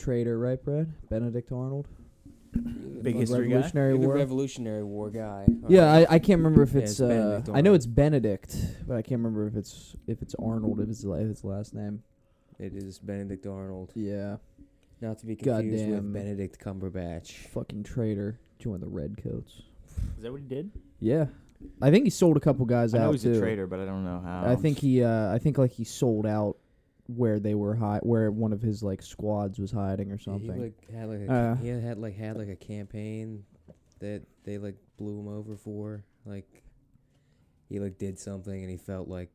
traitor, right, Brad? Benedict Arnold. Big Like history guy. Revolutionary You're the War. Revolutionary War guy. yeah, I, I can't remember if Oh, Yeah, it's. it's uh, Benedict I know Arnold. it's Benedict, but I can't remember if it's if it's Arnold if it's la- if it's last name. it is Benedict Arnold, Yeah, not to be confused Goddamn. with Benedict Cumberbatch. fucking traitor. Join the Redcoats. Is that what he did? Yeah, I think he sold a couple guys I out know he's too. a traitor, but I don't know how. I Um, think he, uh, I think like he sold out where they were high, where one of his like squads was hiding or Yeah, He something. like had like a, ca- Uh. he had, had like had like a campaign that they like blew him over for. Like he like did something and he felt like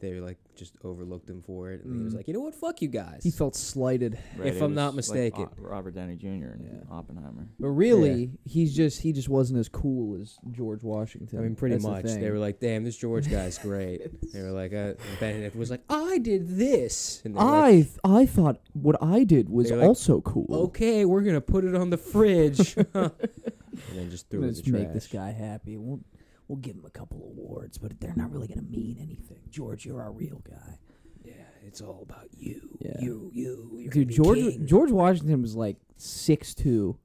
they like just overlooked him for it, and he was Mm. like, you know what, fuck you guys. he felt slighted, Right, if it I'm not was like mistaken. O- Robert Downey Jr. and Yeah. Oppenheimer. but really, he's just he just wasn't as cool as George Washington. I mean, pretty That's the much. They thing. were like, "Damn, this George guy's great." they were like, uh, "Benedict was like, I did this." And they were I like, th- I thought what I did was They were like, also cool. okay, we're gonna put it on the fridge, and then just threw it in the Let's trash. make this guy happy. We'll we'll give him a couple awards, but they're not really gonna mean anything. George, you're our real guy. Yeah, it's all about you, Yeah. you, you. You're Dude, gonna be George king. George Washington was like six two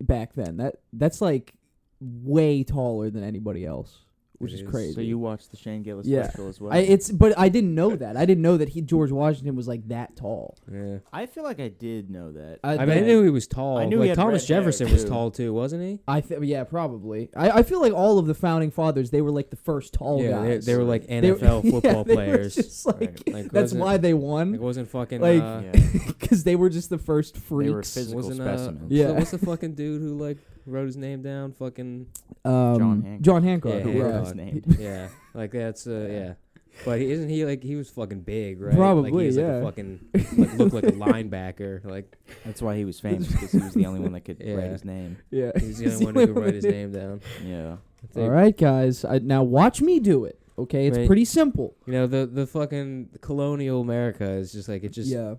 back then. That that's like way taller than anybody else, which It is is. crazy. So you watched the Shane Gillis Yeah. special as well. I, it's but I didn't know that. I didn't know that he George Washington was like that tall. Yeah. I feel like I did know that. I bet- mean, I knew he was tall. I knew he like had Thomas red hair, Jefferson was too. tall too, wasn't he? I th- yeah, probably. I, I feel like all of the founding fathers they were like the first tall yeah, they, guys. they were like They were- NFL yeah, football they were players. just, like- Right. Like, that's wasn't- why they It won wasn't fucking. Like, uh, yeah. because they were just the first They were freaks. physical wasn't, uh, specimens. Yeah. so what's the fucking dude who like wrote his name down? Fucking um, John Hancock. John Hancock. Yeah, yeah. Hancock. his name. yeah, like that's uh, yeah. But isn't he like he was fucking big, right? like, Probably, he was, Like yeah. a fucking like looked like a linebacker. Like That's why he was famous because he was the only one that could Yeah. write his name. Yeah. he was the only one who could write his name down. Yeah. I think- All right, guys. I, now watch me do it. Okay, it's Right. pretty simple. You know the the fucking colonial America is just like it just yeah,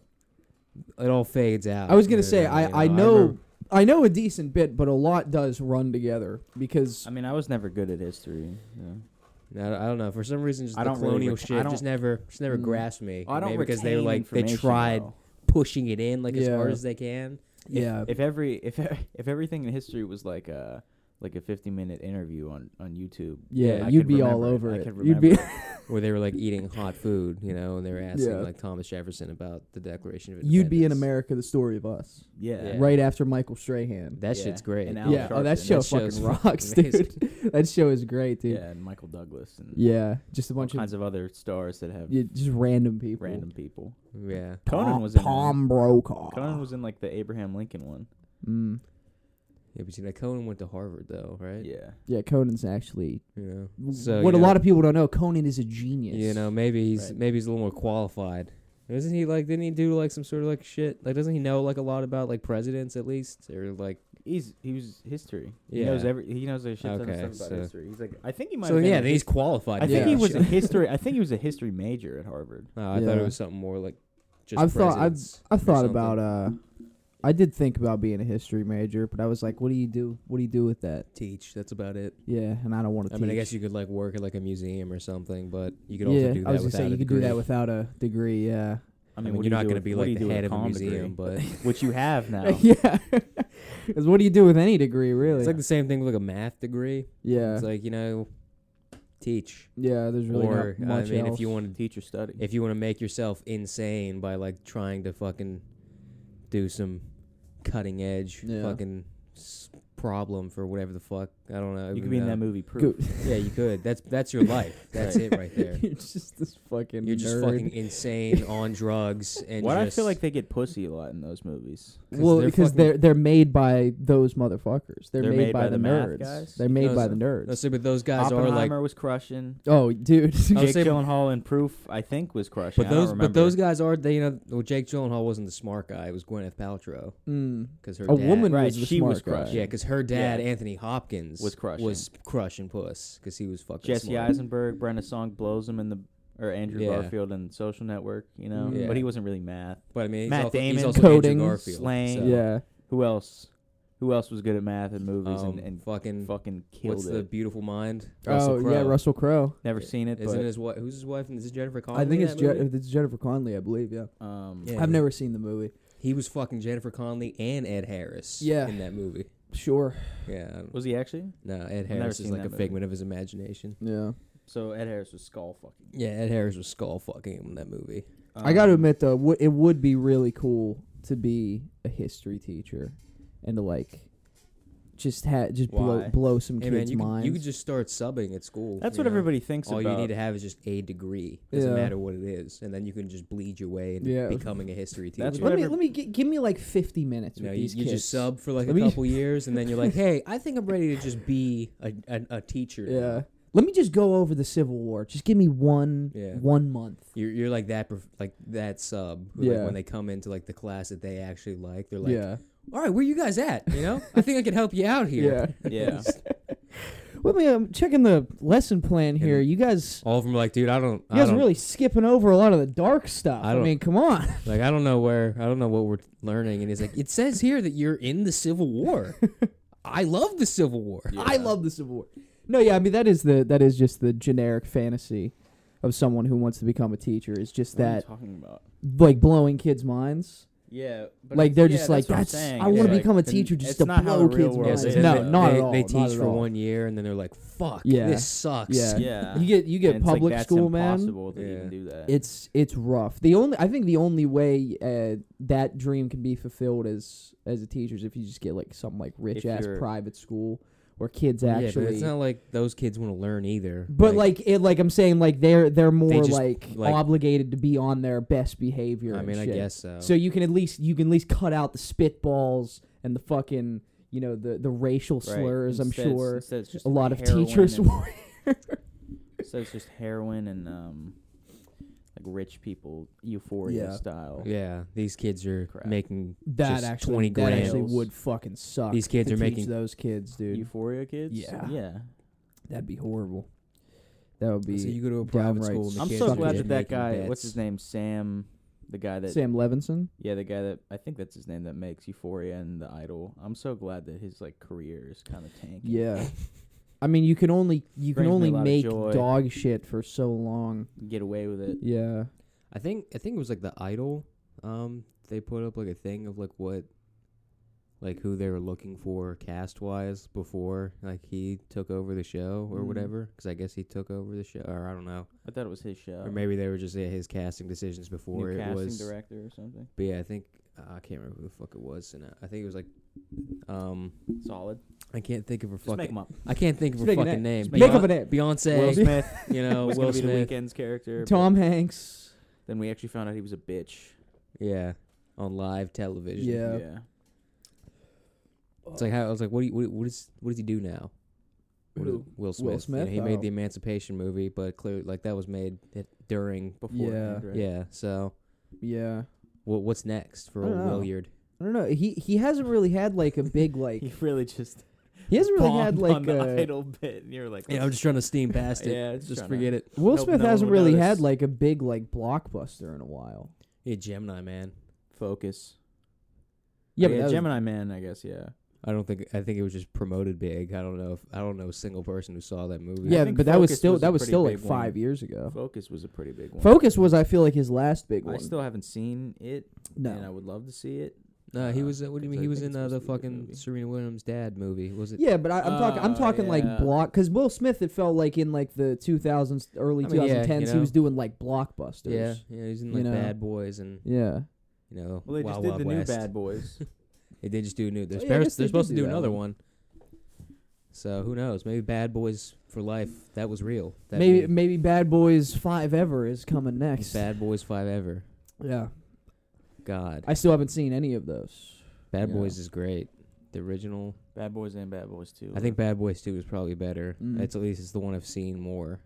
it all fades out. I was gonna you say you I I know remember- I, know a decent bit, but a lot does run together because I mean, I was never good at history. Yeah. I don't- I don't know. For some reason, just I the don't really colonial ret- I shit don't- just never, just never Mm. grasped me. I don't Maybe because they were retain like they information, tried though. pushing it in like as Yeah. hard as they can. yeah, If every if e- if everything in history was like a like a fifty minute interview on on YouTube, Yeah, I you'd could be all remember over I it. could You'd be- remember it. Where they were like eating hot food, you know, and they were asking Yeah. like Thomas Jefferson about the Declaration of Independence. you'd be in America, the story of us, yeah. Yeah. right after Michael Strahan. That Yeah. shit's great. And Al yeah, oh, that Sharpton. show That show's fucking fucking rocks, amazing. dude. that show is great, dude. Yeah, and Michael Douglas and Yeah, just a all bunch of kinds of other stars that have yeah, just random people. random people. Yeah. Tom, Conan was in Tom Brokaw. Conan was in like the Abraham Lincoln one. Mm. Yeah, but you know, Conan went to Harvard though, right? Yeah, Yeah, Conan's actually. You know. So what you a know, lot of people don't know, Conan is a genius. you know, maybe he's Right. maybe he's a little more qualified. Isn't he like didn't he do like some sort of like shit? Like doesn't he know like a lot about like presidents at least? Or like he's he was history. He knows Yeah. every he knows a shit ton Okay, of stuff about so- history. He's like I think he might. So have been yeah, a then he's his- qualified. I for think he Yeah. that was shit. a history. I think he was a history major at Harvard. Oh, I thought Yeah. it was something more like just I've thought I've, presidents I've or thought something. about uh I did think about being a history major, but I was like, what do you do? What do you do with that? teach. That's about it. Yeah, and I don't want to I teach. mean, I guess you could like work at like a museum or something, but you could yeah, also do that I was gonna without say a you could do degree. that without a degree. Yeah. I I mean, what mean, you're do you do not going to with- be what do like you do the with a head of a comm degree? museum, but which you have now. yeah. Cuz what do you do with any degree, really? it's like the same thing with like a math degree. yeah. It's like you know, teach. yeah, there's really or not much I mean, else. if you want to, Teacher study. if you want to make yourself insane by like trying to fucking do some cutting edge Yeah. fucking s- problem for whatever the fuck I don't know. you even could be in know. that movie. Proof. Go- Yeah, you could. That's that's your life. That's it right there. You're just this fucking You're just nerd. fucking insane on drugs and Why do I just- feel like they get pussy a lot in those movies? 'cause well, they're because fucking- they're they're made by those motherfuckers. They're, They're made, by, the, math nerds. guys? They're made No, by so- the nerds. no, see, but those guys are like Oppenheimer was crushing. oh, dude. I was Jake saying- Gyllenhaal in Proof, I think, was crushing. But I don't those, but remember. those guys are they? You know, well, Jake Gyllenhaal wasn't the smart guy. It was Gwyneth Paltrow Mm. because her A dad, woman Right, was the she smart was guy. crushed. Yeah, because her dad, Yeah. Anthony Hopkins, Was crushing. was crushing puss because he was fucking Jesse smart. Eisenberg, Brenda Song blows him in the or Andrew Yeah. Garfield in Social Network. You know, Yeah. but he wasn't really math. But I mean, he's Matt also, he's Damon. also Andrew Coding, Garfield, slang. so, um, Yeah. Who else? Who else was good at math in movies um, and, and fucking fucking killed what's it? the beautiful mind? oh Russell yeah, Crowe. Russell Crowe. Never seen it, Isn't but his wife? Who's his wife? And is it Jennifer Connelly? I think in it's that Je- movie? it's Jennifer Connelly, I believe. Yeah. um, Oh, Yeah. I've never seen the movie. He was fucking Jennifer Connelly and Ed Harris. Yeah. in that movie. Sure. Yeah, I don't- Was he actually? no, Ed never Harris is seen like that a movie. figment of his imagination. Yeah. So Ed Harris was skull fucking. Yeah, Ed Harris was skull fucking him in that movie. I got to Um, admit though, w- it would be really cool to be a history teacher and to like just ha- just blow Why? blow some Hey man, kids' you could, minds. you could just start subbing at school. That's you what know? everybody thinks All about. you need to have is just a degree. Doesn't Yeah. matter what it is, and then you can just bleed your way into Yeah. becoming a history teacher. That's let me whatever- let me gi- give me like 50 minutes you know, with you, these you kids. just sub for like Let a me- couple years, and then you're like, "Hey, I think I'm ready to just be a a, a teacher." now." Yeah. Let me just go over the Civil War. Just give me one Yeah. one month. You're, you're like that prof- like that sub who like, Yeah. when they come into like the class that they actually like they're like yeah. all right where you guys at you know I think I can help you out here Yeah. Let me um, checking the lesson plan here. You guys all of them are like dude I don't you I guys don't are really skipping over a lot of the dark stuff. I I, don't- mean, come on. like I don't know where I don't know what we're learning and he's like it says here that you're in the Civil War I love the Civil War I Yeah. love the Civil War. No, yeah, I mean that is the that is just the generic fantasy of someone who wants to become a teacher is just What are you that talking about? like blowing kids' minds. Yeah, like they're yeah, just like what I'm that's, saying. I It's want to like- become a and teacher just it's to not blow how the real kids' world minds. is. No, They- not they, at all. they not teach at for all. one year and then they're like fuck Yeah. this sucks Yeah. Yeah. You get you get And it's like, public that's school, man. impossible to Yeah. even do that. it's it's rough. The only I think the only way uh, that dream can be fulfilled as as a teacher is if you just get like some like rich ass you're- private school where kids Yeah, actually. but it's not like those kids want to learn either but like, it, like I'm saying, like they're they're more just, like, like- obligated to be on their best behavior. I and mean I shit. guess so So you can at least you can at least cut out the spitballs and the fucking you know the the racial Right. slurs. I'm Instead it's- sure instead it's just a lot of heroin teachers. and- will- instead it's just heroin and um, like rich people euphoria Yeah. style. Yeah, these kids are Crap. making that just actually 20 that actually grams. would fucking suck. These kids to are teach making- those kids, dude. Euphoria kids. Yeah. yeah. That'd be horrible. That would be So you go to a private private school school. and the I'm kids so suck glad at that that guy. What's his name? Sam. The guy that. Sam Levinson. Yeah, the guy that I think that's his name that makes Euphoria and The Idol. I'm so glad that his like career is kind of tanking. Yeah, I mean you can only you can Brings me only a lot of make joy. dog shit for so long. Get away with it. Yeah, I think I think it was like the Idol. Um, they put up like a thing of like what, like who they were looking for cast wise before like he took over the show or Mm. whatever. 'Cause I guess he took over the show, or I don't know, I thought it was his show. or maybe they were just at his casting decisions Oh. New before it casting was. director or something. But yeah, I think uh, I can't remember who the fuck it was, and I- I think it was like, um, Solid. I can't think of her Just make fucking. him up. I can't think of her Just make a fucking name. name. Just make Beyonce, up a name. Will Beyonce, Smith you know, was Will gonna be the Smith. weekend's character. but Tom Hanks. Then we actually found out he was a bitch. Yeah, on live television. Yeah. yeah. It's like how I was like, what do you, what, what is what does he do now? What is Who? it? Will Smith. You know, Smith? he made Oh. the Emancipation movie, but clearly, like that was made it- during. Before. Yeah. Right? Yeah. So, Yeah, what what's next for I old don't know. Williard? I don't know. He he hasn't really had like a big like. He really just He hasn't really bombed had on like uh, the a idol bit, and you're like, Yeah, I'm just trying to steam past it. Yeah, just forget it. Will Nope, Smith no one hasn't would really notice. had like a big like blockbuster in a while. Yeah, Gemini man. Focus. Yeah, Oh, but that was- Gemini Man, I guess. Yeah, I don't think I think it was just promoted big. I don't know if I don't know a single person who saw that movie. yeah, think but that was Focus still was a that was pretty still like big one. five years ago. Focus was a pretty big one. Focus was, I feel like, his last big I one. still haven't seen it, and I no. would love to see it. No, he Uh, was. Uh, what do because you mean? I He was think in it's uh, the supposed to be a good fucking movie. Serena Williams' dad movie. Was it? Yeah, but I, I'm talking. I'm Oh, talking like yeah. block because Will Smith. It felt like in like the 2000s, early I mean, yeah, 2010s, you he know. was doing like blockbusters. Yeah, yeah. He was in You like know. Bad Boys and yeah. you know Well, they Wild just did Wild the West. new Bad Boys. They did just do a new. They're, Oh, yeah, I supposed- guess they they're did supposed to do do that another one. one. So who knows? Maybe Bad Boys for Life. That was real. That Maybe movie. maybe Bad Boys Five Ever is coming next. Bad Boys Five ever. Yeah, God, I still haven't seen any of those. Bad yeah. Boys is great. The original. Bad Boys and Bad Boys Two. I think Bad Boys Two is probably better. Mm-hmm. Mm. It's at least it's the one I've seen more.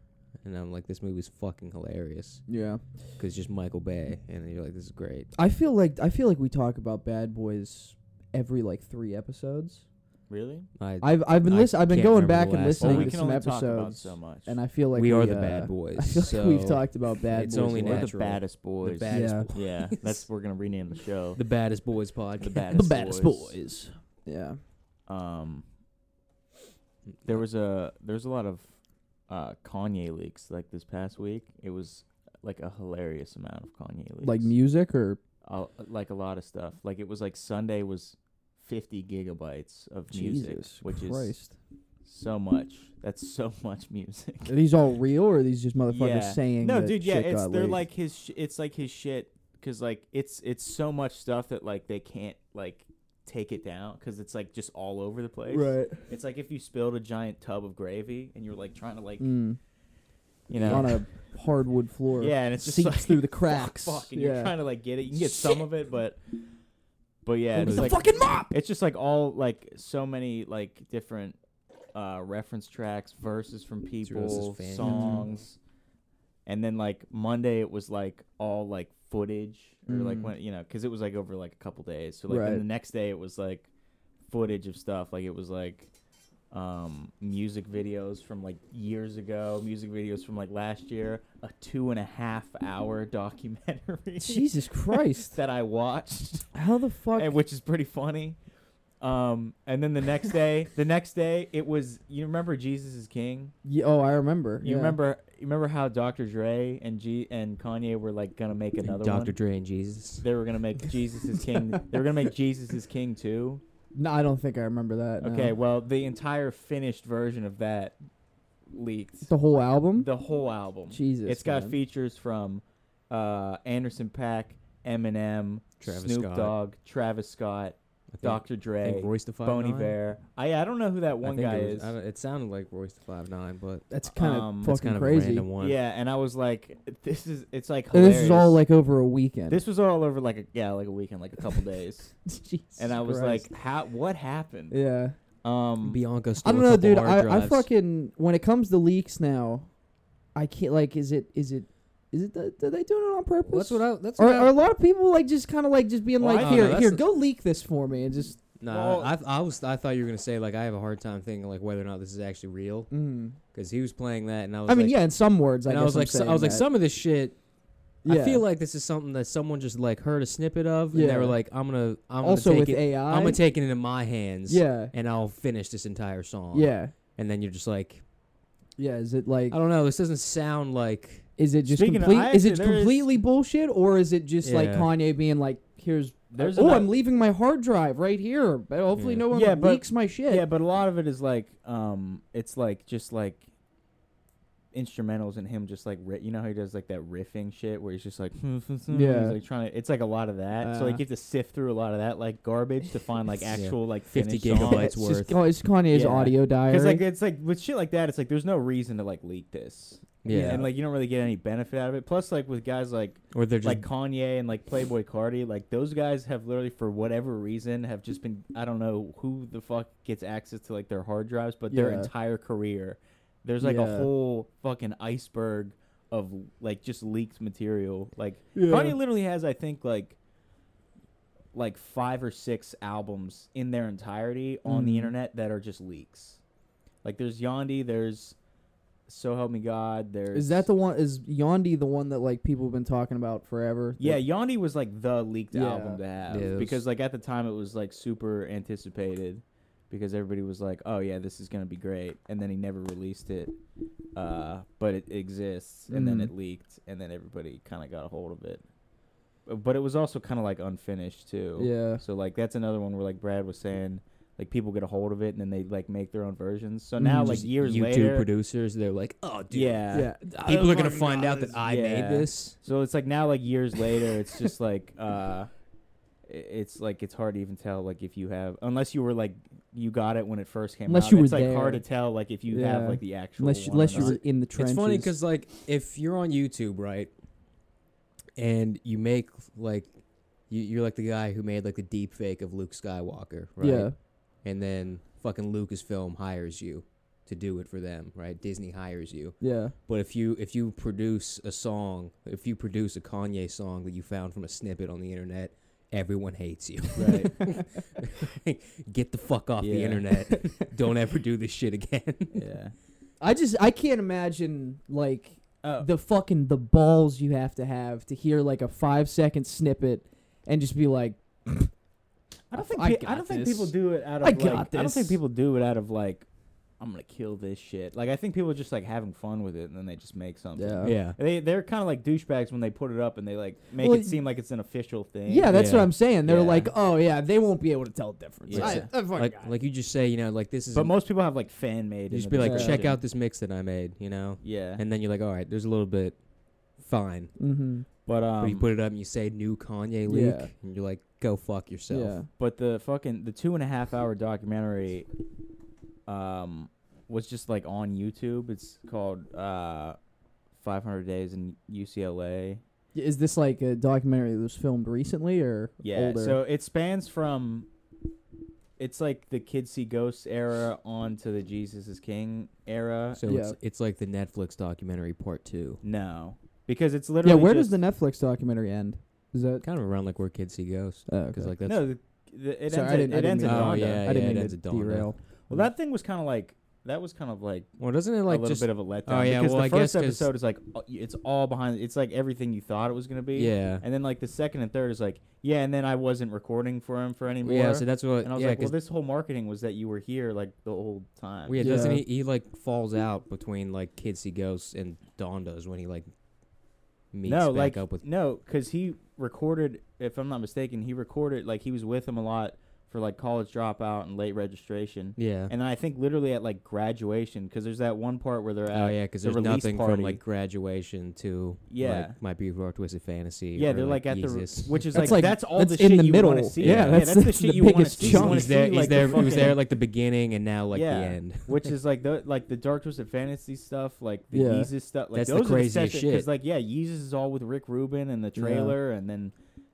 And I'm like, this movie's fucking hilarious Yeah, because just Michael Bay, and you're like, this is great. I feel like I feel like we talk about Bad Boys every like three episodes. really. I, I've I've been I listen, I've been can't going remember back the and last listening Well, we one. to can some only talk about episodes, so much. and I feel like we, are the uh, Bad Boys. I feel like so we've talked about Bad it's Boys. only a lot. we're the natural. baddest the boys. baddest. Yeah. Boys. yeah, that's we're gonna rename the show. The baddest boys podcast. The baddest, Yeah. Um, there was a there's a lot of uh, Kanye leaks like this past week. It was like a hilarious amount of Kanye leaks. Like music or uh, like a lot of stuff. Like it was like Sunday was 50 gigabytes of music, Jesus which is Christ. so much. That's so much music. Are these all real or are these just motherfuckers Yeah. saying? No, that dude, yeah, shit it's got they're leaked? like his. Sh- it's like his shit because like it's it's so much stuff that like they can't like take it down because it's like just all over the place. right. It's like if you spilled a giant tub of gravy and you're like trying to like Mm. you know on a hardwood floor. yeah, and it's just seeps like, through the cracks. Fuck, and yeah. you're trying to like get it. You can get some of it, but but yeah, Open it's the like fucking mop. it's just like all like so many like different uh reference tracks, verses from people, Mm-hmm. fan. songs. And then like Monday it was like all like footage or like Mm. when you know cuz it was like over like a couple days. So like Right. then the next day it was like footage of stuff like it was like um music videos from like years ago, music videos from like last year, a two and a half hour documentary Jesus Christ! that I watched How the fuck? and, which is pretty funny. Um, and then the next day, the next day, it was you remember Jesus is King. Ye- oh, I remember. You yeah. remember you remember how Dr. Dre and G and Kanye were like gonna make another Dr. one. Dre and Jesus. They were gonna make Jesus is King. they were gonna make Jesus is King too. No, I don't think I remember that. no. Okay, well the entire finished version of that leaked. the whole album. The whole album. Jesus. It's got man. features from uh, Anderson Paak, Eminem, Travis Snoop Scott. Dogg, Travis Scott, I think- Dr. I Dre, think Royce the Five Bon Nine? Iver. I I don't know who that I one think guy it, was- is. I don't- it sounded like Royce the Five Nine, but That's kind of um, that's fucking that's kind of a crazy. random one. Yeah, and I was like, this is it's like And hilarious. this is all like over a weekend. this was all over like a yeah like a weekend like a couple days, Jesus and I was Christ. like, how what happened? yeah. Um, Bianca stole I don't a know, couple dude. hard I, I drives. fucking when it comes to leaks now, I can't like. Is it is it is it? The, are they doing it on purpose? Well, that's what I. That's Are, what I, are a lot of people like just kind of like just being Well, like, I don't know, here, that's here, the- go leak this for me and just. nah, Well- I, I was. I thought you were gonna say like I have a hard time thinking like whether or not this is actually real Mm. because he was playing that and I was. I, mean, like, yeah, in some words, I, and I guess was I'm like, so, saying I was like, that. some of this shit. Yeah. I feel like this is something that someone just like heard a snippet of, and Yeah. they were like, "I'm gonna, I'm also gonna with take it, AI. I'm gonna take it into my hands, yeah, and I'll finish this entire song." yeah, and then you're just like, yeah. Is it like? I don't know. This doesn't sound like Is it just Speaking of- complete? I is it actually- there is- completely bullshit, or is it just like Yeah. Kanye being like, "Here's, There's oh, ano- I'm leaving my hard drive right here. But hopefully, Yeah. no one Yeah, but- leaks my shit." yeah, but a lot of it is like um, it's like just like instrumentals and him just like ri- you know how he does like that riffing shit where he's just like he's Yeah. like trying to it's like a lot of that so like Uh. you have to sift through a lot of that like garbage to find like Uh-huh. Yeah. actual like 50 finished songs. gigabytes it's just worth. Ka- it's Kanye's Oh, Yeah. audio diary. Because like it's like with shit like that, it's like there's no reason to like leak this. Yeah. and like you don't really get any benefit out of it. Plus, like with guys like or they're just like Kanye and like Playboy Cardi, like those guys have literally for whatever reason have just been I don't know who the fuck gets access to like their hard drives, but their Yeah. entire career, there's like Yeah. a whole fucking iceberg of like just leaked material. Like Yeah. Kanye literally has, I think, like like five or six albums in their entirety on Mhm. the internet that are just leaks. Like there's Yandi, there's So Help Me God, there's is that the one? Is Yandi the one that like people have been talking about forever? yeah, That- Yandi was like the leaked Yeah. album to have Yeah, it was- because like at the time it was like super anticipated because everybody was like, "Oh yeah, this is gonna be great," and then he never released it, uh, but it exists, and then Mhm. Mm-hmm. it leaked, and then everybody kind of got a hold of it, Uh, but it was also kind of like unfinished too. yeah. So like that's another one where like Brad was saying, like people get a hold of it and then they like make their own versions. So now Mhm. like Mm-hmm. just years YouTube later, producers. They're like, oh, dude, yeah, yeah. people are gonna find out that I Yeah. made this. So it's like now, like years later, it's just like uh, i- it's like it's hard to even tell like if you have unless you were like you got it when it first came Unless out. you were it's like there. hard to tell like if you Yeah. have like the actual Unless, you- one or unless you not. were in the trenches. It's funny because like if you're on YouTube, right, and you make like you, you're like the guy who made like the deep fake of Luke Skywalker, right? yeah, And then fucking Lucasfilm hires you to do it for them, right? Disney hires you. yeah, But if you if you produce a song, if you produce a Kanye song that you found from a snippet on the internet, everyone hates you. Right. Get the fuck off the Yeah. internet. Don't ever do this shit again. yeah. I just I can't imagine like Oh, the fucking the balls you have to have to hear like a five second snippet and just be like, I don't think I pe- I, got don't think this. people do it out of I like got I don't this. think people do it out of like I'm gonna kill this shit. Like I think people are just like having fun with it, and then they just make something. Yeah. yeah. They they're kind of like douchebags when they put it up and they like make Well, it seem like it's an official thing. Yeah, that's Yeah. what I'm saying. They're Yeah. like, oh yeah, they won't be able to tell the difference. Yeah. I, I fucking Like, got it. like you just say, you know, like this is. But an- most people have like fan made. you just be like, description. check out this mix that I made, you know, Yeah. and then you're like, all right, there's a little bit, fine. mm-hmm. but um. but you put it up and you say new Kanye leak, Yeah. and you're like, go fuck yourself. yeah. But the fucking the two and a half hour documentary, um, was just like on YouTube. It's called uh, 500 Days in UCLA. Is this like a documentary that was filmed recently or Yeah. older? So it spans from, it's like the kids see ghosts era on to the Jesus is King era. So Yeah. it's it's like the Netflix documentary part two, No, because it's yeah, literally where just, does the Netflix documentary end? Is that kind of around like where kids see ghosts, oh, okay. because like that's no the, the, it Sorry, ends I at- didn't- I it didn't ends mean at to- oh Donda. yeah, I didn't yeah, it mean ends to at Donda. derail. Well, that thing was kind of like that was kind of like well, doesn't it like a little just bit of a letdown. Oh, yeah, because well, the I first guess 'cause- episode is like uh, it's all behind. It's like everything you thought it was gonna be. yeah, And then like the second and third is like yeah, and then I wasn't recording for him for anymore. yeah. So that's what and I was yeah, like, well, 'cause- this whole marketing was that you were here like the whole time. well, yeah, doesn't Yeah. he? He like falls out between like kids see ghosts and Dawn does when he like meets no, back like up with no, because he recorded. If I'm not mistaken, he recorded like he was with him a lot for like college dropout and late registration. yeah. And then I think literally at like graduation, because there's that one part where they're at Oh yeah, because the there's release nothing from party. like graduation to Yeah. like, my beautiful dark twisted fantasy. Yeah, or, they're like, at Yeezus. the which is That's like- like, that's all that's the in shit the you wanna middle. see. Yeah, that's- the that's shit the you want to biggest see. You chunk. wanna he's there. see, He's like, the there. He was there fucking- like the beginning and now like Yeah. the end. which is like the like the dark twisted fantasy stuff, like the Yeah. Yeezus stuff. Like That's the those are the craziest session- 'cause, shit. like yeah, Yeezus is all with Rick Rubin and the Yeah. trailer, and then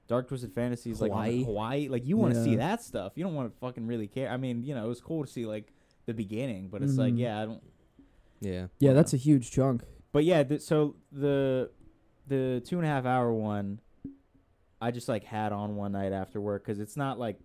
Dark Twisted Fantasy is like on Hawaii. Hawaii. Like you want to see Yeah. that stuff. You don't want to fucking really care. I mean, you know, it was cool to see like the beginning, but it's like Mhm. yeah, I don't. Yeah. Yeah, that's a huge chunk. But yeah, th- so the the two and a half hour one, I just like had on one night after work because it's not like.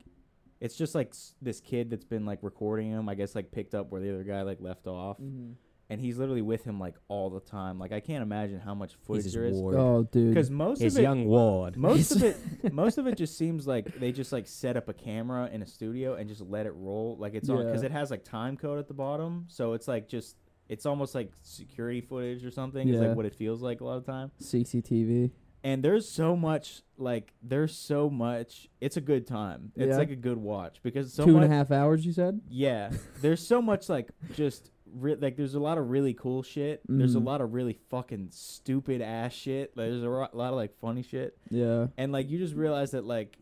It's just like s- this kid that's been like recording him. I guess like picked up where the other guy like left off, Mm. and he's literally with him like all the time. Like I can't imagine how much footage his there is ward. Oh, because dude. most His of it, young ward. most of it, most of it just seems like they just like set up a camera in a studio and just let it roll. Like it's on because Yeah. it has like time code at the bottom, so it's like just it's almost like security footage or something. Is Yeah. like what it feels like a lot of time. CCTV. And there's so much like there's so much. It's a good time. It's Yeah. like a good watch because so Two much. and a half hours, you said? Yeah, there's so much like just re- like there's a lot of really cool shit. There's a Mhm. lot of really fucking stupid ass shit. Like, there's a ro- lot of like funny shit, Yeah. and like you just realize that like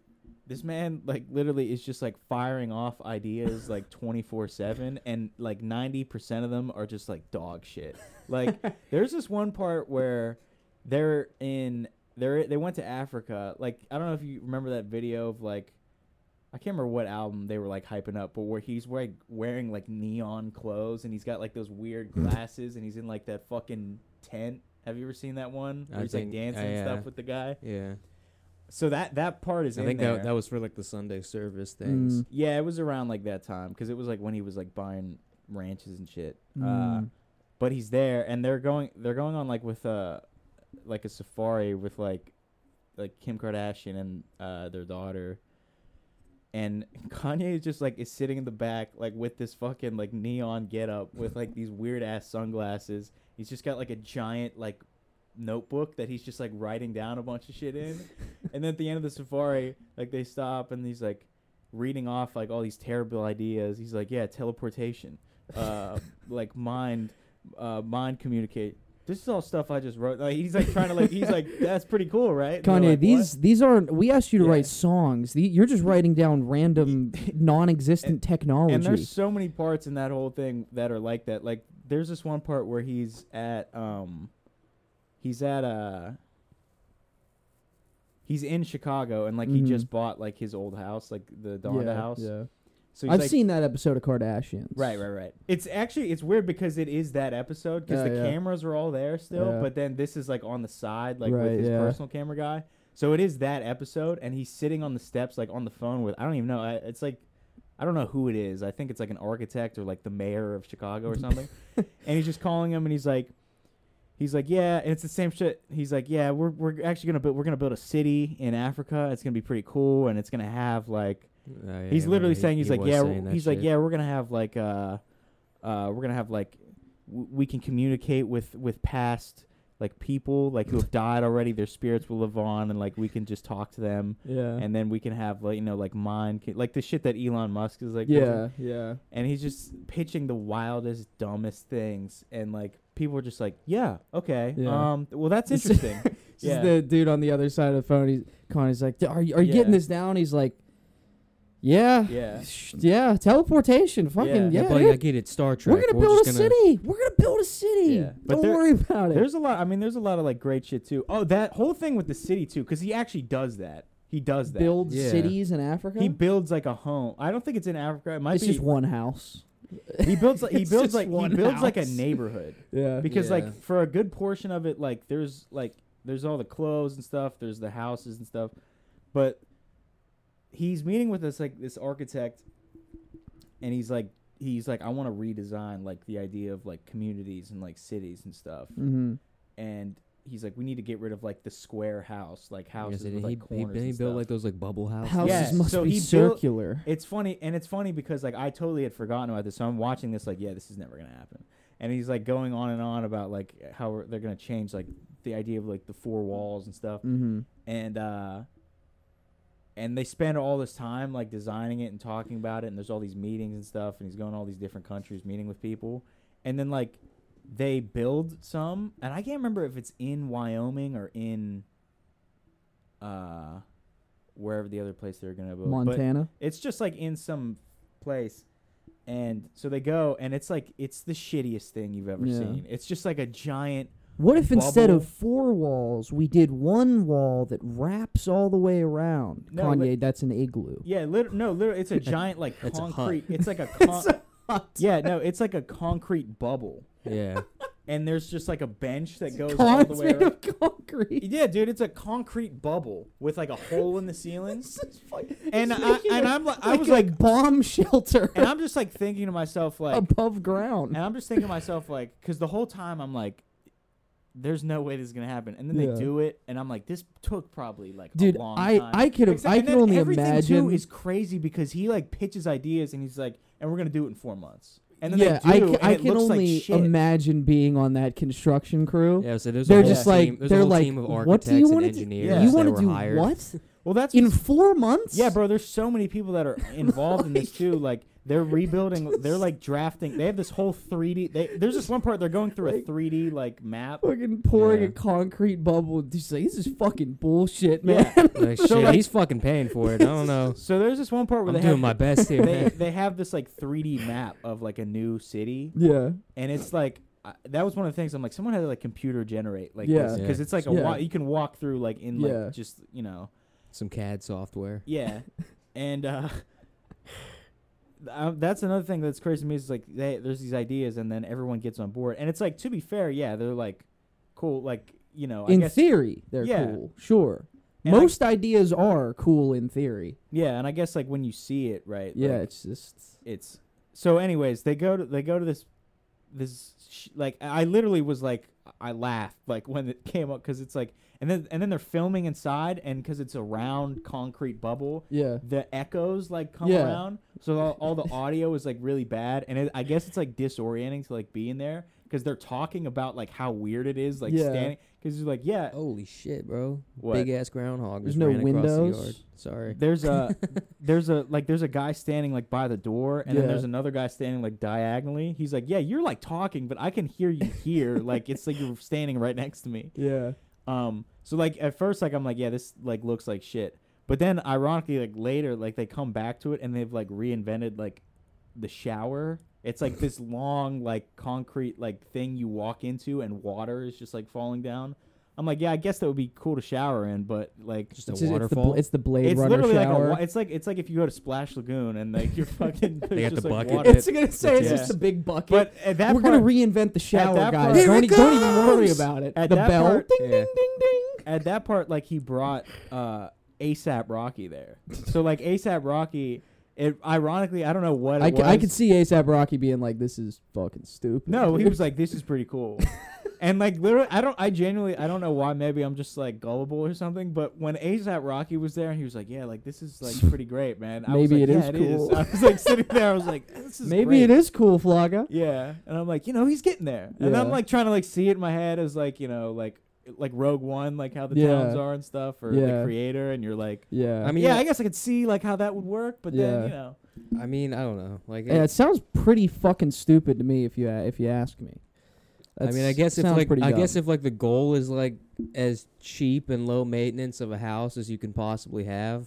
this man like literally is just like firing off ideas like 24 7 and like 90% of them are just like dog shit like there's this one part where they're in they're they went to africa like i don't know if you remember that video of like I can't remember what album they were like hyping up, but where he's like wearing like neon clothes and he's got like those weird Hmm. glasses and he's in like that fucking tent. Have you ever seen that one? Where I he's think- like dancing and yeah. stuff with the guy. Yeah. So that that part is I in think there. that that was for like the Sunday service things. Mm. yeah, it was around like that time because it was like when he was like buying ranches and shit. Uh, Mm. but he's there and they're going they're going on like with uh like a safari with like like Kim Kardashian and uh their daughter and Kanye is just like is sitting in the back like with this fucking like neon getup with like these weird ass sunglasses. He's just got like a giant like notebook that he's just like writing down a bunch of shit in. and then at the end of the safari, like they stop and he's like reading off like all these terrible ideas. He's like, yeah, teleportation, uh, like mind, uh, mind communicate. This is all stuff I just wrote. Like he's like trying to like he's like that's pretty cool, right? And they're Kanye, like, these these aren't. We asked you to Yeah. write songs. The, you're just writing down random, non-existent technology. And there's so many parts in that whole thing that are like that. Like there's this one part where he's at um he's at uh he's in Chicago and like Mhm. he just bought like his old house, like the Donda yeah, house. Yeah. So he's I've like, seen that episode of Kardashians. Right, right, right. It's actually it's weird because it is that episode because Yeah, the yeah. cameras are all there still, Yeah. but then this is like on the side, like Right, with his yeah. personal camera guy. So it is that episode, and he's sitting on the steps, like on the phone with I don't even know. I, it's like I don't know who it is. I think it's like an architect or like the mayor of Chicago or something. and he's just calling him, and he's like, he's like, yeah, and it's the same shit. He's like, yeah, we're we're actually gonna build we're gonna build a city in Africa. It's gonna be pretty cool, and it's gonna have like Oh, yeah, he's I literally remember he- saying he's he like was yeah saying we're- that he's like shit. yeah we're gonna have like uh uh, we're gonna have like w- we can communicate with with past like people like who have died already. Their spirits will live on, and like we can just talk to them, Yeah. and then we can have like you know like mind ca- like the shit that Elon Musk is like pushing. yeah, yeah. and he's just pitching the wildest, dumbest things, and like people are just like, yeah, okay, Yeah. um, well that's It's- interesting. This is Yeah. the dude on the other side of the phone. He's Connie's like, "D- "Are you, are you getting Yeah. this now?" And he's like, "Yeah, Yeah. Sh- yeah, teleportation, fucking yeah, Yeah, Yeah, buddy, I dude. get it. Star Trek. we're gonna We're build a just gonna- city. We're gonna build a city. Yeah, but Don't there- worry about it." There's a lot. I mean, there's a lot of like great shit too. Oh, that whole thing with the city too, because he actually does that. He does that. build Yeah. cities in Africa. He builds like a home. I don't think it's in Africa. It might it's be. just one house. he builds like he it's builds just like he one builds like a house. neighborhood Yeah, because Yeah. like for a good portion of it, like there's like there's all the clothes and stuff. There's the houses and stuff, but he's meeting with this like this architect, and he's like he's like I want to redesign like the idea of like communities and like cities and stuff. mm-hmm. and he's like, we need to get rid of like the square house, like Yeah, houses so with, he, like he, corners. he and built stuff. like those like bubble houses. houses Yeah, must so be he built- circular. it's funny, and it's funny because like I totally had forgotten about this, so I'm watching this like, yeah, this is never gonna happen. And he's like going on and on about like how we're- they're gonna change like the idea of like the four walls and stuff, mm-hmm. and uh, and they spend all this time like designing it and talking about it, and there's all these meetings and stuff, and he's going to all these different countries meeting with people, and then like they build some, and I can't remember if it's in Wyoming or in uh wherever the other place they're gonna build, but Montana. it's just like in some place. And so they go, and it's like it's the shittiest thing you've ever Yeah. seen. It's just like a giant. What if instead bubble. of four walls, we did one wall that wraps all the way around? No, Kanye, but- that's an igloo. Yeah, lit- no, literally, it's a giant like It's a hut. concrete. It's like a. Con- Yeah, no, it's like a concrete bubble, yeah. and there's just like a bench that goes Con- all the it's way. made Around. of concrete. Yeah, dude, it's a concrete bubble with like a hole in the ceiling, and It's I, making and a- I'm like, I was like, like bomb shelter and I'm just like thinking to myself like, above ground. and I'm just thinking to myself like, because the whole time I'm like. There's no way this is gonna happen, and then they Yeah. do it, and I'm like, "This took probably like Dude, a long I time." I could Except- I and can then only everything imagine. Too is crazy because he like pitches ideas and he's like, and we're gonna do it in four months. And then yeah, they I do, ca- and I it can looks only like shit. imagine being on that construction crew. Yeah, so there's a They're whole just team, like there's a they're whole like, team of what architects do you and want to do? engineers. Yeah. You that want to were do hired. what Well, that's in what's- four months? yeah, bro. There's so many people that are involved in this too. Like they're rebuilding. They're like drafting. They have this whole 3D. They, there's this one part they're going through a Like- 3D like map. Fucking pouring Yeah. a concrete bubble. Just like this is fucking bullshit, man. Yeah. Like, So, shit, like- he's fucking paying for it. I don't know. So there's this one part I'm where doing they have my best here. they, man. they have this like 3D map of like a new city, Yeah. and it's like I, that was one of the things I'm like someone had to like computer generate like Yeah. this because Yeah. it's like a Yeah. wa- you can walk through like in like Yeah. just you know Some CAD software. yeah and uh um, that's another thing that's crazy to me is like they, there's these ideas and then everyone gets on board and it's like to be fair yeah they're like cool like you know I in guess theory, they're Yeah. cool. Sure. And I- Most ideas are cool in theory. yeah and I guess like when you see it right Yeah, like, it's just it's so anyways they go to they go to this this sh- like i literally was like i laughed like when it came up because it's like and then and then they're filming inside and because it's a round concrete bubble yeah. the echoes like come Yeah. around so all, all the audio is like really bad and it, i guess it's like disorienting to like be in there because they're talking about like how weird it is like Yeah. standing because you're like yeah Holy shit, bro! What? Big ass groundhog. There's just no ran Across windows. the yard. Sorry. there's a there's a like there's a guy standing like by the door and then Yeah. there's another guy standing like diagonally he's like yeah you're like talking but i can hear you here like it's like you're standing right next to me Yeah. um so like at first like i'm like yeah this like looks like shit but then ironically like later like they come back to it and they've like reinvented like the shower it's like this long like concrete like thing you walk into and water is just like falling down i'm like yeah i guess that would be cool to shower in but like Just a It's, it's the, waterfall. bl- it's the Blade it's Runner literally like a shower. wa- it's like it's like if you go to Splash Lagoon and like you're fucking there's got just the like bucket. water. it's gonna say it's Yeah. just a big bucket. but at that We're part, gonna reinvent the shower, that guys. part- Here don't, it e- don't even worry comes! about it. At the that bell. part- ding Yeah. ding ding ding. at that part like he brought uh ASAP Rocky there. So like ASAP Rocky it ironically I don't know what it I, c- I was. could see ASAP Rocky being like, "This is fucking stupid." No, he was like this is pretty cool. And like literally, I don't. I genuinely, I don't know why. Maybe I'm just like gullible or something. But when ASAP Rocky was there, and he was like, "Yeah, like this is like pretty great, man." I Maybe was it is like, yeah, cool." It is. I was like sitting there, I was like, "This is Maybe great. it is cool, Flaga. Yeah, and I'm like, you know, he's getting there, and I'm Yeah. like trying to like see it in my head as like you know like like Rogue One, like how the Yeah. towns are and stuff, or Yeah. the creator, and you're like, Yeah. I mean, yeah, I- I guess I could see like how that would work, but then Yeah. you know, I mean, I don't know. Like, Yeah, it sounds pretty fucking stupid to me if you if you ask me. I mean, I That's- guess if sounds like pretty I guess dumb. if like the goal is like as cheap and low maintenance of a house as you can possibly have,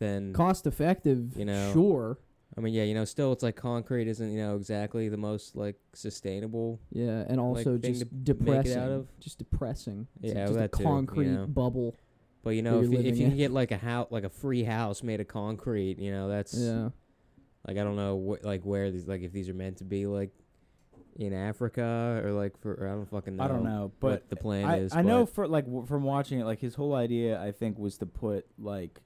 then cost effective, You know. sure. I mean, yeah, you know, still it's like concrete isn't you know exactly the most like sustainable. Yeah, and also thing just to make it out depressing. of. Just depressing. It's Yeah, just well, a that too, you concrete know. bubble. But you know, you're if you, if living you in. can get like a house, like a free house made of concrete, you know, that's Yeah. like I don't know, wh- like where these, like if these are meant to be like in Africa or like for or I don't fucking know. I don't know, but what the plan I, is. I know but for like w- from watching it, like his whole idea, I think, was to put like,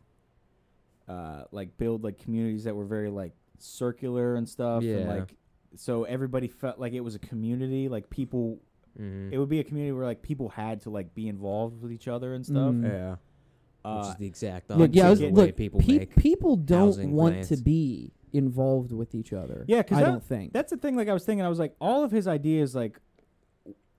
uh, like build like communities that were very like circular and stuff, and Yeah. like so everybody felt like it was a community, like people. mhm. It would be a community where like people had to like be involved with each other and stuff. Mm. yeah, which Uh, is the exact Look, yeah, I opposite was, of the way look, people pe- make. people don't housing want plans. to be involved with each other. Yeah, 'cause I that- don't think. that's the thing. Like I was thinking, I was like, all of his ideas, like,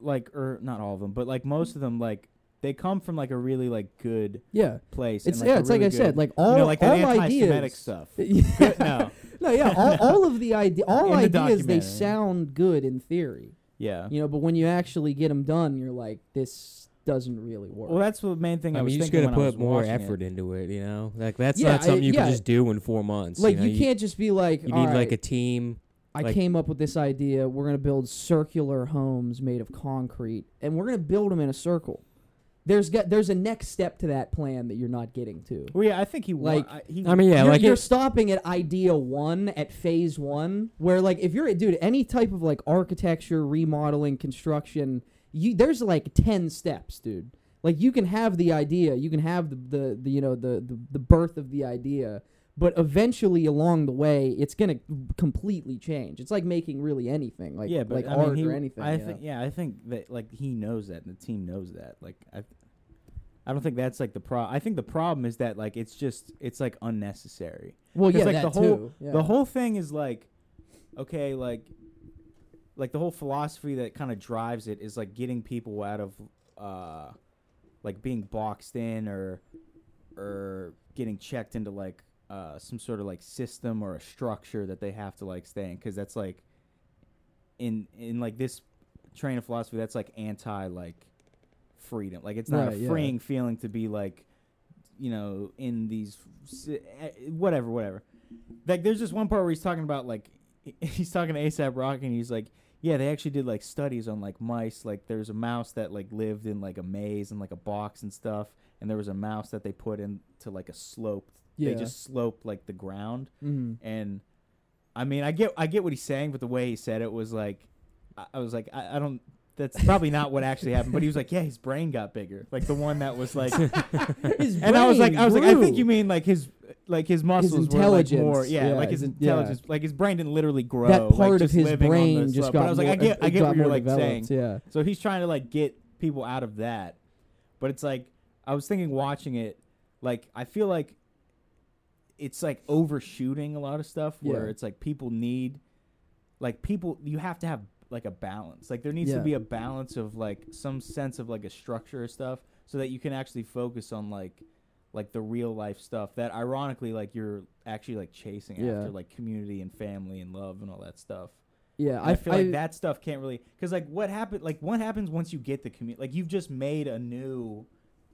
like or not all of them, but like most of them, like they come from like a really like good yeah, place. it's and, yeah, a it's like really I good- said, like all you know, like that all anti-Semitic ideas. stuff. Yeah. no, no, yeah, all, all of the idea, all In the ideas, they documentary. sound good in theory, yeah. you know, but when you actually get them done, you're like, this doesn't really work. Well, that's the main thing I, I was mean, you just thinking gotta when I was put more watching it. effort into it, you know. Like that's Yeah, not something I- you yeah. can just do in four months. like you, know? you, can't just be like, You need "All like a right, team. I like- came up with this idea. We're gonna build circular homes made of concrete, and we're gonna build them in a circle. There's got there's a next step to that plan that you're not getting to. Well, yeah, I think he wa- Like, I, he, I mean, yeah, you're, like you're it, stopping at idea one at phase one where like if you're dude any type of like architecture remodeling construction you there's like 10 steps dude like you can have the idea you can have the the, the you know the, the the birth of the idea but eventually along the way it's gonna completely change it's like making really anything like yeah, but like I mean, art he, or anything I you think, know? yeah, I think that like he knows that, and the team knows that. Like, I, I don't think that's like the pro. I think the problem is that like it's just it's like unnecessary. well 'Cause, yeah like, that the whole- too. Yeah. The whole thing is like, okay, like, like the whole philosophy that kind of drives it is like getting people out of, uh, like being boxed in or, or getting checked into like uh, some sort of like system or a structure that they have to like stay in because that's like, in in like this train of philosophy that's like anti like freedom like it's not Right, a yeah. freeing feeling to be like you know in these si- eh, whatever whatever like there's this one part where he's talking about like he's talking to ASAP Rocky and he's like, yeah, they actually did like studies on like mice. Like there's a mouse that like lived in like a maze and like a box and stuff, and there was a mouse that they put into like a slope. Yeah. They just sloped like the ground, Mhm. and I mean, I get I get what he's saying, but the way he said it was like, I, I was like, I, I don't. That's probably not what actually happened, but he was like, "Yeah, his brain got bigger, like the one that was like." His And I was like, brain I was like, I grew. think you mean like his, like his muscles intelligence, were like more, yeah, yeah, like his his- intelligence, like his brain didn't literally grow. that like, part of just his living on the brain slope. just But got I was like, more, I get, I it get got what you're more like developed, saying. yeah So he's trying to like get people out of that, but it's like I was thinking watching it, like I feel like it's like overshooting a lot of stuff where Yeah. it's like people need, like people you have to have like a balance. Like there needs to Yeah. be a balance of like some sense of like a structure or stuff so that you can actually focus on like like the real life stuff that ironically like you're actually like chasing Yeah. after like community and family and love and all that stuff. yeah And I, feel like that stuff can't really because like what happened like what happens once you get the community like you've just made a new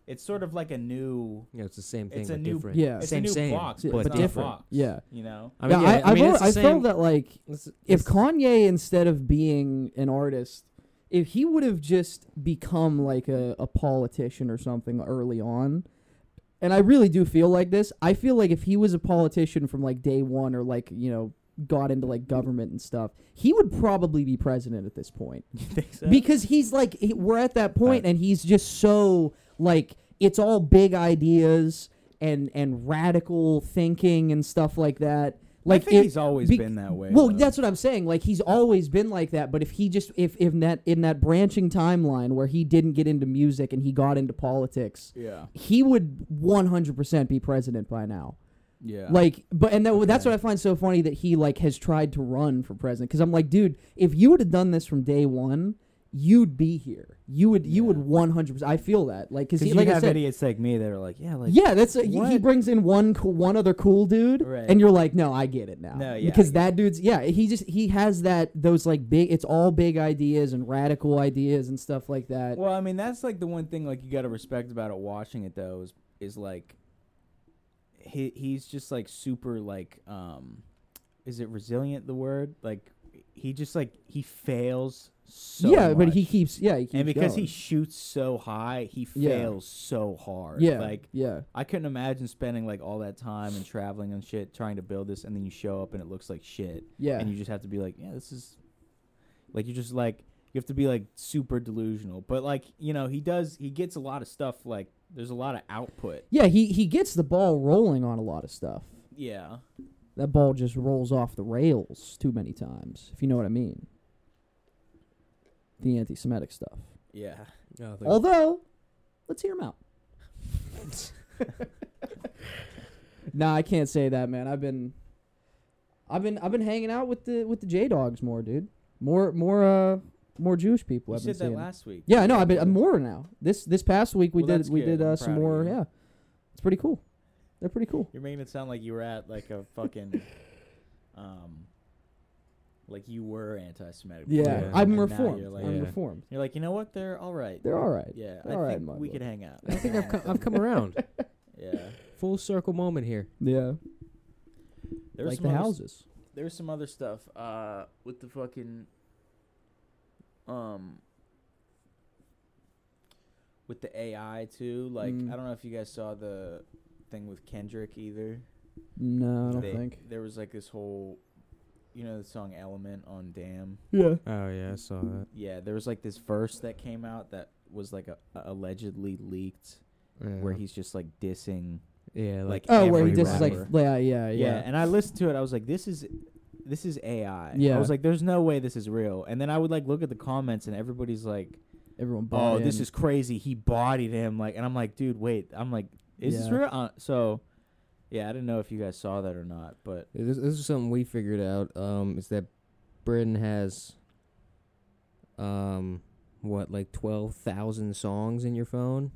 it's sort of like a new you know, it's the same thing. it's a but new- different. yeah it's Uh, Same, a new same, box but but, it's not a different. box, Yeah. you know I mean, yeah, I, mean, have it's the I same, felt that like it's- if it's- Kanye instead of being an artist, if he would have just become like a, a politician or something early on, and I really do feel like this. I feel like if he was a politician from like day one or like you know got into like government and stuff, he would probably be president at this point you think so? because he's like he- we're at that point and he's just so like it's all big ideas and and radical thinking and stuff like that Like I think it- he's always bec- been that way. Well, though. that's what I'm saying. Like he's always been like that. But if he just if if in that in that branching timeline where he didn't get into music and he got into politics, yeah, he would 100% be president by now. yeah. Like, but and that, that's what I find so funny that he like has tried to run for president because I'm like, dude, if you would have done this from day one, you'd be here. You would, you would Yeah. 100. percent I feel that. Like, cause because he, you like I have said, idiots like me that are like, yeah, like yeah, that's he- he What? brings in one cool, one other cool dude, Right. and you're like, no, I get it now. No, yeah, because I get that dude's yeah, he just he has that those like big, it's all big ideas and radical ideas and stuff like that. Well, I mean, that's like the one thing like you got to respect about it. Watching it though is is like he he's just like super like um is it resilient the word like he just like he fails so yeah, but much. he keeps yeah, he keeps and because going. he shoots so high he Yeah. fails so hard yeah, like yeah, I couldn't imagine spending like all that time and traveling and shit trying to build this and then you show up and it looks like shit yeah, and you just have to be like, yeah, this is like you're just like you have to be like super delusional. But like you know, he does he gets a lot of stuff. Like there's a lot of output. yeah. He he gets the ball rolling on a lot of stuff. Yeah, that ball just rolls off the rails too many times, if you know what I mean. The anti Semitic stuff. yeah. Oh, I thought- Although, let's hear him out. nah, I can't say that, man. I've been I've been I've been hanging out with the with the J Dogs more, dude. More more uh more Jewish people. We I've been said that seeing. last week. yeah, I know. I've been uh, more now. This this past week we Well, did that's we good. did I'm uh, some proud of more. you. Yeah, it's pretty cool. They're pretty cool. You're making it sound like you were at like a fucking, um, like you were anti-Semitic. Yeah, before, Yeah. I'm and now reformed. You're like, I'm Yeah. reformed. you're like, you know what? They're all right. They're all right. yeah, they're I all right, think my we boy. could hang out. I think I've come, I've come around. yeah. Full circle moment here. Yeah. There was like some the other s- houses. There's some other stuff uh, with the fucking um with the AI too. Like Mm. I don't know if you guys saw the thing with Kendrick either. No, I don't They- think. there was like this whole you know the song Element on Damn. Yeah. Oh yeah, I saw that. Yeah, there was like this verse that came out that was like a, allegedly leaked Yeah. where he's just like dissing yeah, like, like, Oh, where he every just is like, rapper. yeah, yeah, yeah. Uh, Yeah, and I listened to it. I was like, this is this is AI. I Yeah. was like, there's no way this is real. And then I would like look at the comments, and everybody's like, Everyone. bought oh, this in. is crazy. He bodied him. Like, and I'm like, dude, wait. I'm like, is this Yeah. real? Uh, so, yeah, I didn't know if you guys saw that or not, but Yeah, This, this is something we figured out. Um, is that Britain has, um, what like twelve thousand songs in your phone?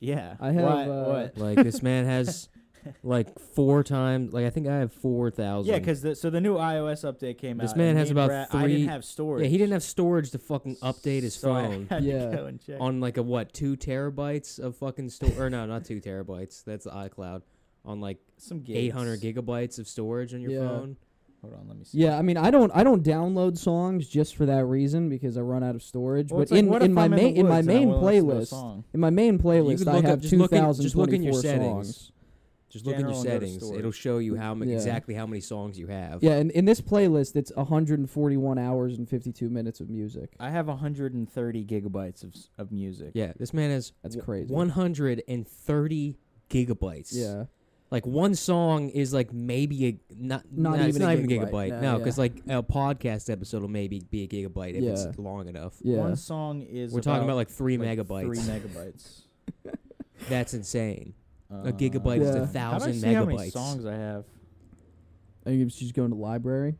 yeah, I have, Why- uh, what? Like this man has, like four times. Like I think I have four thousand. Yeah, because the, so the new iOS update came out. This man and has me and about Brad- I three- didn't have storage. yeah, he didn't have storage to fucking update his so I phone had to Yeah. go and check. on like a what two terabytes of fucking store or no, not two terabytes. That's the iCloud on like some gigs. eight hundred gigabytes of storage on your Yeah. phone. Hold on, let me see. Yeah, I mean, I don't, I don't download songs just for that reason because I run out of storage. Well, but it's like, in, what in if my I'm in the main in my woods and I main wanna listen to a playlist, song? in my main playlist, could I look up- have just two look in- thousand just look in your twenty-four settings. songs. Just look in your General and go to settings. storage. It'll show you how ma- Yeah. exactly how many songs you have. Yeah, and in this playlist, it's 141 hours and 52 minutes of music. I have 130 gigabytes of s- of music. Yeah, this man has That's w- crazy. 130 gigabytes. Yeah, Like one song is like maybe a not Not not, it's even not a even a gigabyte. gigabyte. No, No, because like a podcast episode will maybe be a gigabyte if Yeah. it's long enough. yeah. One song is We're talking about like three like, megabytes. Three megabytes. That's insane. a gigabyte Yeah. is How a do I How thousand do Uh, I see how many megabytes. songs I have? I think it's just going to library.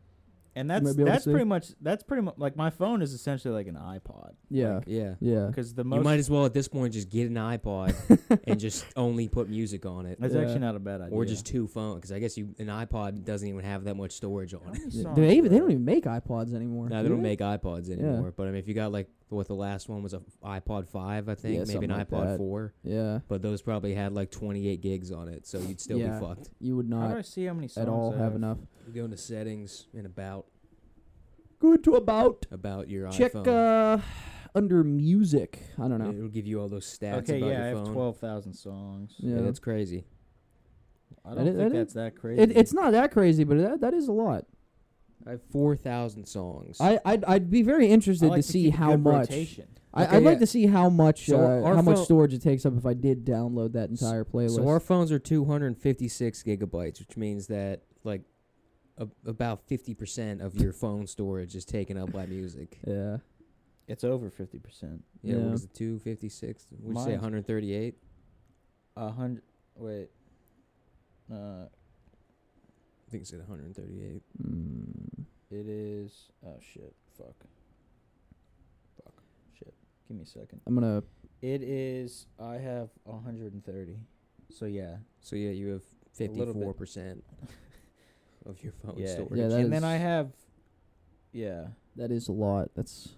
And might that's be able to that's see. pretty much that's pretty much like my phone is essentially like an iPod Yeah, Yeah. yeah. because the You most might as well at this point just get an iPod and just only put music on it, that's Yeah. actually not a bad idea. or just two phones. Because I guess you an iPod doesn't even have that much storage on it. Yeah. They even, they don't even make iPods anymore. No, do they don't make iPods Yeah. anymore. But I mean, if you got like what the last one was a iPod five, I think Yeah, maybe something an like iPod that. four, Yeah, but those probably had like 28 gigs on it, so you'd still Yeah. be fucked. you would How do not I see how many songs at all I have enough. You go into settings and about Go to about. about your Check iPhone. uh, under music. I don't know. It'll give you all those stats Okay, about yeah, I your have phone. twelve thousand songs. Yeah, Yeah. that's crazy. I That don't is- think that is- that's that crazy. it, it's not that crazy, but that, that is a lot. I have 4,000 songs. I I'd, I'd be very interested I like to see keep a how good much. rotation. I, Okay, I'd like yeah. to see how much So uh, our how much phone- storage it takes up if I did download that entire playlist. so our phones are 256 gigabytes, which means that like a, about fifty percent of your phone storage is taken up by music. Yeah. It's over fifty percent. Yeah, Yeah. what is it? Two fifty six. Would you say Mine- one hundred thirty eight? A hundred. Wait. Uh, I think it's at one hundred thirty eight. Mm. it is. Oh shit! Fuck. Fuck. Shit. Give me a second. I'm gonna. It is. I have a hundred and thirty. So yeah. So yeah, you have A fifty little bit. four percent of your phone yeah. storage. Yeah, that and is- then I have. Yeah. That is a lot. That's.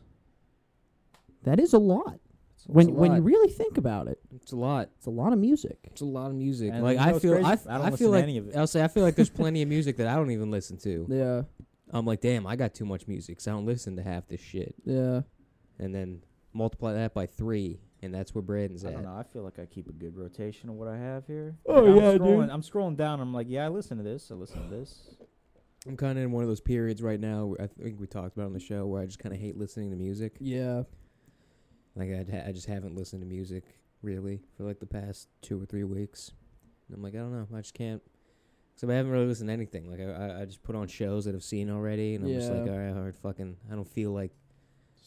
That is a lot. It's- When it's a when lot. you really think about it, It's a lot. it's a lot of music. It's a lot of music. And like you know I what's feel, crazy? I, f- I don't I listen feel to like any of it. I'll say I feel like there's plenty of music that I don't even listen to. Yeah. I'm like, damn, I got too much music. 'cause I don't listen to half this shit. Yeah. And then multiply that by three, and that's where Braden's I don't at. know. I feel like I keep a good rotation of what I have here. Oh, Like, I'm yeah, dude. scrolling, I'm scrolling down. I'm like, yeah, I listen to this. I listen to this. I'm kind of in one of those periods right now. Where I think we talked about on the show where I just kind of hate listening to music. Yeah. Like I, ha- I just haven't listened to music really for like the past two or three weeks. And I'm like, I don't know, I just can't. So I haven't really listened to anything. Like I- I, I just put on shows that I've seen already, and I'm just like, Yeah. all right, I heard fucking. I don't feel like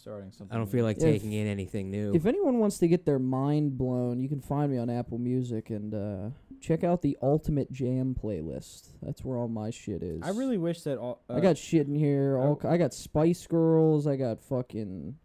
Starting something. I don't feel like If- taking in anything new. If anyone wants to get their mind blown, you can find me on Apple Music and uh, check out the Ultimate Jam playlist. That's where all my shit is. I really wish that all. Uh, I got shit in here. All ki- I got Spice Girls. I got fucking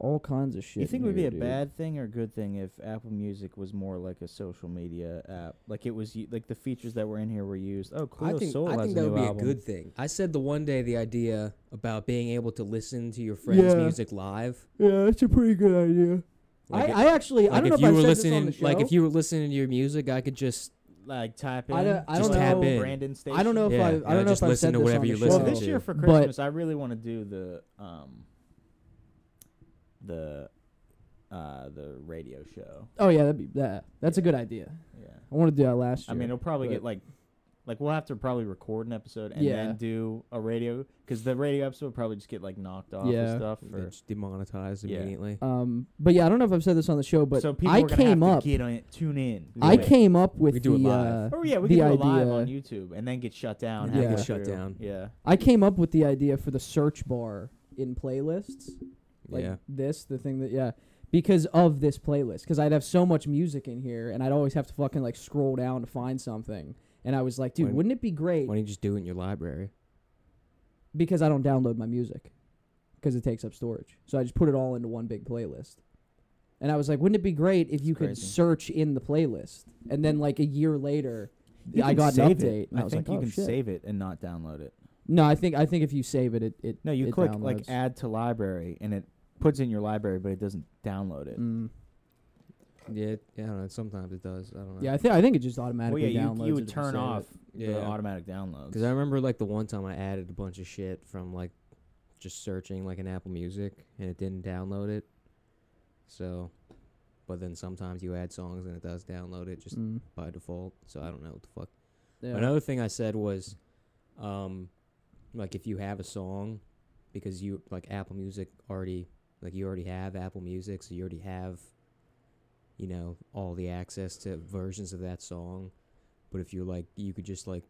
all kinds of shit. You think in it would be here, a dude. bad thing or a good thing if Apple Music was more like a social media app? Like it was, u- like the features that were in here were used. Oh, Clueless I think, Soul I has think a that new would be album. a good thing. I said the one day the idea about being able to listen to your friend's Yeah. music live. Yeah, that's a pretty good idea. Like I, I actually like I don't know if, if you I were said listening, this on the show. like if you were listening to your music, I could just Like type in. I don't- I don't just tap know- in. Brandon Station. I don't know if Yeah, I I you know, don't know just if I've listen said to this whatever on you the Well, listen show. this to. year for But- Christmas, I really want to do the um, the uh, the radio show. Oh yeah, that'd be that. That's a good idea. Yeah. I want to do that last year. I mean, it'll probably but- get like, like we'll have to probably record an episode and Yeah. then do a radio because the radio episode will probably just get like knocked off Yeah. and stuff. Or, It's demonetized Yeah. immediately. um, but yeah, I don't know if I've said this on the show, but so people I are gonna have came to up. get on it, tune in. I do it. came up We with do it the. live. Uh, Oh yeah, we the could do it live idea- on YouTube and then get shut down. And then halfway get shut through. down. Yeah. I came up with the idea for the search bar in playlists, like yeah, this, the thing that yeah, because of this playlist, because I'd have so much music in here, and I'd always have to fucking like scroll down to find something. And I was like, dude, Why- wouldn't it be great? why don't you just do it in your library? Because I don't download my music, because it takes up storage. So I just put it all into one big playlist. And I was like, wouldn't it be great if you could crazy. search in the playlist? And then like a year later, You I can got an save update. It. And I, I, was think like, you oh, can shit. save it and not download it. No, I think I think if you save it, it it No, you it click like downloads. add to library and it puts in your library, but it doesn't download it. Mm. Yeah, it- yeah. I don't know. Sometimes it does. I don't know. Yeah, I think I think it just Well, automatically yeah, downloads. you, you it would to turn save off it. yeah. the automatic downloads. Because I remember like the one time I added a bunch of shit from like just searching like an Apple Music and it didn't download it. So, but then sometimes you add songs and it does download it just Mm. by default. So I don't know what the fuck. Yeah. Another thing I said was, um, like if you have a song, because you like Apple Music already, like you already have Apple Music, so you already have, you know, all the access to versions of that song. But if you're like, you could just like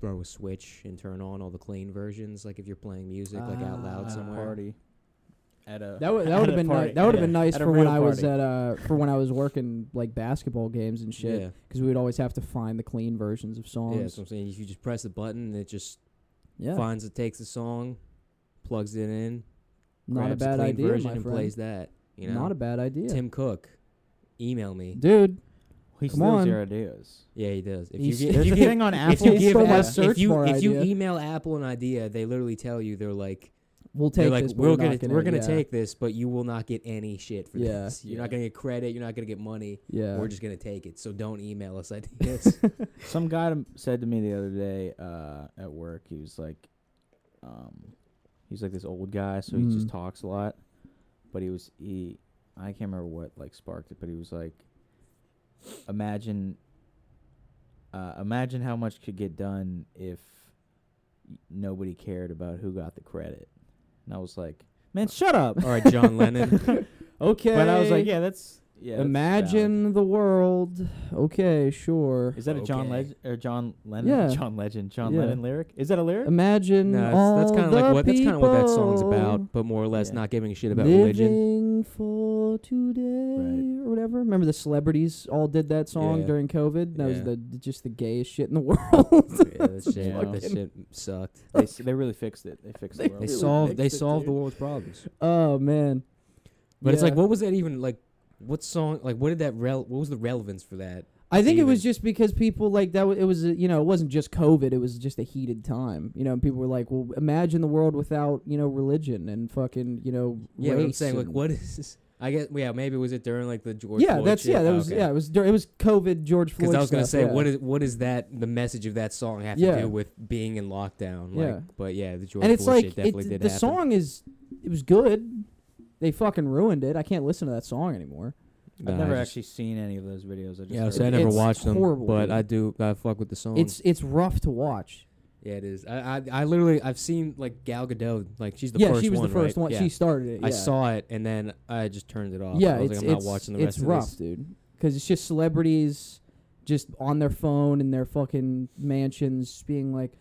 throw a switch and turn on all the clean versions. Like if you're playing music like out Ah. loud somewhere. Party. At a That would at that would a have been party. ni- that would have Yeah. been nice At a for when real I was party. at uh for when I was working like basketball games and shit Yeah, because we would always have to find the clean versions of yeah. That's songs. what I'm saying. If you just press the button, it just Yeah, finds it, takes the song, plugs it in, not a grabs the bad clean idea, version, my and friend. plays that. You know, Not a bad idea, Tim Cook, email me. dude. He Come steals on. your ideas. Yeah, he does. If He you, s- gi- if There's you a give, thing on if Apple. you Apple give stole my Apple- search if you bar if you idea. email Apple an idea, they literally tell you they're like We'll they're take like this. but we're not gonna gonna we're gonna yeah, take this, but you will not get any shit for Yeah. this. You're Yeah. not gonna get credit. You're not gonna get money. Yeah, We're just gonna take it. So don't email us ideas. Some guy to- said to me the other day uh, at work, he was like, um, he's like this old guy, so he just Mm. talks a lot. But he was he, I can't remember what like sparked it, but he was like, imagine, uh, imagine how much could get done if y- nobody cared about who got the credit. And I was like, man, shut up. All right, John Lennon. okay. But I was like, Okay. yeah, that's Yeah. that's valid. Imagine the world. Okay, sure. Is that a John Okay. Legend or John Lennon? Yeah. John Legend. John Yeah. Lennon lyric. Is that a lyric? Imagine No, all that's, that's kind of the like what that's kind of what that song's people about, but more or less Yeah. not giving a shit about living religion. for today Right. or whatever. Remember the celebrities all did that song Yeah. during COVID. That was Yeah. the just the gayest shit in the world. yeah, that shit, Yeah. that shit sucked. they, s- they really fixed it. They fixed They the They world. Really solved they fixed it, solved the dude. world's problems. oh man. But it's Yeah. like, what was that even like? What song? Like, what did that? Rel- what was the relevance for that? I think it was even- just because people like that. wa- It was a- you know it wasn't just COVID. It was just a heated time. You know, and people were like, "Well, imagine the world without you know religion and fucking you know Yeah, but I'm race saying like, and- what is? I guess yeah, maybe was it during like the George? Yeah, Floyd that's shit? yeah. That was Okay. yeah. It was dur- it was COVID George Floyd. Because I was gonna stuff, say, yeah. what is what is that? The message of that song have Yeah. to do with being in lockdown? Like, Yeah. But yeah, the George and it's Floyd like shit it, definitely the did happen. song is it was good. They fucking ruined it. I can't listen to that song anymore. No, I've never I just- actually seen any of those videos. I just Yeah, heard so I it. It's never watched them, horrible, but dude. I do. I fuck with the song. It's it's rough to watch. yeah, it is. I, I I literally I've seen like Gal Gadot. Like she's the yeah, first she was one, the first right? one. Yeah. She started it. I yeah. saw it and then I just turned it off. Yeah, I was it's like, I'm not it's, watching the it's rest of rough, this. dude. Because it's just celebrities just on their phone in their fucking mansions, being like,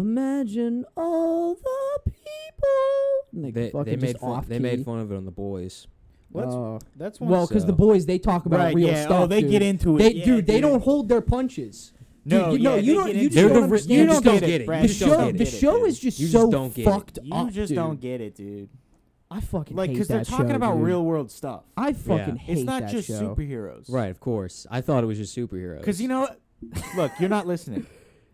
"Imagine all the people." And they, They, fucking they made just fun, off they made fun of it on the boys. Well, that's, Oh. that's one. well, because the so- boys they talk about right, real yeah. stuff. oh, they dude. get into it. They, Yeah, dude, they don't hold their punches. No, dude, you- no, yeah, you they don't- get you into just don't it. They're the- understand. you just don't don't get get it. Brad. You The just just don't show, get it. the it, show dude. is just You just so don't get it. fucked up. You just dude. don't get it, dude. I fucking Like, because because they're talking about real world stuff. I fucking hate It's not that just show. superheroes, Right, of course. I thought it was just superheroes. Because you know, what? look, you're not listening.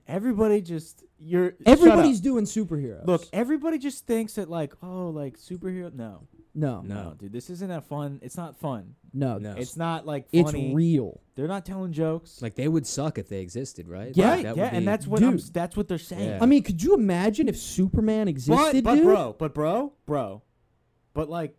Everybody just you're. shut up. Everybody's doing superheroes. Look, everybody just thinks that like, oh, like superhero. No, no, No. no, dude, this isn't that fun. It's not fun. no, No. It's not like It's funny. real. They're not telling jokes. like they would suck if they existed, right? Yeah, Like, right? that Yeah, would be- and that's what I'm, Dude. s- that's what they're saying. Yeah. I mean, could you imagine if Superman but existed, but dude? bro, but bro, bro, but like,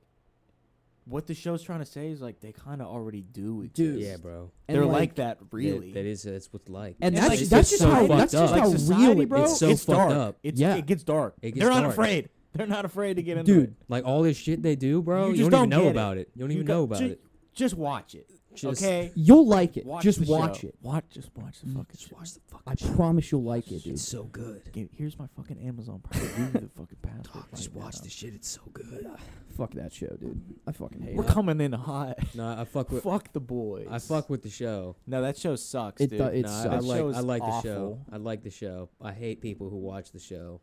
what the show's trying to say is like they kind of already do exist. Dude. yeah, bro. And, they're like, like, that That- really. that is that's what's like. and And, that's like, that's, it's just just so how fucked that's just up. like how society, real it bro, It's so it's fucked dark. up. It's, Yeah. it gets dark. It gets They're not dark. afraid. They're not afraid to get into Dude, it. Like all this shit they do, bro. You You, just don't, don't even know get it. about it. You don't You even don't- know about ju- it. Just watch it. Just- okay. You'll like it. just the watch show. it. Mm, Watch. Just watch the fucking. Just Watch the fuck. I promise you'll like it, dude. It's so good. Here's my fucking Amazon Prime. Give me the fucking password. Just right now. watch this shit. It's so good. Fuck that show, dude. I fucking hate We're it. coming in hot. No, I fuck with. Fuck the boys. I fuck with the show. No, that show sucks, It dude. do- it No, sucks. I That like show's I like awful. the show. I like the show. I hate people who watch the show.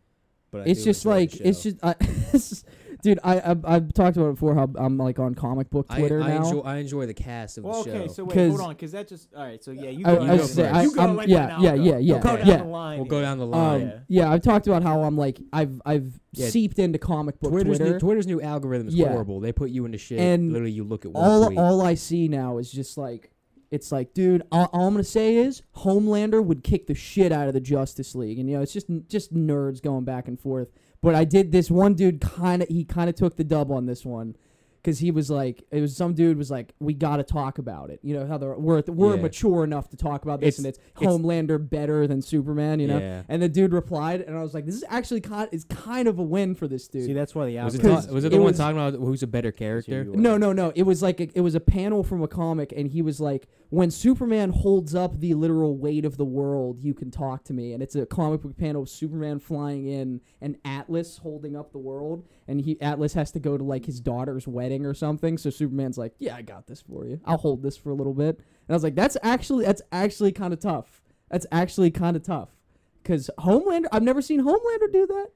But I it's do just enjoy the like it's show. just, I, it's just- dude. I, I I've talked about it before how I'm like on comic book I- Twitter I, now. enjoy I enjoy the cast of Well, the show. okay, so wait, 'Cause- hold on, because that just all right. So yeah, you I- I go. you go was first. gonna say, I- you go I'm- and yeah, then I'll yeah, go. yeah, yeah, We'll go down yeah. the line. we'll go down the Um, line. Yeah. yeah, I've talked about how I'm like I've I've Yeah. seeped into comic book Twitter's Twitter. new, Twitter's new algorithm is Yeah. horrible. They put you into shit. And literally, you look at one all tweet. all I see now is just like it's like, dude, all, all I'm gonna say is Homelander would kick the shit out of the Justice League, and you know it's just just nerds going back and forth. But I did this one dude kind of he kind of took the dub on this one. Cause he was like, it was some dude was like, we gotta talk about it. You know how they're we're we're Yeah. mature enough to talk about this, It's- and it's, it's- Homelander better than Superman, you know. Yeah. And the dude replied, and I was like, this is actually kind is kind of a win for this dude. See, that's why the was it, algorithm. because ta- was it it the one was- talking about who's a better character? you- No, no, no. It was like a, it was a panel from a comic, and he was like, "When Superman holds up the literal weight of the world, you can talk to me." And it's a comic book panel of Superman flying in and Atlas holding up the world, and he Atlas has to go to like his daughter's wedding or something. So Superman's like, "Yeah, I got this for you. I'll hold this for a little bit." And I was like, "That's actually that's actually kind of tough. That's actually kind of tough." Because Homelander, I've never seen Homelander do that.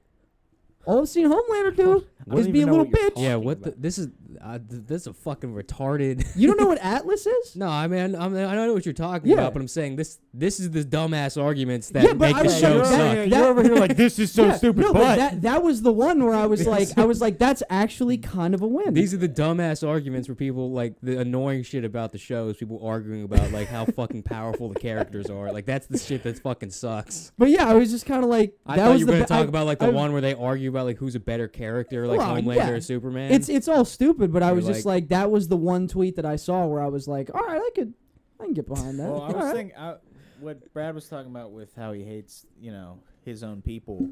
All I've seen Homelander do I don't is even be a know little what you're bitch. talking Yeah, what the, about. this is uh, th- this is a fucking retarded. You don't know what Atlas is? no, I mean, I mean, I know what you're talking Yeah. about, but I'm saying this this is the dumbass arguments that Yeah, but make I the was- show that- suck. yeah, you're over here like, this is so Yeah, stupid. No, but that that was the one where I was like, I was like, that's actually kind of a win. These are the dumbass arguments where people like the annoying shit about the show is people arguing about like how fucking powerful the characters are. Like that's the shit that fucking sucks. but yeah, I was just kind of like, I that thought was you the were gonna be- talk I- about like the I- one where they argue about like who's a better character, like Well, Homelander yeah. or Superman. It's it's all stupid, but I You're was just like, that was the one tweet that I saw where I was like, all right, I could, I can get behind that. Well, I All was right. thinking I, what Brad was talking about with how he hates, you know, his own people,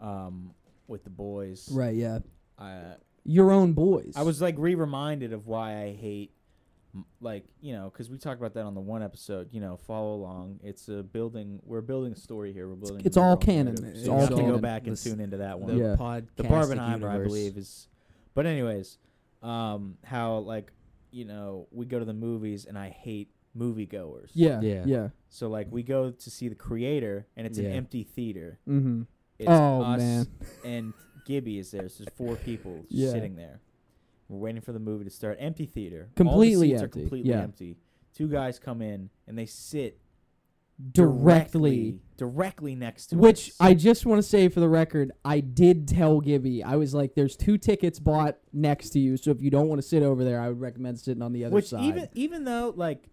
um, with the boys. right, yeah, I, your own boys. I was like re-reminded of why I hate m- like you know because we talked about that on the one episode you know follow along it's a building we're building a story here we're building a it's all world canon. narrative, It's so all you have to go canon. back and This- tune into that one The Yeah. podcast the Barbenheimer, I universe. believe, is. But anyways, um, how like you know we go to the movies and I hate moviegoers. Yeah, yeah, Yeah. yeah. So like we go to see the creator and it's Yeah. an empty theater. Mm-hmm. It's Oh us man, and Gibby is there. So there's four people just Yeah. sitting there. We're waiting for the movie to start. Empty theater. All the Completely seats empty, Are completely yeah. empty. Two guys come in and they sit directly. directly directly next to Which us. I just want to say for the record, I did tell Gibby. I was like, "There's two tickets bought next to you, so if you don't want to sit over there, I would recommend sitting on the other which side." even even though like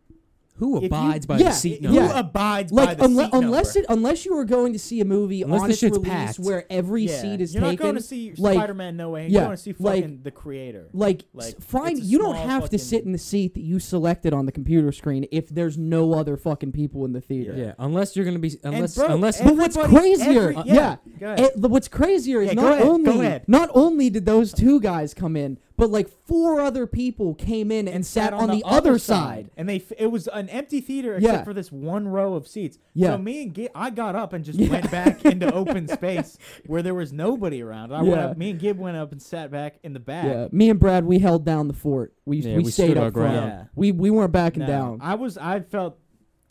Who If you- abides by yeah, the seat yeah. number? who abides by like the unle- seat unless number? it unless you were going to see a movie Unless on the its shit's release packed. where every Yeah, seat is you're taken. not going to see like- Spider-Man No Way. Home. yeah, You're going to see like- fucking the creator. Like, Like, s- find it's a you don't small have to fucking- sit in the seat that you selected on the computer screen if there's no other fucking people in the theater. Yeah, unless you're gonna be unless and bro, unless But what's everybody- crazier- every- yeah. go ahead. It, the- what's crazier is Yeah, go not ahead, go only ahead. not only did those two guys come in, but like four other people came in and, sat, on, the, other side. and they f- it was an empty theater Yeah. except for this one row of seats. Yeah. So me and Gib, I got up and just Yeah. went back into open space where there was nobody around. I went Yeah. up, me and Gib went up and sat back in the back. Yeah, me and Brad, we held down the fort. We Yeah, we, we stayed stood up our front. ground. Yeah. We we weren't backing No, down. I was I felt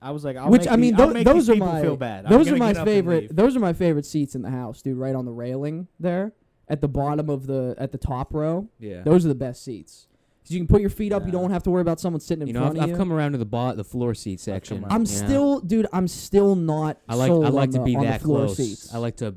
I was like I'll Which make I mean, the, I'll tho- make those these are people my feel bad. I'm those are gonna my get up and favorite. leave. Those are my favorite seats in the house, dude. Right on the railing there, at the bottom of the at the top row. yeah. Those are the best seats because you can put your feet up. You Yeah. don't have to worry about someone sitting in you know, front of I've, I've you. come around to the bot the floor seat section. around. I'm you know? still, dude. I'm still not. I like sold I like on to the- be on the that floor close. Seats. I like to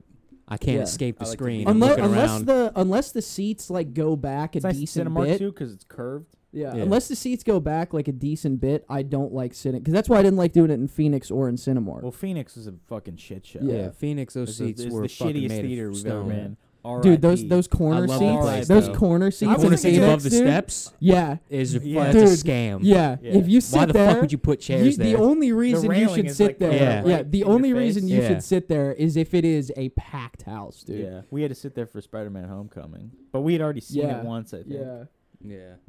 I can't Yeah. escape the I like to screen. be- I'm unless looking unless around. the unless the seats like go back a It's nice decent Cinemark bit. too because it's curved. Yeah. Yeah. Unless the seats go back like a decent bit, I don't like sitting because that's why I didn't like doing it in Phoenix or in Cinemark. Well, Phoenix is a fucking shit show. Yeah. yeah. Phoenix those It's the- seats it's were the fucking shittiest made theater of we've stone. ever been. Dude, those those corner love that seats, place, those though. corner seats, I corner in was seats Phoenix, above the dude, steps Yeah, is a- Yeah. that's a Dude, scam. yeah. Yeah. If you sit Why the there, fuck would you put chairs you- there? the only reason you railing should is, sit like, there, Yeah. yeah, right in the your only face. reason you Yeah. should sit there is if it is a packed house, dude. Yeah, we had to sit there for Spider Man Homecoming, but we had already seen Yeah. it once. I think. Yeah. yeah. It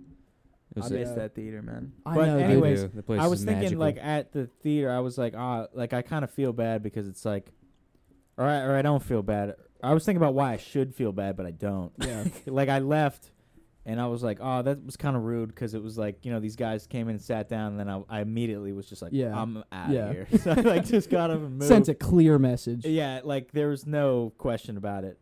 I was a- missed uh, that theater, man. I but know, dude. I anyways, do. the place I is was thinking magical. like at the theater, I was like, ah, like I kind of feel bad because it's like, all right, or I don't feel bad. I was thinking about why I should feel bad, but I don't. Yeah. like I left, and I was like, oh, that was kind of rude because it was like you know these guys came in and sat down, and then I, I immediately was just like, Yeah. I'm out Yeah. here. so I like just got up and moved. Sends a clear message. Yeah, like there was no question about it.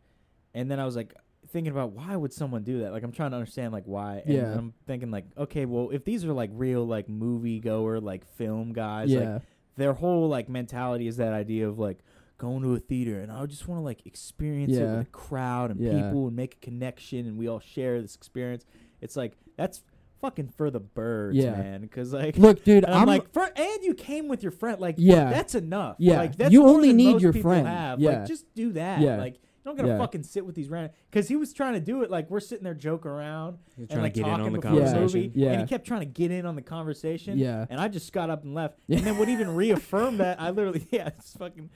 And then I was like thinking about why would someone do that? Like I'm trying to understand like why. And Yeah. I'm thinking like, okay, well if these are like real like moviegoer like film guys, yeah. like their whole like mentality is that idea of like going to a theater and I just want to like experience it Yeah. with a crowd and Yeah. people and make a connection and we all share this experience. It's like that's fucking for the birds, Yeah. man. Cause like Look, dude, and I'm, like, for, and you came with your friend. Like, Yeah. that's enough. Yeah. like that's You more only than need most your people friend. Have. Yeah. like just do that. Yeah. Like, you don't gotta Yeah. fucking sit with these random. Because he was trying to do it. Like, we're sitting there joking around You're and trying like to get in talking on the before the conversation. movie, Yeah. and he kept trying to get in on the conversation. Yeah. and I just got up and left, Yeah. and then would even reaffirm that I literally, yeah, just fucking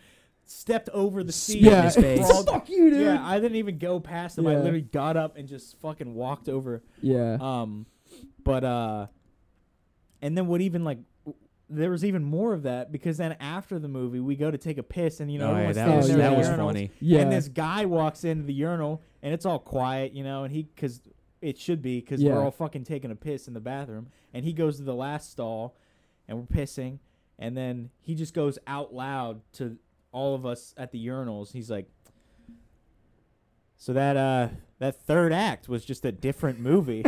stepped over the seat. in yeah. his face. crawled- Fuck you, dude. Yeah, I didn't even go past him. I Yeah. literally got up and just fucking walked over. yeah. Um, but uh, and then what even like w- there was even more of that because then after the movie we go to take a piss and you know Oh, yeah, everyone's that standing was there at that the was urinals, funny. yeah. And this guy walks into the urinal and it's all quiet, you know, and he because it should be because Yeah. we're all fucking taking a piss in the bathroom and he goes to the last stall and we're pissing and then he just goes out loud to all of us at the urinals. He's like. So that uh that third act was just a different movie,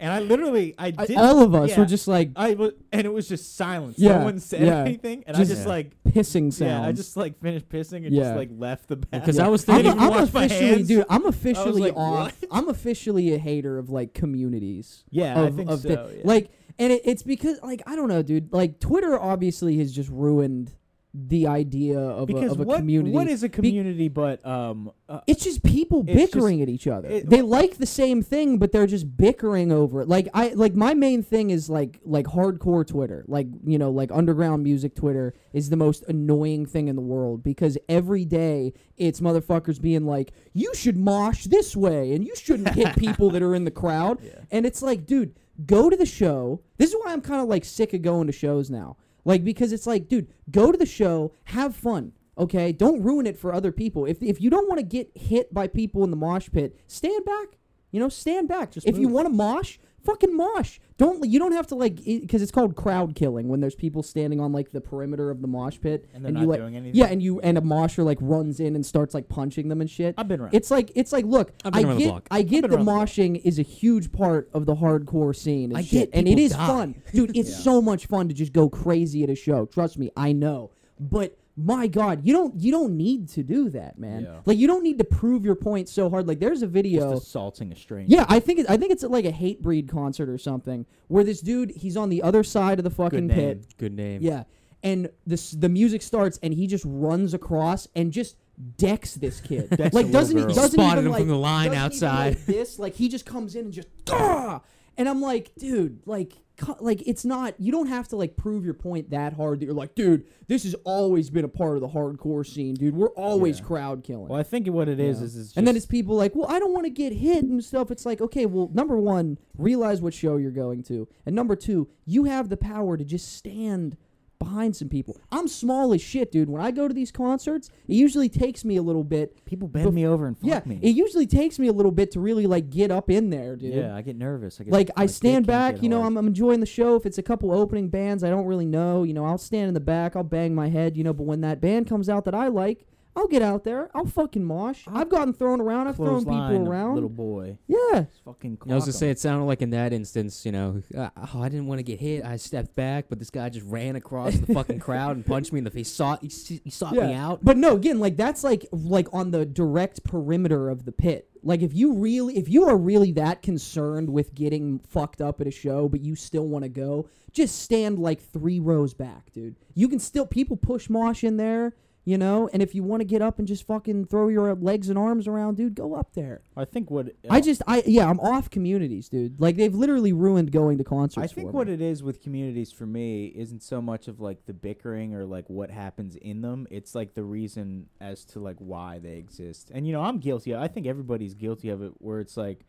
and I literally I I- did all of us yeah. were just like I was, and it was just silence. Yeah, no one said yeah. anything, and Just- I just Yeah. like pissing sounds. yeah, I just like finished pissing and Yeah. just like left the bathroom. Because I was I I'm, thinking, didn't I'm wash my officially, hands. dude. I'm officially like, off. I'm officially a hater of like communities. yeah, of, I think of so. the- yeah. Like, and it, it's because like I don't know, dude. Like Twitter obviously has just ruined the idea of because a, of a what community. what is a community but um uh, it's just people It's just- bickering at each other. it- they like the same thing, but they're just bickering over it. Like I like my main thing is like like hardcore Twitter, like you know like underground music Twitter is the most annoying thing in the world because every day it's motherfuckers being like you should mosh this way and you shouldn't hit people that are in the crowd, Yeah. and it's like dude. go to the show. This is why I'm kind of like sick of going to shows now. Like because it's like, dude, go to the show, have fun. Okay, don't ruin it for other people. If if you don't want to get hit by people in the mosh pit, stand back. You know, stand back. Just if you move. want to mosh, fucking mosh. Don't you don't have to like because it's called crowd killing when there's people standing on like the perimeter of the mosh pit And they're you not like doing anything? yeah, and you and a mosher like runs in and starts like punching them and shit. I've been around. It's like it's like look, I've I been around the get block. I get been the around the block. moshing is a huge part of the hardcore scene. And I shit, get and it people is die. fun, dude. It's Yeah. so much fun to just go crazy at a show. Trust me, I know. But my God, you don't you don't need to do that, man. Yeah. Like you don't need to prove your point so hard. Like there's a video. just assaulting a stranger. Yeah, I think it, I think it's at like a hate breed concert or something where this dude he's on the other side of the fucking name. pit. Good name. Yeah, and this the music starts and he just runs across and just decks this kid. like Decks the little doesn't he girl. doesn't Spotted even him like from the line doesn't even, outside. like, this like he just comes in and just "Gah!" and I'm like, dude, like co- like it's not you don't have to like prove your point that hard that you're like, dude, this has always been a part of the hardcore scene, dude. We're always Yeah. crowd killing. Well, I think what it is Yeah. is, is just, and then it's people like, well, I don't want to get hit and stuff. It's like, okay, well, number one, realize what show you're going to, and number two, you have the power to just stand behind some people. I'm small as shit, dude. When I go to these concerts, it usually takes me a little bit. people bend me over and fuck yeah, me. it usually takes me a little bit to really like get up in there, dude. Yeah, I get nervous. I get, Like my I dick stand can't back, get you know, hard. I'm, I'm enjoying the show. If it's a couple opening bands I don't really know, you know, I'll stand in the back, I'll bang my head, you know. But when that band comes out that I like, I'll get out there, I'll fucking mosh. I've gotten thrown around, I've thrown Clothesline people a around. Little boy, yeah, Just fucking. I was gonna clock say him. it sounded like in that instance, you know, uh, oh, I didn't want to get hit. I stepped back, but this guy just ran across the fucking crowd and punched me in the face. Sought he, s- he sought me out. But no, again, like that's like like on the direct perimeter of the pit. Like if you really if you are really that concerned with getting fucked up at a show, but you still want to go, just stand like three rows back, dude. You can still people push mosh in there, you know, and if you want to get up and just fucking throw your legs and arms around, dude, go up there. I think what I just I yeah, I'm off communities, dude. Like they've literally ruined going to concerts. I think for what me. it is with communities for me isn't so much of like the bickering or like what happens in them. It's like the reason as to like why they exist. And you know, I'm guilty. I think everybody's guilty of it where it's like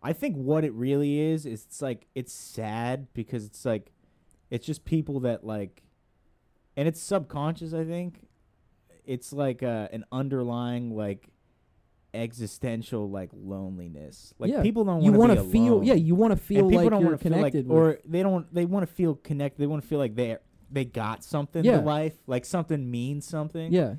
I think what it really is is it's like it's sad because it's like it's just people that like and it's subconscious, I think. It's like uh, an underlying like existential like loneliness. Like Yeah. people don't you want wanna to feel yeah, you want to feel and people like don't you're want to feel like, connected with- or they don't they want to feel connected. They want to feel like they are they got something Yeah. to life, like something means something. yeah.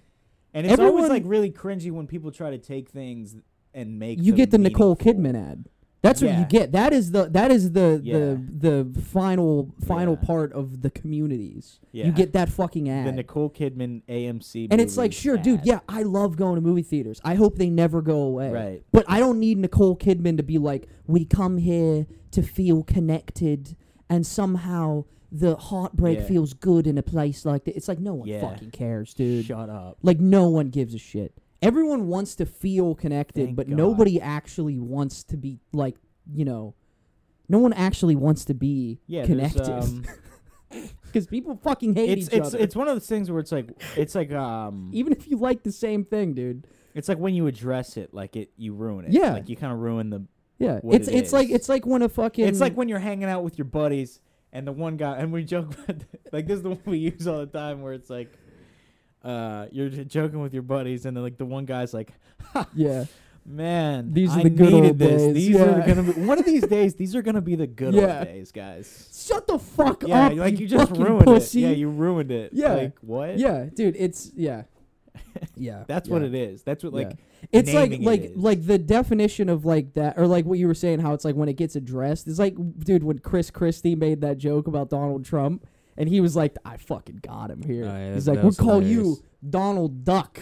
and it's always Everyone- like really cringy when people try to take things and make you them get the Nicole meaningful. Kidman ad. That's what you Yeah. get. That is the that is the Yeah. the the final final Yeah. part of the communities. Yeah. You get that fucking ad. the Nicole Kidman AMC, and it's like, movies sure, dude, ad. yeah, I love going to movie theaters. I hope they never go away. Right. But I don't need Nicole Kidman to be like, we come here to feel connected and somehow the heartbreak Yeah. feels good in a place like that. It's like no one Yeah. fucking cares, dude. shut up. Like no one gives a shit. Everyone wants to feel connected, Thank but God. nobody actually wants to be like you know. No one actually wants to be Yeah, there's, connected um, because people fucking hate it's each it's other. it's one of those things where it's like it's like um Even if you like the same thing, dude. it's like when you address it, like it you ruin it. Yeah. like you kind of ruin the Yeah, What it's it it's like is. it's like when a fucking It's like when you're hanging out with your buddies and the one guy, and we joke about like this is the one we use all the time where it's like, uh, you're j- joking with your buddies and then like the one guy's like, ha, yeah man, These are I the good needed old this. days." These Yeah. are gonna be one of these days. These are gonna be the good Yeah. old days, guys. shut the fuck Yeah, up. like you, just fucking ruined pussy. it. Yeah, you ruined it. Yeah. like what? yeah, dude. It's yeah, yeah. that's yeah. what it is. That's what like. Yeah. it's like naming it like is. like the definition of like that or like what you were saying how it's like when it gets addressed is like dude when chris christie made that joke about donald trump and he was like i fucking got him here Oh, yeah, he's that- like that we'll was call hilarious. you donald duck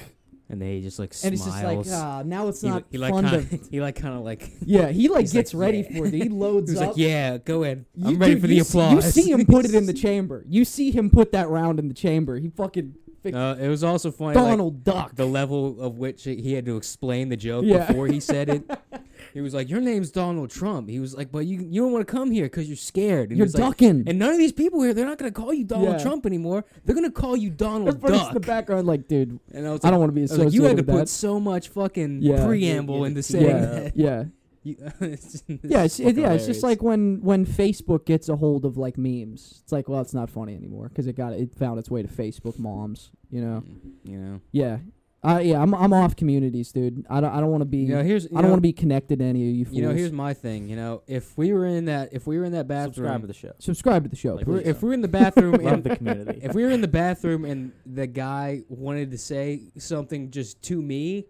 And they just like and it's smiles. just like ah, now it's he, not he, like fun kinda, to he like kind of like he yeah he like He's like, gets ready yeah. for it he loads was up like, yeah, go ahead. You- I'm ready dude, for the you see- applause. you see him put it in the chamber you see him put that round in the chamber he fucking fix- Uh, it was also funny. like, donald duck the level of which he had to explain the joke Yeah. before he said it. He was like, "Your name's Donald Trump." He was like, "But you you don't want to come here because you're scared." And he You're was like, ducking. and none of these people here, they're not gonna call you Donald Yeah. Trump anymore. They're gonna call you Donald Everybody's in Duck. the background like dude and I was i like, don't want to be I was like, associated "You had to with put that. so much fucking Yeah. preamble Yeah. into saying yeah that." yeah You, it's, it's yeah, it's, it, fucking yeah. It's hilarious. just like when when Facebook gets a hold of like memes. It's like, well, it's not funny anymore because it got it found its way to Facebook moms. You know. you know. Yeah. Uh, yeah, I'm I'm off communities, dude. I don't I don't want to be You know, here's I don't want to be connected to any of you fools. You know, here's my thing. You know, if we were in that, if we were in that Subscribe to bathroom, the show. subscribe to the show. Like, if we're, please. please. if we're in the bathroom, Love and, the community. if we were in the bathroom and the guy wanted to say something just to me,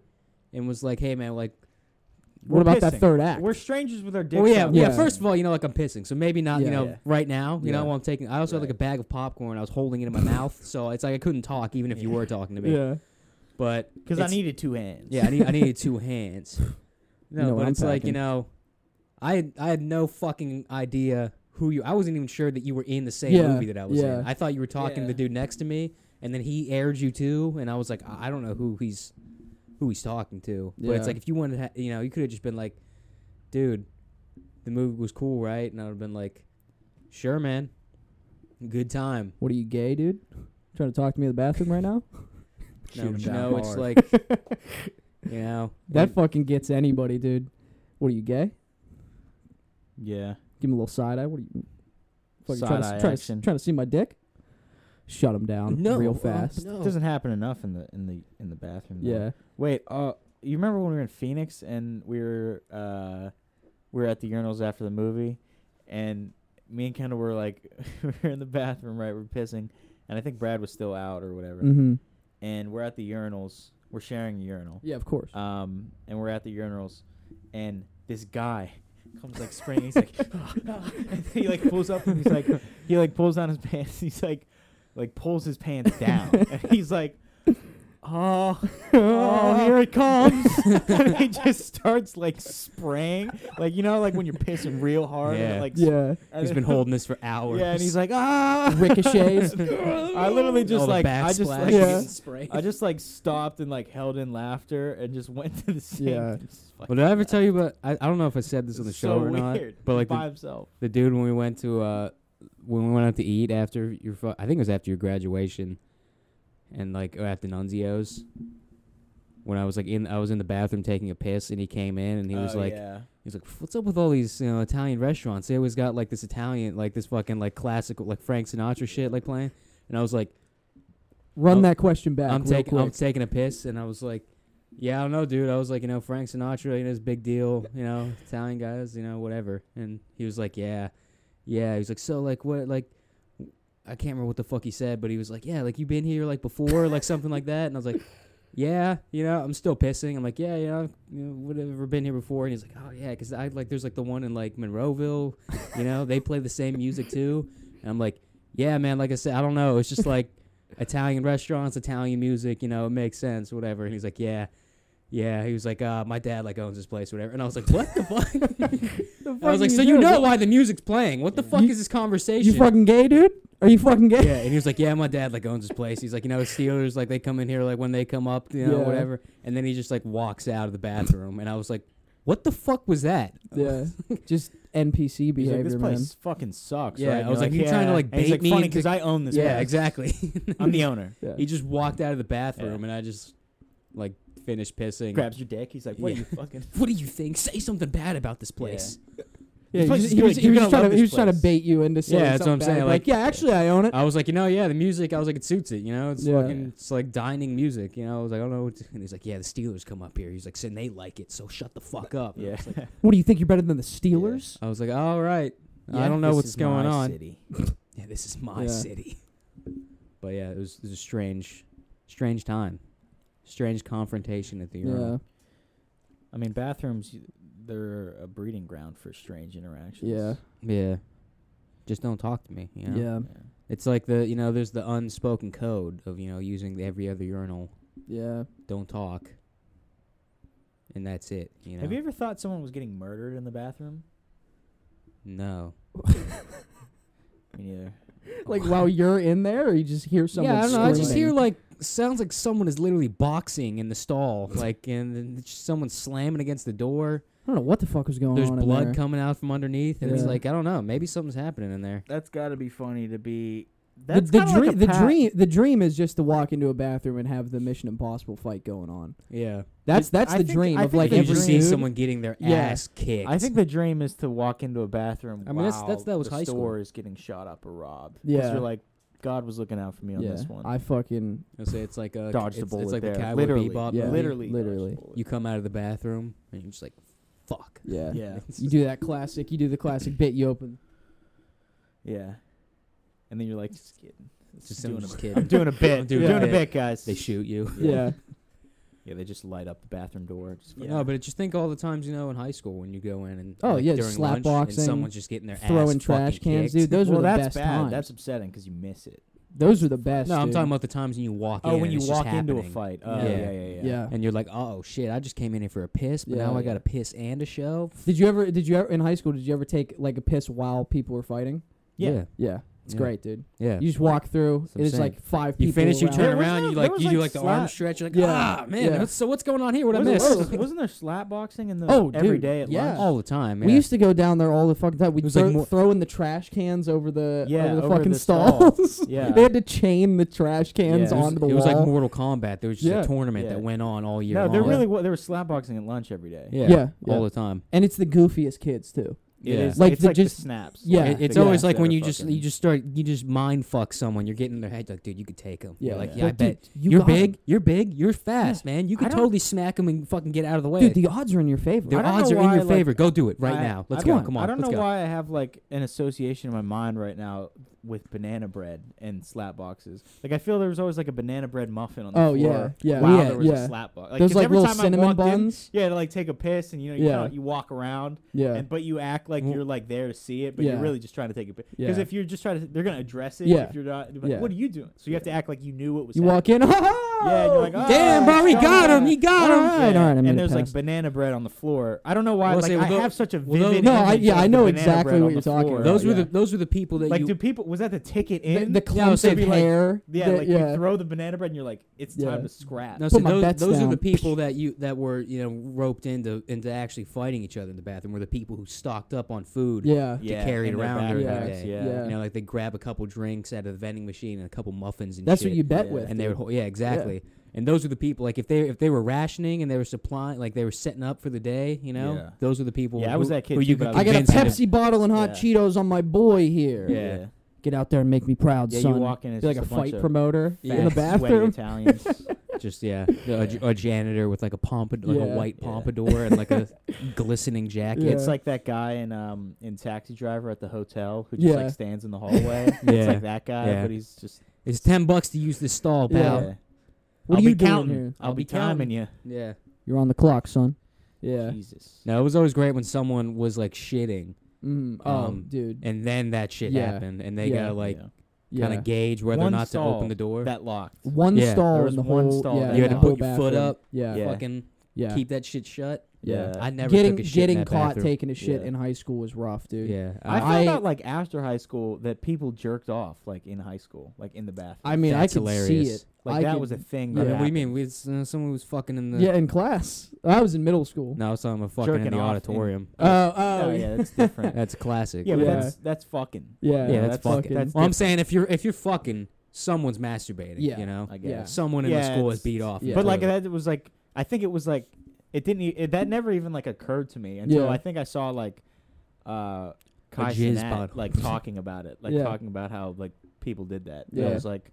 and was like, "Hey, man, like, what We're about that pissing. third act? We're strangers with our dicks. well, yeah, out. yeah, Oh, Yeah. First of all, you know, like I'm pissing, so maybe not, you Yeah. know, Yeah. right now. You Yeah. know, I'm taking. I also had like a Right. bag of popcorn. I was holding it in my mouth, so it's like I couldn't talk, even if you Yeah. were talking to me. yeah, But because I it's- needed two hands. Yeah, I need I needed two hands. No, know what but I'm it's like you packing. know, I had, I had no fucking idea who you. I wasn't even sure that you were in the same Yeah, movie that I was yeah. in. I thought you were talking to the Yeah. dude next to me, and then he aired you too, and I was like, I I don't know who he's who he's talking to. But Yeah. it's like if you wanted, to ha- you know, you could have just been like, dude, the movie was cool, right? And I would have been like, sure, man, good time. what are you gay, dude? Trying to talk to me in the bathroom right now? No, Shoot but 'em you down know, it's hard. like, you know, That fucking gets anybody, dude. What are you gay? yeah. Give me a little side eye. What are you? Fucking trying Side-eye to, trying, action. to, trying to see my dick? Shut him down no, real uh, fast. no. It doesn't happen enough in the in the in the bathroom. though. Oh. Yeah, Wait. Uh, you remember when we were in Phoenix and we were uh, we were at the urinals after the movie, and me and Kendall were like, we were in the bathroom, right? We're pissing, and I think Brad was still out or whatever. mm-hmm. And we're at the urinals. We're sharing a urinal. Yeah, of course. Um, and we're at the urinals, and this guy comes like sprinting. He's like, and he like pulls up and he's like, Oh, he like pulls down his pants. He's like, like pulls his pants down, and he's like, oh, oh, here it comes. and he just starts like spraying, like you know, like when you're pissing real hard. And Yeah. it, like, yeah, and He's it- been holding this for hours. Yeah, and he's like, ah, ricochets. I literally just All the like, I just backsplash like, Yeah. and spray. I just like stopped and like held in laughter and just went to the sink. Yeah. and just fucking- Well, did I ever tell you about? I, I don't know if I said this on the So show or not, weird. but like by the, himself. the dude when we went to uh when we went out to eat after your fu- I think it was after your graduation, and like or after Nunzio's, when I was like in I was in the bathroom taking a piss and he came in and he was Oh, like yeah. he's like what's up with all these you know Italian restaurants they always got like this Italian like this fucking like classical like Frank Sinatra shit like playing and I was like Run I'm- that question back. I'm real taking I'm quick. taking a piss, and I was like, "Yeah, I don't know, dude." I was like, you know, Frank Sinatra, you know, is a big deal, you know, Italian guys, you know, whatever. And he was like, "Yeah, yeah." He was like, "So, like, what, like." I can't remember what the fuck he said, but he was like, "Yeah, like you been here like before, like something like that." And I was like, "Yeah, you know, I'm still pissing." I'm like, "Yeah, you know, you know, whatever, been here before." And he's like, "Oh yeah, because I like there's like the one in like Monroeville, you know, they play the same music too." And I'm like, "Yeah, man, like I said, I don't know. It's just like Italian restaurants, Italian music, you know, it makes sense, whatever. And he's like, yeah, yeah. He was like, uh, my dad like owns this place, whatever. And I was like, what the fuck? The I was fuck like, you so you doing? know why the music's playing? What the Yeah. fuck You- is this You conversation? fucking gay, dude? Are you fucking gay? yeah, and he was like, "Yeah, my dad like owns this place." He's like, "You know, Steelers like they come in here like when they come up, you know, Yeah. whatever." And then he just like walks out of the bathroom, and I was like, "What the fuck was that?t?" Yeah, just NPC He's behavior, like, this man. place fucking sucks. Yeah, right? I And was you're like, "You're trying to, "Yeah." like, And he's bait like, me funny into- because I own this. yeah, place. exactly. I'm the owner. Yeah. he just walked out of the bathroom, Yeah. and I just like finished pissing. Grabs your dick. He's like, what Yeah. are you fucking? What do you think? Say something bad about this place. Yeah, This place he is was, he good. was- he You're was gonna trying love to, he this was trying to place. bait you into saying Yeah, that's what something I'm saying, bad. like- Uh, yeah, actually, I own it. I was like, you know, yeah, the music. I was like, it suits it. You know, it's Yeah. fucking, it's like dining music. You know, I was like, I don't know. What to, and he's like, yeah, the Steelers come up here. He's like, and they like it, so shut the fuck up. And I Yeah. was like, What do you think? You're better than the Steelers? I was like, all right. I don't know This what's is going my on. city. Yeah, this is my Yeah. city. But yeah, it was, it was a strange, strange time, strange confrontation at the urinal. I mean, bathrooms. y- They're a breeding ground for strange interactions. Yeah. Yeah. Um, Just don't talk to me. You yeah, know? yeah, It's like the you know, there's the unspoken code of you know using every other urinal. yeah. Don't talk. And that's it. You know. Have you ever thought someone was getting murdered in the bathroom? No. Me neither. Like while you're in there, or you just hear someone. yeah, I don't know. I just screaming? hear like sounds like someone is literally boxing in the stall, like and then it's just someone slamming against the door. I don't know what the fuck was going There's on. blood in there. coming out from underneath, and it's Yeah. like I don't know. Maybe something's happening in there. That's got to be funny to be The, That's the kinda like dream, a the pat- dream, the dream is just to walk into a bathroom and have the Mission Impossible fight going on. Yeah. That's It- that's I the think- dream I of think like the you every just dream- see dude. someone getting their Yeah. ass kicked. I think the dream is to walk into a bathroom. I mean, that's- while that's- that was the high school. store is getting shot up or robbed. 'Cause Yeah. you're like, God was looking out for me on Yeah, this one. I fucking I'll say it's like a Dodged the it's, bullet it's like there. the Cowboy literally, Bebop. yeah. movie. literally, Literally. dodged the bullet. You come out of the bathroom and you're just like, fuck. yeah. yeah, You do that classic. You do the classic bit. You open. yeah, and then you're like, just kidding. Just- I'm doing just a, kidding. I'm doing a bit. I'm doing a doing a bit. bit, guys. They shoot you. Yeah. Yeah, they just light up the bathroom door. Just No, but just think all the times you know in high school when you go in and Oh, like, yeah, during slap lunch boxing, and someone's just getting their ass throwing fucking trash cans, kicked. dude. Those well, were the that's best bad. times. That's upsetting because you miss it. Those were the best. No, I'm dude. talking about the times when you walk in. Oh, when and you it's just walk into a happening. fight. Oh, Yeah. yeah, yeah, yeah. Yeah. and you're like, oh shit, I just came in here for a piss, but Yeah, now I yeah. got a piss and a show. Did you ever? Did you ever in high school? Did you ever take like a piss while people were fighting? Yeah. Yeah, it's Yeah. great, dude. yeah. You just walk through. That's what and I'm It's saying. like five You people. finish, you around. turn There was around, no- you there like was, you do like, like the arm slap. stretch, you're like Yeah. ah man, Yeah. what's- so what's going on here? What I Wasn't- missed? wasn't- Wasn't there slap boxing in the Oh, every dude, day at yeah. lunch? All the time. We yeah. Oh, used to go down there all the fucking time. We It was, throw, like, more- throwing the trash cans over the Yeah, over the over fucking the stalls. Yeah. they had to chain the trash cans Yeah. it was, onto the it wall. was like Mortal Kombat. There was just Yeah. a tournament Yeah. that went on all year No, long. there really wa- there was slap boxing at lunch every day. yeah. Yeah, yeah. all the time. and it's the goofiest kids too. It Yeah. is- Like it's the like the just- snaps. yeah, Like It- it's the always guys like that when are you just fucking- you just start you just mind fuck someone. You're getting in their head like, dude, you could take him. Yeah, like yeah. yeah, I Like, bet dude, you you are got 'em. big, you're big, you're fast, man. You I could don't- totally smack him and fucking get out of the way. Dude, the odds are in your favor. The I don't odds know are in your why, like, favor. Go do it right I- now. Let's I go. don't- Come on. I don't let's know go. why I have like an association in my mind right now with banana bread and slap boxes. Like I feel there was always like a banana bread muffin on the Oh, floor. yeah, yeah. Wow, Yeah, there was yeah. a slap box. Like, Those 'cause like every little time I cinnamon walked in- buns. yeah, to like take a piss and you know you, Yeah. kinda- you walk around Yeah, Mm-hmm. and but you act like Mm. you're like there to see it, but Yeah. you're really just trying to take a piss. Because Yeah. if you're just trying to, they're gonna address it. Yeah. If you're not, they're like, Yeah. what are you doing? So you have to act like you knew it was. you walk in. Yeah, and you're like, "Oh, Damn, bro, he it's got gone." him. He got All him. right, all right. I'm gonna and there's pass. like banana bread on the floor. I don't know why. Well, like say, I well, tho- have such a well, those- vivid. No, I- image yeah, of I the know banana exactly bread what on you're the talking floor. about. Those were yeah. the those were the people that Like, you do people was that the ticket the, in? the clumps say of be like- hair. yeah, the- like yeah. you throw the banana bread and you're like, it's Yeah. time to scrap. No, Put see, my those, bets those are down. the people that you that were you know roped into into actually fighting each other in the bathroom. Were the people who stocked up on food, Yeah. to carry it in their around during the backpacks, day. Yeah. Yeah. you know, like they grab a couple drinks out of the vending machine and a couple muffins and That's shit, what you bet Yeah. with. and they dude. would hol- yeah exactly. And those are the people like if they if they were rationing and they were supplying like they were setting up for the day, you know, Yeah. those are the people. Yeah, I who- was that kid who too, you but could I got a convince into- Pepsi bottle and hot Yeah. Cheetos on my boy here. Yeah. Get out there and make me proud, Yeah, you son. walk in, it's Be like just a a bunch fight of promoter Yeah. in the Fat, sweaty bathroom. Italians. Just yeah, a, j- a janitor with like a pompadour, like Yeah. a white Yeah. pompadoor and like a glistening jacket. Yeah. It's like that guy in um in Taxi Driver at the hotel who just Yeah. like stands in the hallway. It's Yeah. like that guy, Yeah. but he's just It's ten bucks to use the stall, Yeah. pal. Yeah. What I'll are you be doing counting. here? I'll, I'll be, be timing you. yeah. You're on the clock, son. Yeah. Jesus. No, it was always great when someone was like shitting, Mm, oh, Um, dude. and then that shit Yeah. happened, and they Yeah. gotta like Yeah. Yeah. kind of gauge whether One or not to stall open the door. that locked. one Yeah. stall There in was the one whole. stall yeah, that in you had the to whole put your foot bathroom. up, Yeah. Yeah. fucking Yeah. keep that shit shut. Yeah. Yeah. I never getting took a shit getting in that caught bathroom. taking a shit Yeah. in high school was rough, dude. Yeah, I I, found I- out like after high school that people jerked off like in high school, like in the bathroom. I mean, That's I could see hilarious. it. like I that could- was a thing. I That mean, what do you happened. mean? We, it's, uh, someone was fucking in the. Yeah, in class. I was in middle school. No, I was talking about fucking in Jerking the off in- auditorium. Oh, oh, Oh, yeah, that's different. That's classic. yeah, but Yeah. that's that's fucking. Yeah, Yeah, that's fucking- that's Well, I'm different. saying if you're if you're fucking, someone's masturbating. Yeah. You know, I Yeah. guess. someone in Yeah, the school has it's- beat off. in yeah. the But like toilet. that was like I think it was like it didn't e- it, that never even like occurred to me until Yeah. I think I saw like uh Kai jizz Cenat, bottle. like talking about it, like Yeah. talking about how like people did that. And Yeah. I was like,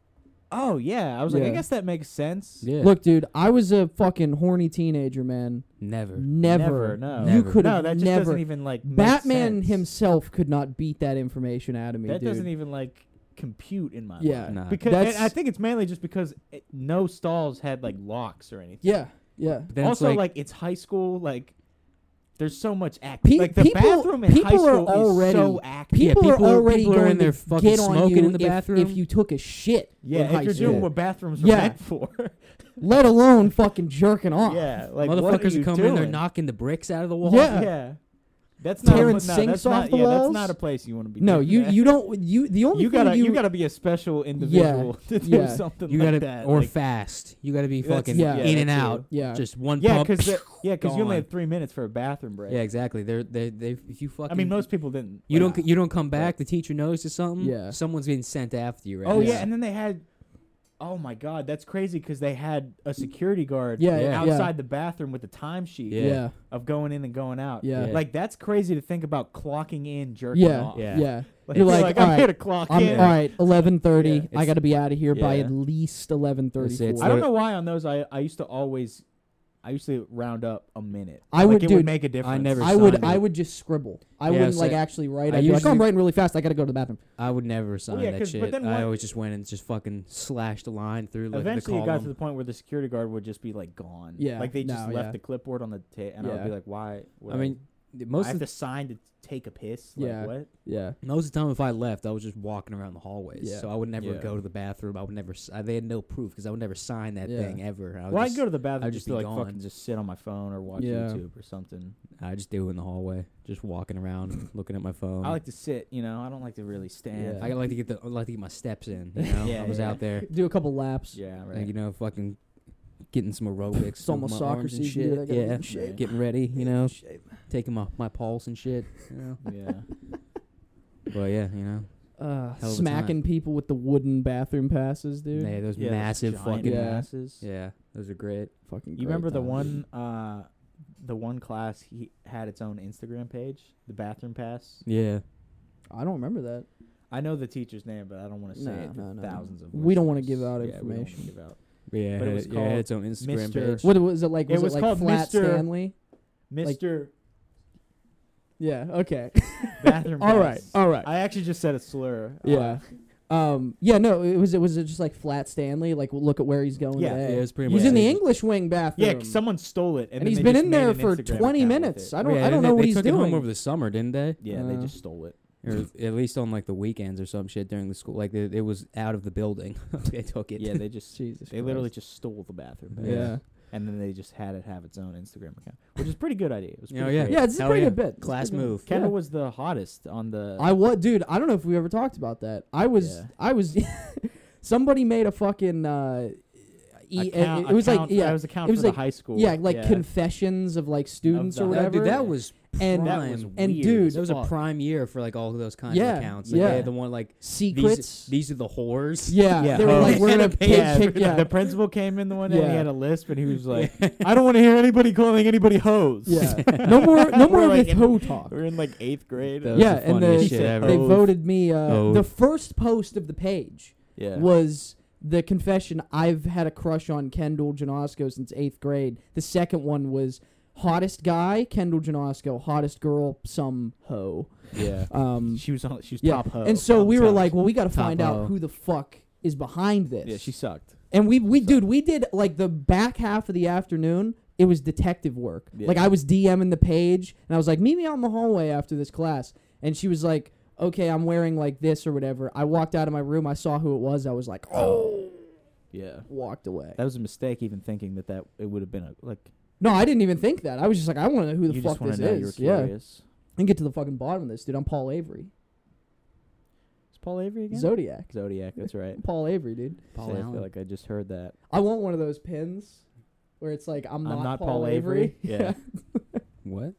oh yeah, I was like, Yeah. I guess that makes sense. yeah. Look, dude, I was a fucking horny teenager, man. never. Never, no. You Never. could no, have that just never. doesn't even like make Batman sense. himself could not beat that information out of me, That dude. doesn't e- even like compute in my yeah, Uh, mind. Nah. Because That's- and I think it's mainly just because it, no stalls had like locks or anything. yeah, yeah. But then it's also, like, like, it's high school. Like, there's so much act. Pe- like the people- bathroom in high people are school already- is so active. Yeah, People, people are are- already people are going in there to fucking get on smoking you in the if- bathroom. if you took a shit. in yeah, high if you're school. doing what bathrooms are Yeah. meant for. let alone fucking jerking off. yeah, like what are motherfuckers you come in, they're doing? knocking the bricks out of the wall. Yeah. Yeah, That's not. tearing a, no, sinks that's not, off the yeah, walls? That's not a place you want to be. No, doing you that. you don't you the only you thing gotta you, you, gotta be a special individual to do yeah. something You like gotta that. or like, fast. You gotta be That's- fucking yeah, in and that too. out. yeah Just one yeah, pump. because yeah, because you gone. only had three minutes for a bathroom break. yeah, exactly. They're they they if you fucking I mean most people didn't. you like- don't c- you don't come back. The teacher notices something. Yeah. someone's getting sent after you. Right? Oh yeah. Yeah. and then they had. Oh my God, that's crazy because they had a security guard Yeah, yeah, yeah. outside the bathroom with the timesheet Yeah. yeah of going in and going out. yeah Yeah. yeah. Like that's crazy to think about clocking in, jerking Yeah. off. Yeah. Like, You're you're like, like, I'm "Alright, here to clock I'm in. all right. Eleven Yeah, thirty. I it's- got to be out of here by yeah. at least eleven It's- thirty it's four. I don't know why on those I, I used to always I used to round up a minute. I like would- it dude, would make a difference. never I would signed I it. would just scribble. I Yeah, wouldn't so like actually write. I I'd be like, "Oh, usually- I'm writing really fast. I got to go to the bathroom. I would never sign yeah, that 'cause- but shit. then I what- always just went and just fucking slashed a line through like the Eventually, column. it got to the point where the security guard would just be like gone. Yeah, like they just no, left yeah. the clipboard on the table, and Yeah. I'd be like, "Why?" would I mean, th- I most have of to sign to take a piss. Like, Yeah. what? Yeah. most of the time, if I left, I was just walking around the hallways. Yeah. So I would never Yeah. go to the bathroom. I would never. s- I, they had no proof because I would never sign that Yeah. thing ever. I would well, I'd just, go to the bathroom I'd just just to be like gone. fucking just sit on my phone or watch Yeah. YouTube or something. I just do it in the hallway, just walking around, looking at my phone. I like to sit. You know, I don't like to really stand. Yeah. I like to get the I like to get my steps in. You know, Yeah, I was yeah. out there, Do a couple laps. yeah, right. like, you know, fucking getting some aerobics. It's almost with my soccer arms and season, dude. I shit. gotta get yeah, in shape. getting ready. You know, taking my my pulse and shit. You know, yeah. but yeah, you know, Uh, Hell of a smacking people with the wooden bathroom passes, dude. they had those Yeah, those massive giant fucking. Yeah. masses. Yeah, those are great. Fucking. You great remember the times. one, uh, the one class he had its own Instagram page, the bathroom pass. Yeah. I don't remember that. I know the teacher's name, but I don't want to say No, it. 'cause no, no, no. thousands of We don't wanna listeners. give out Yeah, we don't wanna information. give out. Yeah, But it it was had- yeah, it had called its own Instagram Mr. page. What was it like? It Was it, was like called Flat Mr. Stanley? Mister Yeah. Okay. Bathroom. all right. Pass. All right. I actually just said a slur. Uh, yeah. Um. Yeah. No. It was. It was it just like Flat Stanley. Like look at where he's going Yeah. today. Yeah, it was pretty He's much in the it. English wing bathroom. yeah. 'cause someone stole it, Um, and, and then he's they been just in made there an for 20 Instagram account with minutes. it. I don't. Yeah, I don't they, know what they he's took doing. it home over the summer, didn't they? Yeah, they Uh, just stole it. Or at least on like the weekends or some shit during the school. Like it, it was out of the building. they took it. Yeah, they just Jesus. they literally just stole the bathroom. Christ. pass. Yeah. and then they just had it have its own Instagram account, which is pretty good idea. It was Oh, pretty yeah. creative. Yeah. It's a Hell pretty yeah. good bit. It's a Class good bit. move. Kendall Yeah. was the hottest on the. I was, dude. I don't know if we ever talked about that. I was, Yeah. I was. somebody made a fucking. Uh, e- account, it, it was like, account- yeah, it was account it was for like- the high school. yeah, like confessions of like students the- or That- whatever. dude, that was And- and that was prime. and weird. dude, that was a fuck. prime year for like all of those kinds Yeah, of accounts. Like, yeah. They had the one like secrets. These, these are the whores. yeah, Yeah. they were Oh. like, we're gonna They pick, had pick, yeah, The principal came in the one day and Yeah. he had a lisp and he was like, I don't want to hear anybody calling anybody hoes. yeah. No more, no We're more like with in- hoe talk. We were in like eighth grade. That was Yeah, the and the, funniest shit ever. they Oh. Oath. voted me. Uh, Oath. the first post of the page yeah. was the confession I've had a crush on Kendall Janosko since eighth grade. The second one was hottest guy, Kendall Janosko, hottest girl, some hoe. Yeah. Um, She was on, she was yeah. top hoe. and so I'm we were telling like, you. well, we got to Top find out hoe. who the fuck is behind this. yeah, she sucked. and we, we, dude, we did like the back half of the afternoon. It was detective work. Yeah. Like I was DMing the page, and I was like, meet me out in the hallway after this class. And she was like, okay, I'm wearing like this or whatever. I walked out of my room. I saw who it was. I was like, oh, Yeah. walked away. That was a mistake even thinking that that it would have been a, like, No, I didn't even think that. I was just like, I want to know who the you fuck just want this to know you were is. Yeah, and curious. get to the fucking bottom of this, dude. I'm Paul Avery, Is Paul Avery again? Zodiac. Zodiac, that's right. I'm Paul Avery, dude. Paul Say, I Allen. feel like I just heard that. I want one of those pins where it's like I'm not, I'm not Paul, Paul Avery. Avery. Yeah. what?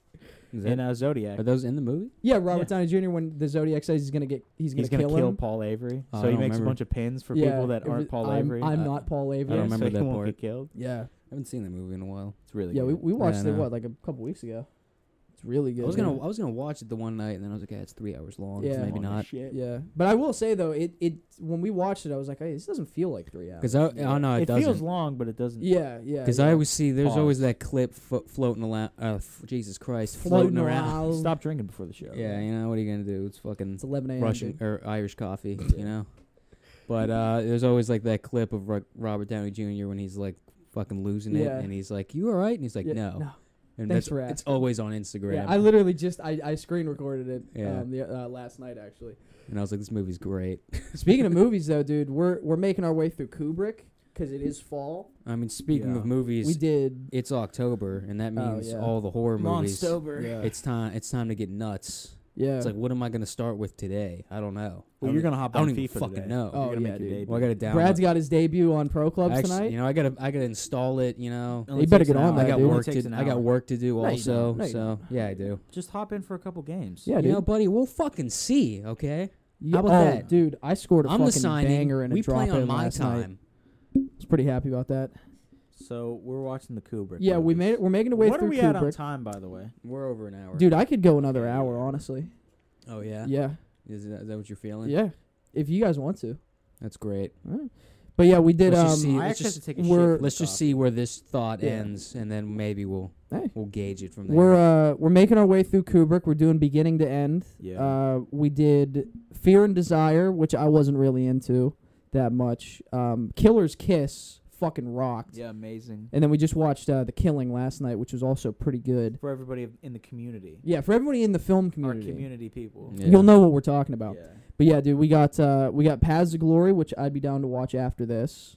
Is And that- uh, Zodiac. are those in the movie? yeah. Robert Yeah. Downey Jr. When the Zodiac says he's gonna get, he's gonna, He's gonna kill, kill, him. Paul Avery. Oh, I so he don't makes remember. a bunch of pins for Yeah, people that it aren't was- Paul I'm, Avery. I'm Uh, not Paul Avery. Yeah, don't remember so that he won't part. Get killed. Yeah, I haven't seen that movie in a while. It's really yeah. good. We, we watched no. it what like a couple weeks ago. It's really good. I was gonna dude. I was gonna watch it the one night and then I was like, yeah, it's three hours long. so Yeah. maybe Long as not. shit. Yeah, but I will say though, it it when we watched it, I was like, hey, this doesn't feel like three hours. Because I, oh no, it, it doesn't. feels long, but it doesn't. yeah, yeah. Because yeah. I always see there's always Pause. that clip fo- floating around. Uh, f- Jesus Christ, Floating floating, around. around. Stop drinking before the show. Yeah, you know what are you gonna do? It's fucking It's 11 a.m. Russian dude. or Irish coffee, you know. But uh, there's always like that clip of Ro- Robert Downey Jr. when he's like fucking losing Yeah. it, and he's like, "You all right?" And he's like, Yeah, "No." no. And Thanks that's- for It's asking. always on Instagram. Yeah, I literally just I, I screen recorded it Yeah. um, the, uh, last night actually. and I was like, "This movie's great." Speaking of movies though, dude, we're we're making our way through Kubrick, because it is fall. I mean, speaking Yeah. of we movies, did. it's October, and that Oh, means yeah. all the horror movies. Yeah. It's time. It's time to get nuts. Uh, yeah. It's like, what am I gonna start with today? I don't know. Well, I you're don't- gonna hop I don't on even FIFA fucking today. know. Oh, You're gonna yeah, make your dude. Well, I gotta download. Brad's got his debut on Pro Clubs Actually, tonight. you know, I gotta, I gotta install it. You know, You better get on I that, got dude. work to, I got work to do No, you also. don't. No, you so yeah, I do. Just hop in for a couple games. yeah, you dude. know, buddy, we'll fucking see. Okay, Yeah, about oh, that? dude? I scored a I'm the fucking signing. banger and we a drop play on in my last night. time. I was pretty happy about that. So we're watching the Kubrick. Yeah, we movies. made it, we're making a way what through are we at on Kubrick. time, by the way? We're over an hour, Dude, I could go another hour, honestly. Oh yeah, Yeah, Is, that, is that what you're feeling? yeah. If you guys want to, that's great. but yeah, we did. Let's just um, see- I let's actually just- have to take a we're- shit. Let's just see where this thought Yeah. ends, and then maybe we'll Hey. we'll gauge it from there. We're uh we're making our way through Kubrick. We're doing beginning to end. Yeah. Uh, we did Fear and Desire, which I wasn't really into that much. Um, Killer's Kiss fucking rocked. Yeah, amazing. And then we just watched uh, The Killing last night, which was also pretty good. For everybody in the community, Yeah, for everybody in the film our community, community people. Yeah. you'll know what we're talking about. Mm-hmm. Yeah. But yeah, dude, we got uh, we got Paths to Glory, which I'd be down to watch after this.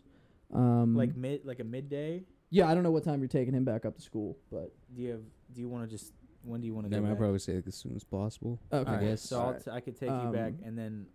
Um, Like mid, like a midday. yeah, I don't know what time you're taking him back up to school, but Do you have? Do you want to just? When do you want to Then go? I back? probably say like, as soon as possible. okay. Alright, guess. So I'll t- I could take you back, Um, and then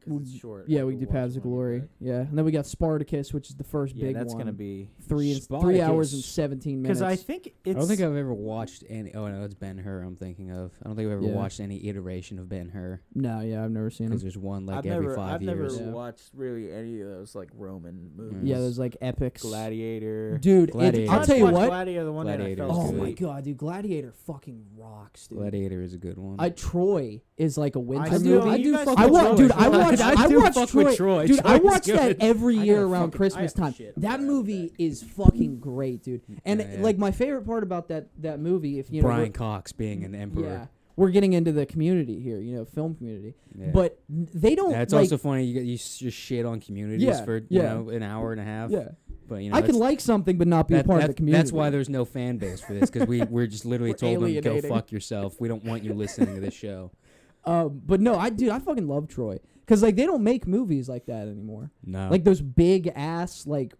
because we- it's short. Yeah, I we could can do watch Paths of when I get Glory. back. Yeah, and then we got Spartacus, which is the first Yeah, big that's one. gonna be three and three hours and Spartacus. seventeen minutes. because I think it's. I don't think I've ever watched any. Oh no, it's Ben Hur. I'm thinking of. I don't think I've ever Yeah. watched any iteration of Ben Hur no, yeah, I've never seen because him. there's one like I've every never, 5 I've years. never Yeah. watched really any of those like Roman movies. Mm. Yeah, those like epics. Gladiator. Dude, it, Gladiator. I'll tell you Watched what. Gladiator, the one that I Gladiator fell is Oh good. my asleep. god, dude, Gladiator fucking rocks, dude. Gladiator is a good one. I Troy is like a winter I do- movie. I do fuck I with wa- Troy. dude, I Troy. watched. I, do watched fuck Troy. with Troy. Dude, I Troy's watched good. that every I year gotta around fucking- I Christmas have time. shit on That that movie back. is fucking great, dude. And Yeah. like my favorite part about that that movie, if you know, Brian Cox being an we're- emperor. yeah, we're getting into the community here, you know, film community. Yeah. But n- they don't. That's like, also funny. You get- you s- just shit on communities Yeah, for you yeah. know an hour and a half. Yeah, But you know I can that's- like something but not be a that- part of that- the community. That's why there's no fan base for this because we we're just literally We're told them go alienating. fuck yourself. We don't want you listening to this show. Um, but no, I dude, I fucking love Troy because like they don't make movies like that anymore. No. Like those big ass like,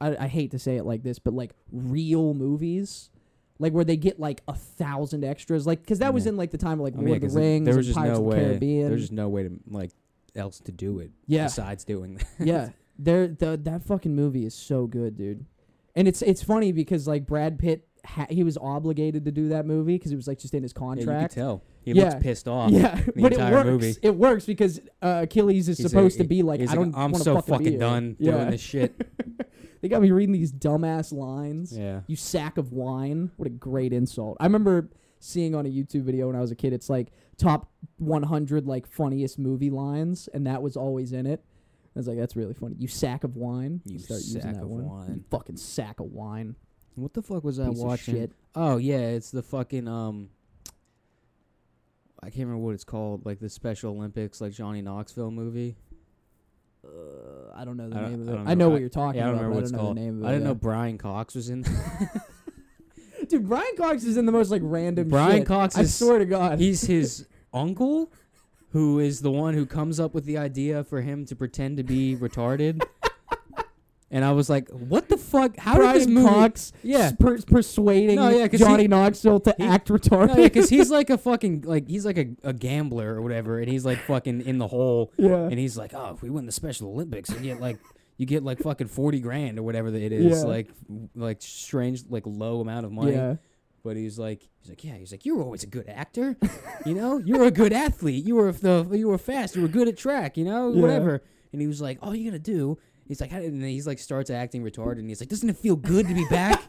I, I hate to say it like this, but like real movies, like where they get like a thousand extras, like because that was Yeah. in like the time of like I Lord mean, yeah, of the 'cause it- Rings, there and was just Pirates no of the way. Caribbean. There's just no way to like else to do it. Yeah. Besides doing that. yeah, there the that fucking movie is so good, dude. And it's it's funny because like Brad Pitt, ha- he was obligated to do that movie because it was like just in his Yeah, you contract. could tell he Yeah. looks pissed off. Yeah, but it entire works. movie. It works because uh, Achilles is He's supposed he- to be like, he's I don't. I'm wanna so fucking, be fucking here." done yeah. doing this shit. They got me reading these dumbass lines. yeah. You sack of wine. What a great insult. I remember seeing on a YouTube video when I was a kid. It's like top 100 like funniest movie lines, and that was always in it. I was like, that's really funny. You sack of wine. You start using sack that of one. You wine. fucking sack of wine. What the fuck was I Piece of watching? shit. Oh yeah, it's the fucking um. I can't remember what it's called, like the Special Olympics, like Johnny Knoxville movie. Uh, I don't know the I don't- name of I it. don't I know know. what you're talking yeah, I don't about. remember what but it's I don't called. know the name of it. I didn't yeah. know Brian Cox was in. Dude, Brian Cox is in the most like random Brian shit. Cox I is- swear to God. He's his uncle, who is the one who comes up with the idea for him to pretend to be retarded. And I was like, "What the fuck? How did this Brian movie?" Cox yeah, s- per- persuading No, yeah, 'cause Johnny he- Knoxville to he- act retarded. No, yeah, because he's like a fucking like he's like a, a gambler or whatever, and he's like fucking in the hole, Yeah. and he's like, oh, if we win the Special Olympics, you get like you get like fucking forty grand or whatever that it is, Yeah. like like strange like low amount of money. Yeah. But he's like, he's like, yeah, he's like, you were always a good actor, you know, you were a good athlete, you were the you were fast, you were good at track, you know, Yeah. whatever. And he was like, all you gotta do, he's like, how, and then he's like starts acting retarded, and he's like, doesn't it feel good to be back?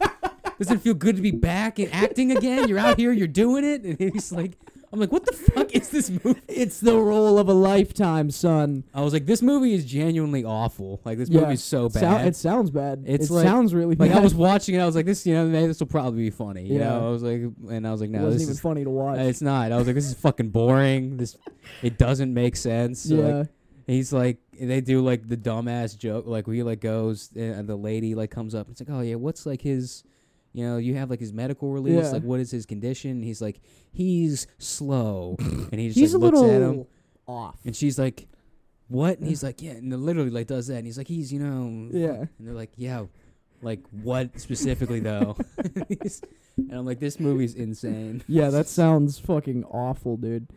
doesn't it feel good to be back and acting again? You're out here, you're doing it, and he's like, I'm like, what the fuck is this movie? It's the role of a lifetime, son. I was like, this movie is genuinely awful. Like this Yeah. movie's so Sou- bad. it sounds bad. It's it like- sounds really like bad. I was watching it, I was like, this, you know, this will probably be funny. You Yeah. know, I was like, and I was like, it no, wasn't this even is funny to watch. Uh, It's not. I was like, this is fucking boring. This, it doesn't make sense. So, yeah. Like, he's like, they do like the dumbass joke. Like we like goes and the lady like comes up. and It's like, oh yeah, what's like his, you know, you have like his medical release. Yeah. Like what is his condition? And he's like, he's slow, and he just he's like, a looks little at him, off. and she's like, what? And he's like, yeah, and it literally like does that, and he's like, he's you know, Yeah. and they're like, yeah, like what specifically though? and I'm like, this movie's insane. Yeah, that sounds fucking awful, dude.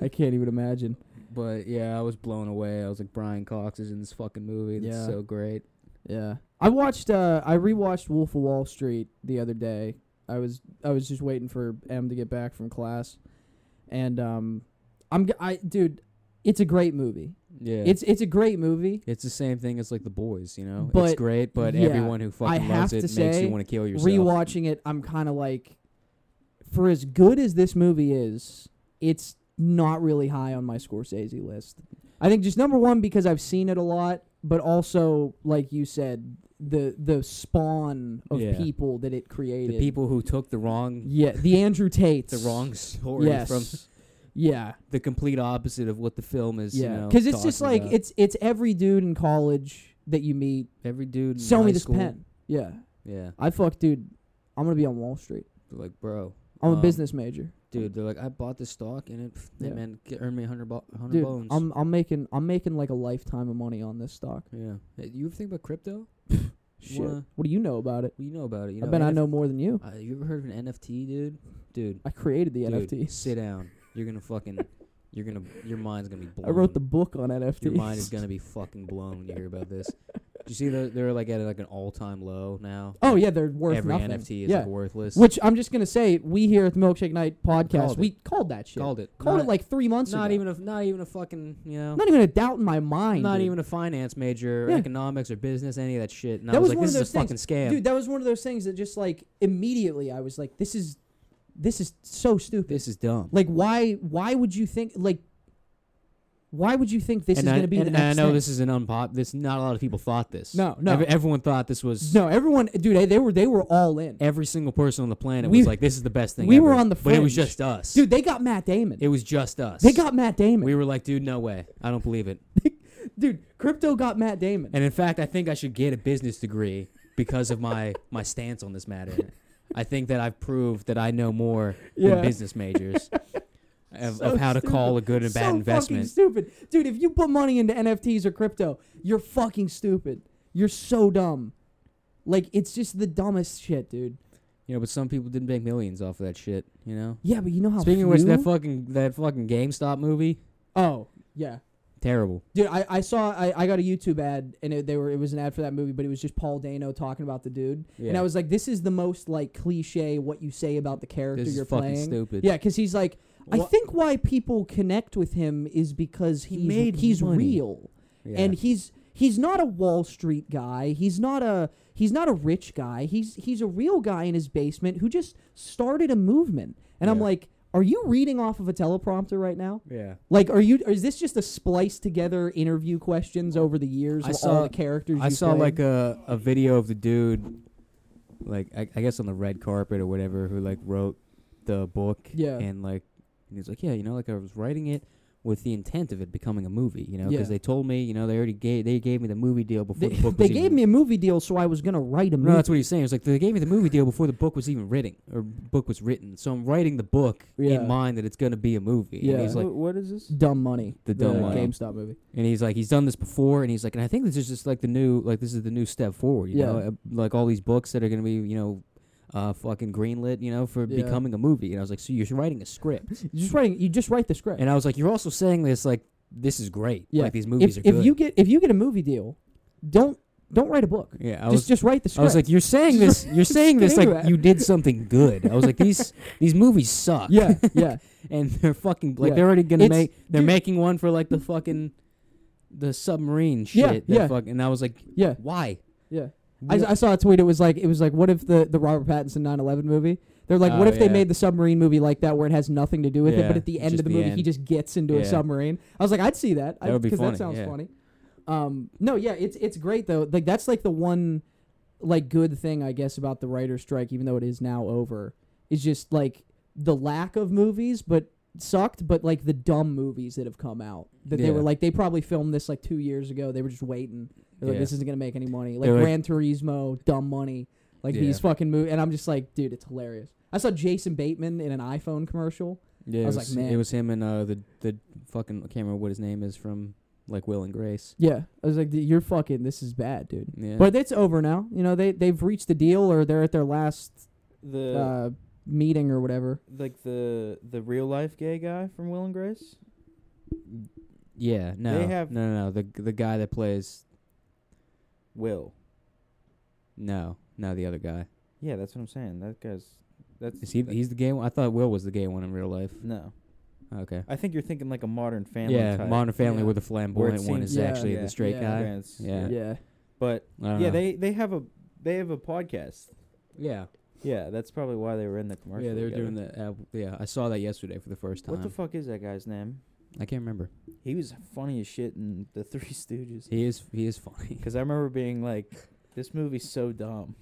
I can't even imagine. But yeah, I was blown away. I was like, Brian Cox is in this fucking movie. That's Yeah. so great. Yeah. I watched uh I rewatched Wolf of Wall Street the other day. I was I was just waiting for M to get back from class. And um I'm g- I dude, it's a great movie. Yeah, It's it's a great movie. It's the same thing as like the boys, you know. But- it's great, but yeah, everyone who I fucking have loves it to makes say, you want to kill yourself. Rewatching it, I'm kind of like for as good as this movie is, it's not really high on my Scorsese list. I think just number 1 because I've seen it a lot, but also like you said the the spawn of Yeah. people that it created. the people who took the wrong, Yeah, the Andrew Tate. the wrong story yes. from yeah, the complete opposite of what the film is. yeah. because Because it's just like it's it's every dude in college that you meet. every dude. in Sell high me this school- pen. Yeah, Yeah, I fuck, dude. I'm gonna be on Wall Street. they're like bro, I'm a Um, business major, dude. They're like, I bought this stock and it, pff, hey, Yeah. man, get, earn me a hundred bo- a hundred dude. bones. I'm I'm making I'm making like a lifetime of money on this stock. yeah, Hey, you ever think about crypto? Shit. Wanna- What do you know about it? Well, you know about it. You know, I bet I NF know more than you. Uh, you ever heard of an NFT, dude? Dude, I created the dude, NFT. Sit down. You're gonna fucking. You're gonna. Your mind's gonna be blown. I wrote the book on NFTs. Your mind is gonna be fucking blown when you hear about this. Do you see they're, they're like at like an all time low now. Oh yeah, they're worth every nothing. NFT is yeah. like worthless. Which I'm just gonna say, we here at the Milkshake Night podcast, Called it. we called that shit. called it. Called not, it like three months not ago. even a not even a fucking you know. not even a doubt in my mind. not dude. even a finance major, or Yeah. economics or business, any of that shit. And That I was was, like, one this of is a those fucking scam. Dude, that was one of those things that just like immediately I was like, this is, this is so stupid. this is dumb. like, why, why would you think like, why would you think this and is I, going to be and the next I know thing? this is an unpop. This not a lot of people thought this. No, no. Every- everyone thought this was. No, everyone, dude, they, they were they were all in. Every single person on the planet We- was like, "This is the best thing." we were ever. on the but it was fringe. just us. Dude, they got Matt Damon. it was just us. they got Matt Damon. We were like, "Dude, no way! I don't believe it." dude, crypto got Matt Damon. And in fact, I think I should get a business degree because of my my stance on this matter. I think that I've proved that I know more Yeah. than business majors of, So of how to stupid. call a good and so bad investment. fucking stupid, dude. If you put money into NFTs or crypto, you're fucking stupid. You're so dumb. Like it's just the dumbest shit, dude. You know, but some people didn't make millions off of that shit. You know. Yeah, but Oh, you know how. Speaking of which, few- that fucking that fucking GameStop movie, Oh yeah, terrible. dude. I, I saw I, I got a YouTube ad and it, they were it was an ad for that movie, but it was just Paul Dano talking about the dude, Yeah. and I was like, this is the most like cliche what you say about the character this is you're fucking playing. stupid. Yeah, because he's like, I Wha- think why people connect with him is because He he's made he's money. real Yeah. and he's he's not a Wall Street guy. He's not a he's not a rich guy. He's he's a real guy in his basement who just started a movement. And I'm Yeah. like, are you reading off of a teleprompter right now? yeah. Like, are you? Or is this just a spliced together interview questions over the years I of saw- all the characters? I you saw played? like a, a video of the dude, like I, I guess on the red carpet or whatever, who like wrote the book. Yeah. And like, and he's like, yeah, you know, like I was writing it with the intent of it becoming a movie, you know, because Yeah. they told me, you know, they already gave they gave me the movie deal they, before the book. they was gave even, me a movie deal, so I was gonna write a No, movie. that's what he's saying. It's like they gave me the movie deal before the book was even written or book was written. So I'm writing the book Yeah. in mind that it's gonna be a movie. Yeah. And he's like, Wh- what is this? dumb money. Uh, The Dumb Money. GameStop movie. And he's like, he's done this before, and he's like, and I think this is just like the new, like this is the new step forward. You Yeah. know, Uh, like all these books that are gonna be, you know, uh, fucking greenlit, you know, for Yeah. becoming a movie. And I was like, so you're writing a script, You just writing. You just write the script. and I was like, you're also saying this, like, this is great. Yeah. Like these movies if, are if good. you get if you get a movie deal, don't don't write a book. yeah, I just was, just write the I script. was like, you're saying this, you're saying this, get into like it. you did something good. I was like, these these movies suck. yeah, yeah, and they're fucking like Yeah. they're already gonna It's- make they're dude- making one for like the fucking the submarine shit. Yeah, that yeah. fuck- and I was like, yeah, why? yeah. I, I saw a tweet. It was like it was like what if the the Robert Pattinson 9/11 movie? They're like, what Oh, if they yeah. made the submarine movie like that where it has nothing to do with it, Yeah, but at the end just of the the movie he end. just gets into a Yeah. submarine? I was like, I'd see that. That would be because funny, that sounds yeah. funny. Um, no, yeah, it's it's great though. Like that's like the one like good thing I guess about the writer's strike, even though it is now over, is just like the lack of movies, but sucked, but like the dumb movies that have come out that they Yeah. were like they probably filmed this like two years ago. They were just waiting. They're like, Yeah. this isn't gonna make any money. Like They're like- Gran Turismo, dumb money. Like Yeah. these fucking movies, and I'm just like, dude, it's hilarious. I saw Jason Bateman in an iPhone commercial. Yeah, I it was like, man. it was him and uh, the the fucking I can't remember what his name is from like Will and Grace. Yeah, I was like, you're fucking. This is bad, dude. Yeah. But it's over now. You know, they they've reached a deal, or they're at their last The uh, meeting or whatever. like the the real life gay guy from Will and Grace. yeah, no, have- no, no, no. The the guy that plays Will. no, no, the other guy. Yeah, that's what I'm saying. That guy's that's Is he? that- He's the gay one. I thought Will was the gay one in real life. no. Okay. I think you're thinking like a modern family. yeah, type. Modern Family Yeah. with a flamboyant one seems- is Yeah, actually yeah, the straight yeah. guy. Grants, Yeah. Yeah. But I don't yeah, know. they they have a they have a podcast. yeah, Yeah, that's probably why they were in the commercial. yeah, they were together. doing the uh, yeah. I saw that yesterday for the first time. What the fuck is that guy's name? I can't remember. He was funny as shit in the Three Stooges. He is he is funny. Because I remember being like, "This movie's so dumb."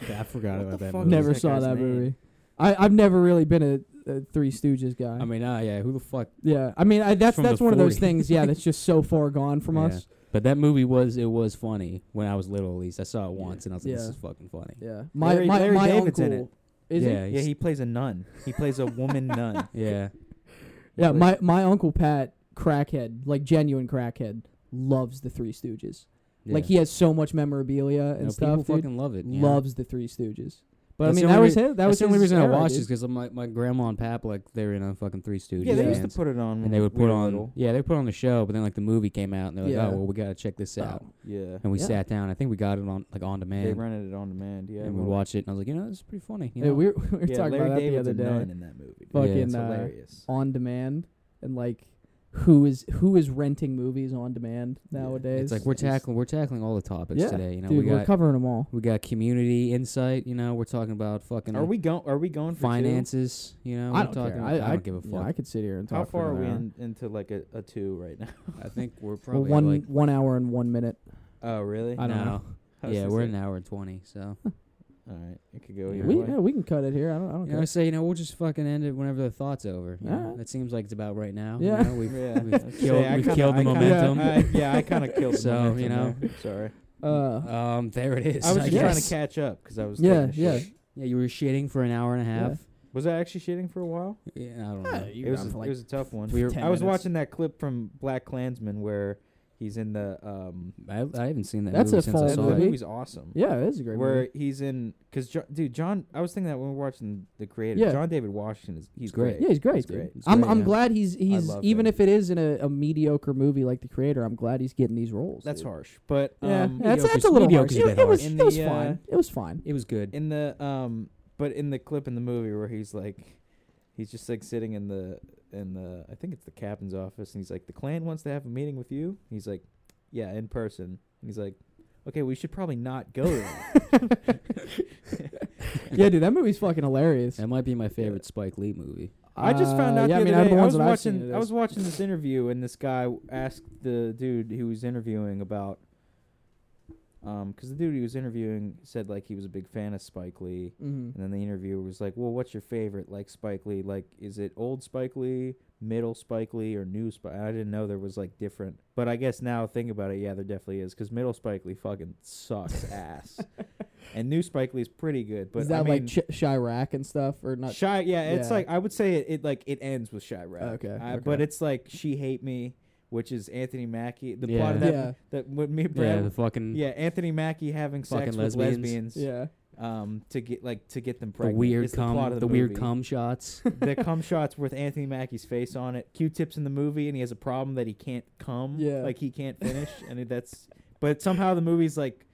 I forgot What about the that. fuck Movie. was Never that saw guy's that name? movie. I I've never really been a, a Three Stooges guy. I mean, ah, yeah. Who the fuck? yeah, I mean I, that's From that's the one of those 40s. things. Yeah, that's just so far gone from Yeah. us. But that movie was it was funny when I was little. At least I saw it once, and I was like, Yeah. "This is fucking funny." Yeah, my Larry- my Larry my David's in uncle. Is he? yeah, yeah, he's- he plays a nun. He plays a woman nun. yeah. Yeah, my my uncle Pat, crackhead, like genuine crackhead, loves the Three Stooges. Like yeah. he has so much memorabilia and No, stuff. People dude. fucking love it. yeah. Loves the Three Stooges. But That's I the mean, that only was him. That That's was the only his reason I era, watched dude. is because my my grandma and pap like they were in a fucking Three Stooges. Yeah, they used to fans. put it on. when and they would we put were on little. yeah they put on the show, but then like the movie came out and they're like, Yeah. "Oh well, we gotta check this out." Yeah, And we Yeah. sat down. I think we got it on like on they demand, rented it on demand. Yeah, and we well, watched it. And I was like, you know, it's pretty funny. You Yeah, know? we were, we were yeah, talking Larry about that David's the other a nun day. in that movie. dude. Fucking it's uh, hilarious. on demand and like who is who is renting movies on demand Yeah. nowadays? it's like we're tackling we're tackling all the topics Yeah, today. You know, Dude, we we are got covering them all. we got community insight. You know, we're talking about fucking Are we going? Are we going for two? finances. You know, I we're don't talking care. about- I, I, I- don't give a yeah, fuck. I could sit here and talk. How for far are we another hour. in, into like a, a two right now? I think we're We're probably one like one hour and one minute. Oh, really? I don't no. know. I was Yeah, gonna we're say- an hour and twenty. So All right, it could go Yeah. either We way. yeah, we can cut it here. I don't I don't you know, I care. say you know we'll just fucking end it whenever the thought's over. You know? Alright. That seems like it's about right now. Yeah. you know? we've, Yeah. we've I'd killed say I we've kinda- killed the I kinda- momentum. Yeah. I, yeah, I kind of killed. The So, momentum you know. there. sorry. Uh, Um, there it is. I was just trying to guess. catch up because I was. yeah, taking a yeah. shit. Yeah, you were shitting for an hour and a half. Was I actually shitting for a while? Yeah, I don't know. you it were was. on A, for, like, it was a tough one. we were- I 10 was minutes. watching that clip from Black Klansman where he's in the. Um, I, I haven't seen that. That's movie a since I fall and saw the movie. it. movie's awesome. Oh, Yeah, it is a great Where movie. he's in, because dude, John, I was thinking that when we were watching the creator, Yeah. John David Washington is he's great. great. Yeah, he's great. He's dude. great. He's I'm great, I'm yeah. glad he's he's love even him. if it is in a, a mediocre movie like The Creator, I'm glad he's getting these roles. That's dude. harsh, but Yeah, um, that's, mediocre's- that's a little harsh. mediocre's a It, bit it was harsh. it In was the, uh, fine. It was fine. It was good. in the um, but in the clip in the movie where he's like, he's just like sitting in the in the I think it's the captain's office, and he's like, the clan wants to have a meeting with you. He's like, yeah, in person. And he's like, okay, we should probably not go. there." yeah, dude, that movie's fucking hilarious. That might be my favorite Spike Lee movie. I just found Uh, out yeah, I the mean, other I'm day. the I ones was that I've seen watching. it I was is. watching this interview, and this guy asked the dude who was interviewing about, um, because the dude he was interviewing said like he was a big fan of Spike Lee, hmm and then the interviewer was like, "Well, what's your favorite? Like Spike Lee? Like is it old Spike Lee, middle Spike Lee, or new Spike?" I didn't know there was like different, but I guess now think about it, yeah, there definitely is because middle Spike Lee fucking sucks ass, and new Spike Lee's pretty good. But is that I mean, like Ch- Chirac and stuff or not? Shy, yeah, it's yeah. like I would say it, it like it ends with Chirac. Okay, Uh, okay. but it's like she hate me, which is Anthony Mackie. The Yeah. plot of that Yeah. that with me, and Yeah, the Brad. fucking Yeah, Anthony Mackie having Fucking sex with lesbians. lesbians. yeah, Um, to get like to get them the pregnant. weird is the plot cum, of the, the, weird movie. cum shots. the cum shots with Anthony Mackie's face on it. Q-tips in the movie, and he has a problem that he can't cum. Yeah. like he can't finish, and it- that's. But somehow the movie's like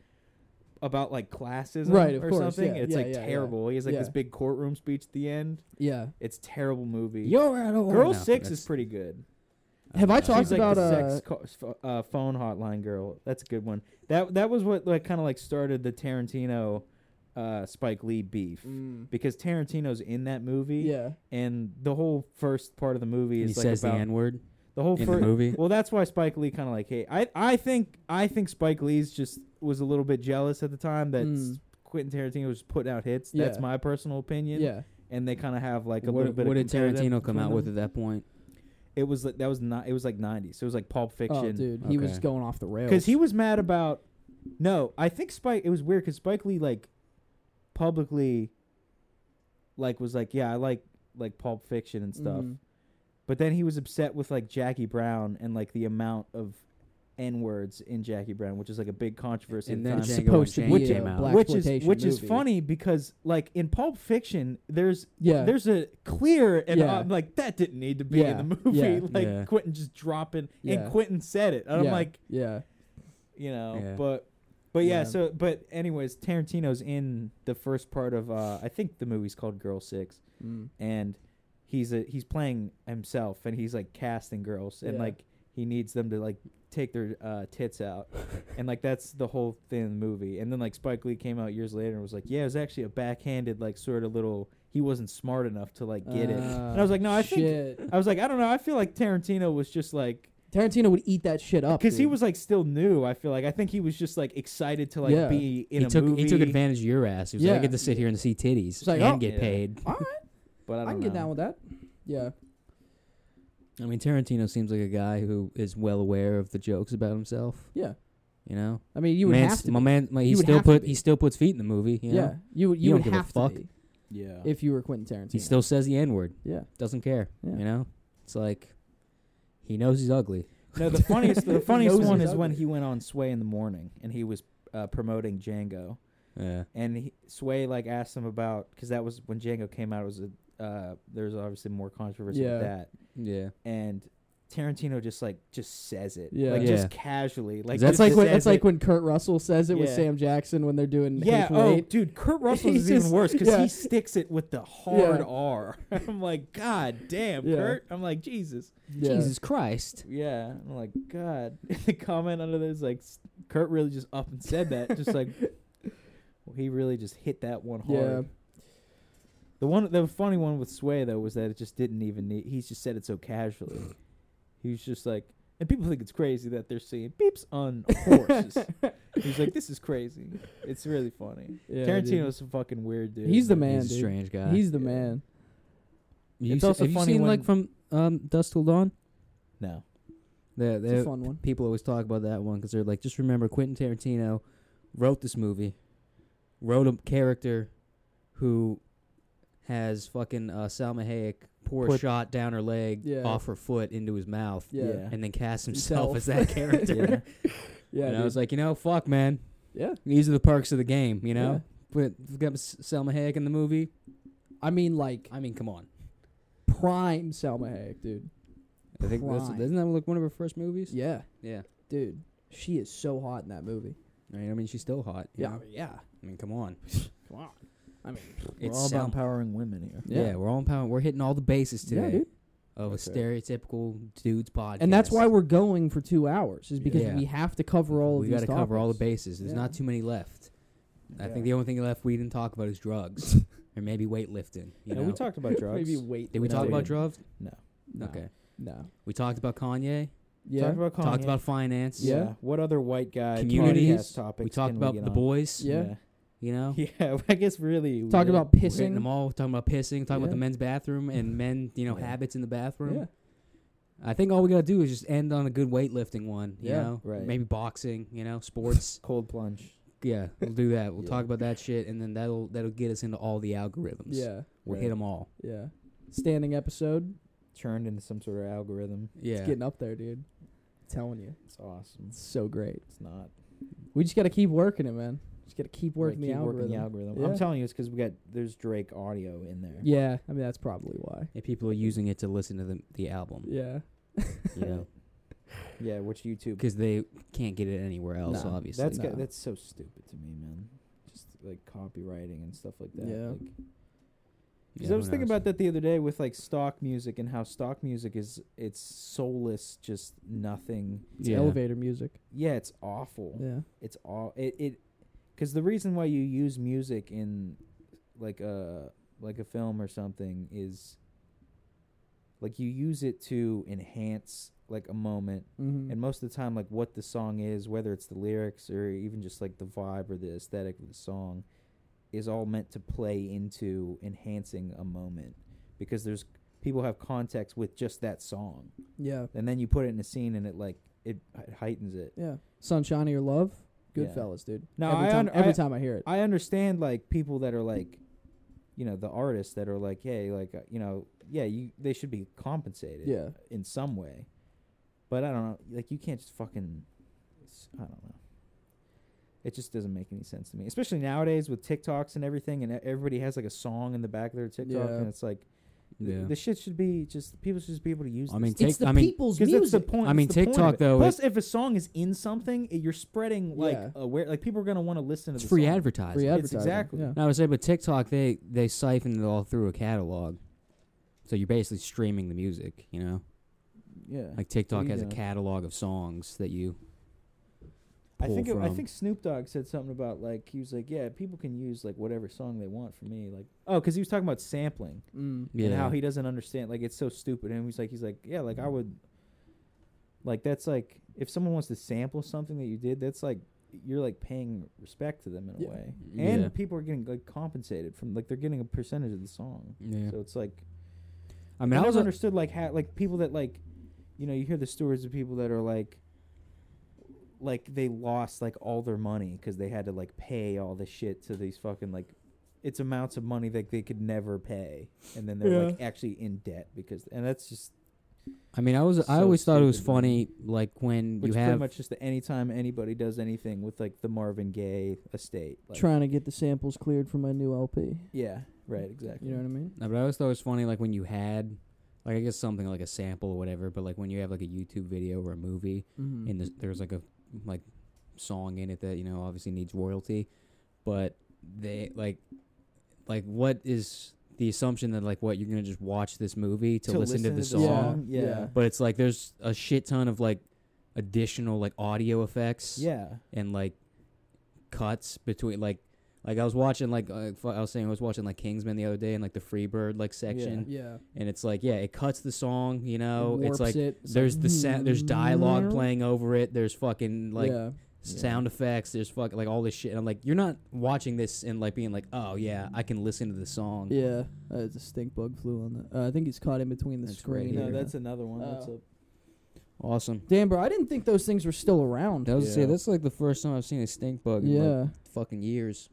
about like classism Right, of or course, something. yeah, It's yeah, like yeah, yeah. terrible. He has like this Yeah. big courtroom speech at the end. yeah. It's a terrible movie. You're out of Girl Six is pretty good. Have I She's talked She's like about the uh, sex co- ph- uh, phone hotline girl. That's a good one. That that was what like kind of like started the Tarantino, uh, Spike Lee beef mm, because Tarantino's in that movie yeah, and the whole first part of the movie He is like says about the N word the whole in the first. movie. Well, that's why Spike Lee kind of like hey, I I think I think Spike Lee's just was a little bit jealous at the time that Mm. s- Quentin Tarantino was putting out hits. That's Yeah. my personal opinion. yeah. Mm-hmm. and they kind of have like a little What, bit. what of did competitive Tarantino come between out with them. at that point? It was like that was not. It was like '90s. So it was like Pulp Oh, Fiction. dude, he was Okay. going off the rails. Because he was mad about. No, I think Spike. It was weird because Spike Lee like publicly, like was like, yeah, I like like Pulp Fiction and stuff. Mhm. But then he was upset with like Jackie Brown and like the amount of N words in Jackie Brown, which is like a big controversy. And at then the It's time. Django supposed to Unchained be came a out. black which is which is funny because like in Pulp Fiction, there's Yeah, there's a clear and Yeah. I'm like that didn't need to be Yeah. in the movie. Yeah. Like Yeah. Quentin just dropping Yeah. and Quentin said it. And yeah, I'm like, yeah, you know, Yeah. but but yeah, Yeah. so but anyways, Tarantino's in the first part of uh I think the movie's called Girl 6 mm, and he's a he's playing himself and he's like casting girls and Yeah. like he needs them to like take their uh, tits out and like that's the whole thing in the movie and then like spike lee came out years later and was like yeah it was actually a backhanded like sort of little he wasn't smart enough to like get it and i was like no i think Uh, Ah, shit. i was like i don't know i feel like tarantino was just like Tarantino would eat that shit up because he dude. was like still new i feel like i think he was just like excited to like Yeah. be in he a took movie he took advantage of your ass. He was like, Yeah. I get to sit here and see titties It's like, and oh, get yeah. paid. All right, but i, I, don't can know. get down with that. Yeah, I mean, Tarantino seems like a guy who is well aware of the jokes about himself. yeah. You know, I mean, you would Man's- have to. My be. man, my, he You would still have to put be. he still puts feet in the movie. yeah, You know? you would. You You, don't would give a have to fuck. be yeah if you were Quentin Tarantino. he still says the n word. yeah. Doesn't care. Yeah. You know, it's like he knows he's ugly. No, the funniest the funniest Nose one is is when ugly. he went on Sway in the morning and he was uh, promoting Django, Yeah, and he, Sway like asked him about because that was when Django came out. It was a uh, there's obviously more controversy Yeah. with that, yeah. and Tarantino just like just says it, Yeah. like Yeah. just casually, like that's just like when says that's like it. when Kurt Russell says it with Yeah. Sam Jackson when they're doing Yeah, Hateful oh, Eight. dude, Kurt Russell He's is even just- worse because yeah. he sticks it with the hard R. I'm like, God damn, Yeah. Kurt. I'm like, Jesus. Yeah. Jesus Christ. Yeah, I'm like, God. the comment under this, like, s- Kurt really just up and said that. Just like, well, he really just hit that one hard. Yeah. The one, the funny one with Sway though was that it just didn't even need. He just said it so casually. he was just like, and people think it's crazy that they're seeing beeps on horses. He's like, this is crazy. It's really funny. Yeah, dude. Tarantino's a fucking weird dude. He's the man. man, he's a dude. strange guy. He's the Yeah. man. You It's se- also have funny you seen like when- from um, Dust Till Dawn? No. The, It's a fun one. people always talk about that one because they're like, just remember Quentin Tarantino wrote this movie, wrote a character who has fucking uh, Salma Hayek pour a Put- shot down her leg Yeah. off her foot into his mouth, Yeah. Yeah. and then cast himself Himself. as that character. Yeah. Yeah. and I dude. was like, you know, fuck, man, yeah. these are the perks of the game, you Yeah. know. But we've got S- Salma Hayek in the movie. I mean, like I mean, come on. prime Salma Hayek, dude. I think that's, Prime. isn't that like one of her first movies? Yeah, Yeah. dude. She is so hot in that movie. I mean, I mean, she's still hot. you Yeah. know? Yeah. I mean, come on. Come on. I mean, We're It's all about Salma. empowering women here. Yeah. we're all empowered. We're hitting all the bases today Yeah, dude. of a Okay. stereotypical dude's podcast. And that's why we're going for two hours, is because Yeah. we have to cover all of we these gotta cover all the topics. bases. There's Yeah. not too many left. I Yeah. think the only thing left we didn't talk about is drugs, or maybe weightlifting. You know, we talked about drugs. Maybe wait. did we no, talk dude. about drugs? No. No. Okay, No. we talked about Kanye. Yeah. Talked about Kanye. Talked about finance. Yeah. What other white guy Communities. podcast topics? We talked can about get the on? boys. Yeah. You know, Yeah. I guess really. Talk we- about We're hitting them pissing. all. Talking about pissing. Talking about Yeah. the men's bathroom and men. You know, Yeah. habits in the bathroom. Yeah. I think all we gotta do is just end on a good weightlifting one. You Yeah. know, Right. maybe boxing. You know, sports. cold plunge. Yeah, we'll do that. We'll Yeah. talk about that shit, and then that'll that'll get us into all the algorithms. Yeah. we'll 'em Right. hit them all. Yeah. Standing episode. Turned into some sort of algorithm. It's Yeah, getting up there, dude. telling you. It's awesome. It's so great. It's not. We just got to keep working it, man. Just got to keep Like, working, keep the, algorithm. working the algorithm. Yeah. I'm telling you, it's because we got there's Drake audio in there. Yeah. I mean, that's probably why. and people are using it to listen to the the album. Yeah. You know, Yeah, which YouTube? because they can't get it anywhere else. Nah, obviously, That's got- no. that's so stupid to me, man. Just like copywriting and stuff like that. Yeah. Like, Yeah, Because who I was thinking knows? about that the other day with like stock music and how stock music is it's soulless, just nothing. It's Yeah. elevator music. Yeah, it's awful. Yeah. It's all it it because the reason why you use music in like a like a film or something is like you use it to enhance like a moment Mm-hmm. and most of the time like what the song is whether it's the lyrics or even just like the vibe or the aesthetic of the song is all meant to play into enhancing a moment because there's people have context with just that song yeah. and then you put it in a scene and it like it, it heightens it Yeah. Sunshine of Your Love. Good Yeah. fellas, dude. No, every I time un- every I- time I hear it. i understand like people that are like you know the artists that are like, hey, like uh, you know, yeah, you they should be compensated, Yeah. in some way. But I don't know, like you can't just fucking, it's, I don't know. It just doesn't make any sense to me, especially nowadays with TikToks and everything, and e- everybody has like a song in the back of their TikTok, Yeah. and it's like, th- Yeah. the shit should be just people should just be able to use. I this. mean, It's Take- the I mean- people's Because that's music. the point. I mean, it's the point of TikTok, it. though, Plus, if a song is in something, i- you're spreading like Yeah. aware. Like people are gonna want to listen to It's the free song. advertising. Free advertising. exactly. Yeah. And I would say, but TikTok, they they siphon it all through a catalog, so you're basically streaming the music. You know, Yeah, like TikTok you has doing? a catalog of songs that you. I pull think it, I from- think Snoop Dogg said something about like he was like, yeah, people can use like whatever song they want for me. Like oh, because he was talking about sampling Mm. and how he doesn't understand. Like it's so stupid. And he's like, he's like, yeah, like I would. Like that's like if someone wants to sample something that you did, that's like you're like paying respect to them in a Yeah. way, and Yeah. people are getting like compensated from like they're getting a percentage of the song. Yeah. So it's like I mean, I, I was never understood like how like people that like, you know, you hear the stories of people that are like, like they lost like all their money because they had to like pay all this shit to these fucking like, it's amounts of money that they could never pay, and then they're like actually in debt because, and that's just I mean, I was. I so always thought it was stupid, man. funny, like when which you pretty have. much just the anytime anybody does anything with like the Marvin Gaye estate, like, Trying to get the samples cleared for my new LP. yeah, right, exactly, You know what I mean? No, but I always thought it was funny, like when you had, like I guess something like a sample or whatever, but like when you have like a YouTube video or a movie, Mm-hmm. and there's, there's like a like song in it that you know obviously needs royalty, but they like like what is the assumption that like what you're gonna just watch this movie to, listen, to the song? song. yeah, Yeah. yeah. But it's like there's a shit ton of like additional like audio effects yeah. and like cuts between like like I was watching like uh, fu- I was saying I was watching like Kingsman the other day and like the Freebird like section yeah. and it's like yeah it cuts the song you know It it's like "Mm, warps it. It's there's like, the sound there's dialogue meow. playing over it there's fucking like yeah. Yeah. sound effects there's fucking like all this shit and I'm like you're not watching this and like being like oh yeah I can listen to the song Yeah, uh, it's a stink bug flew on that. Uh, I think he's caught in between the That's right screen. here. No, and- that's another one. That's Oh. a awesome damn, bro. I didn't think those things were still around. that was Yeah. yeah. that's like the first time I've seen a stink bug in like yeah, fucking years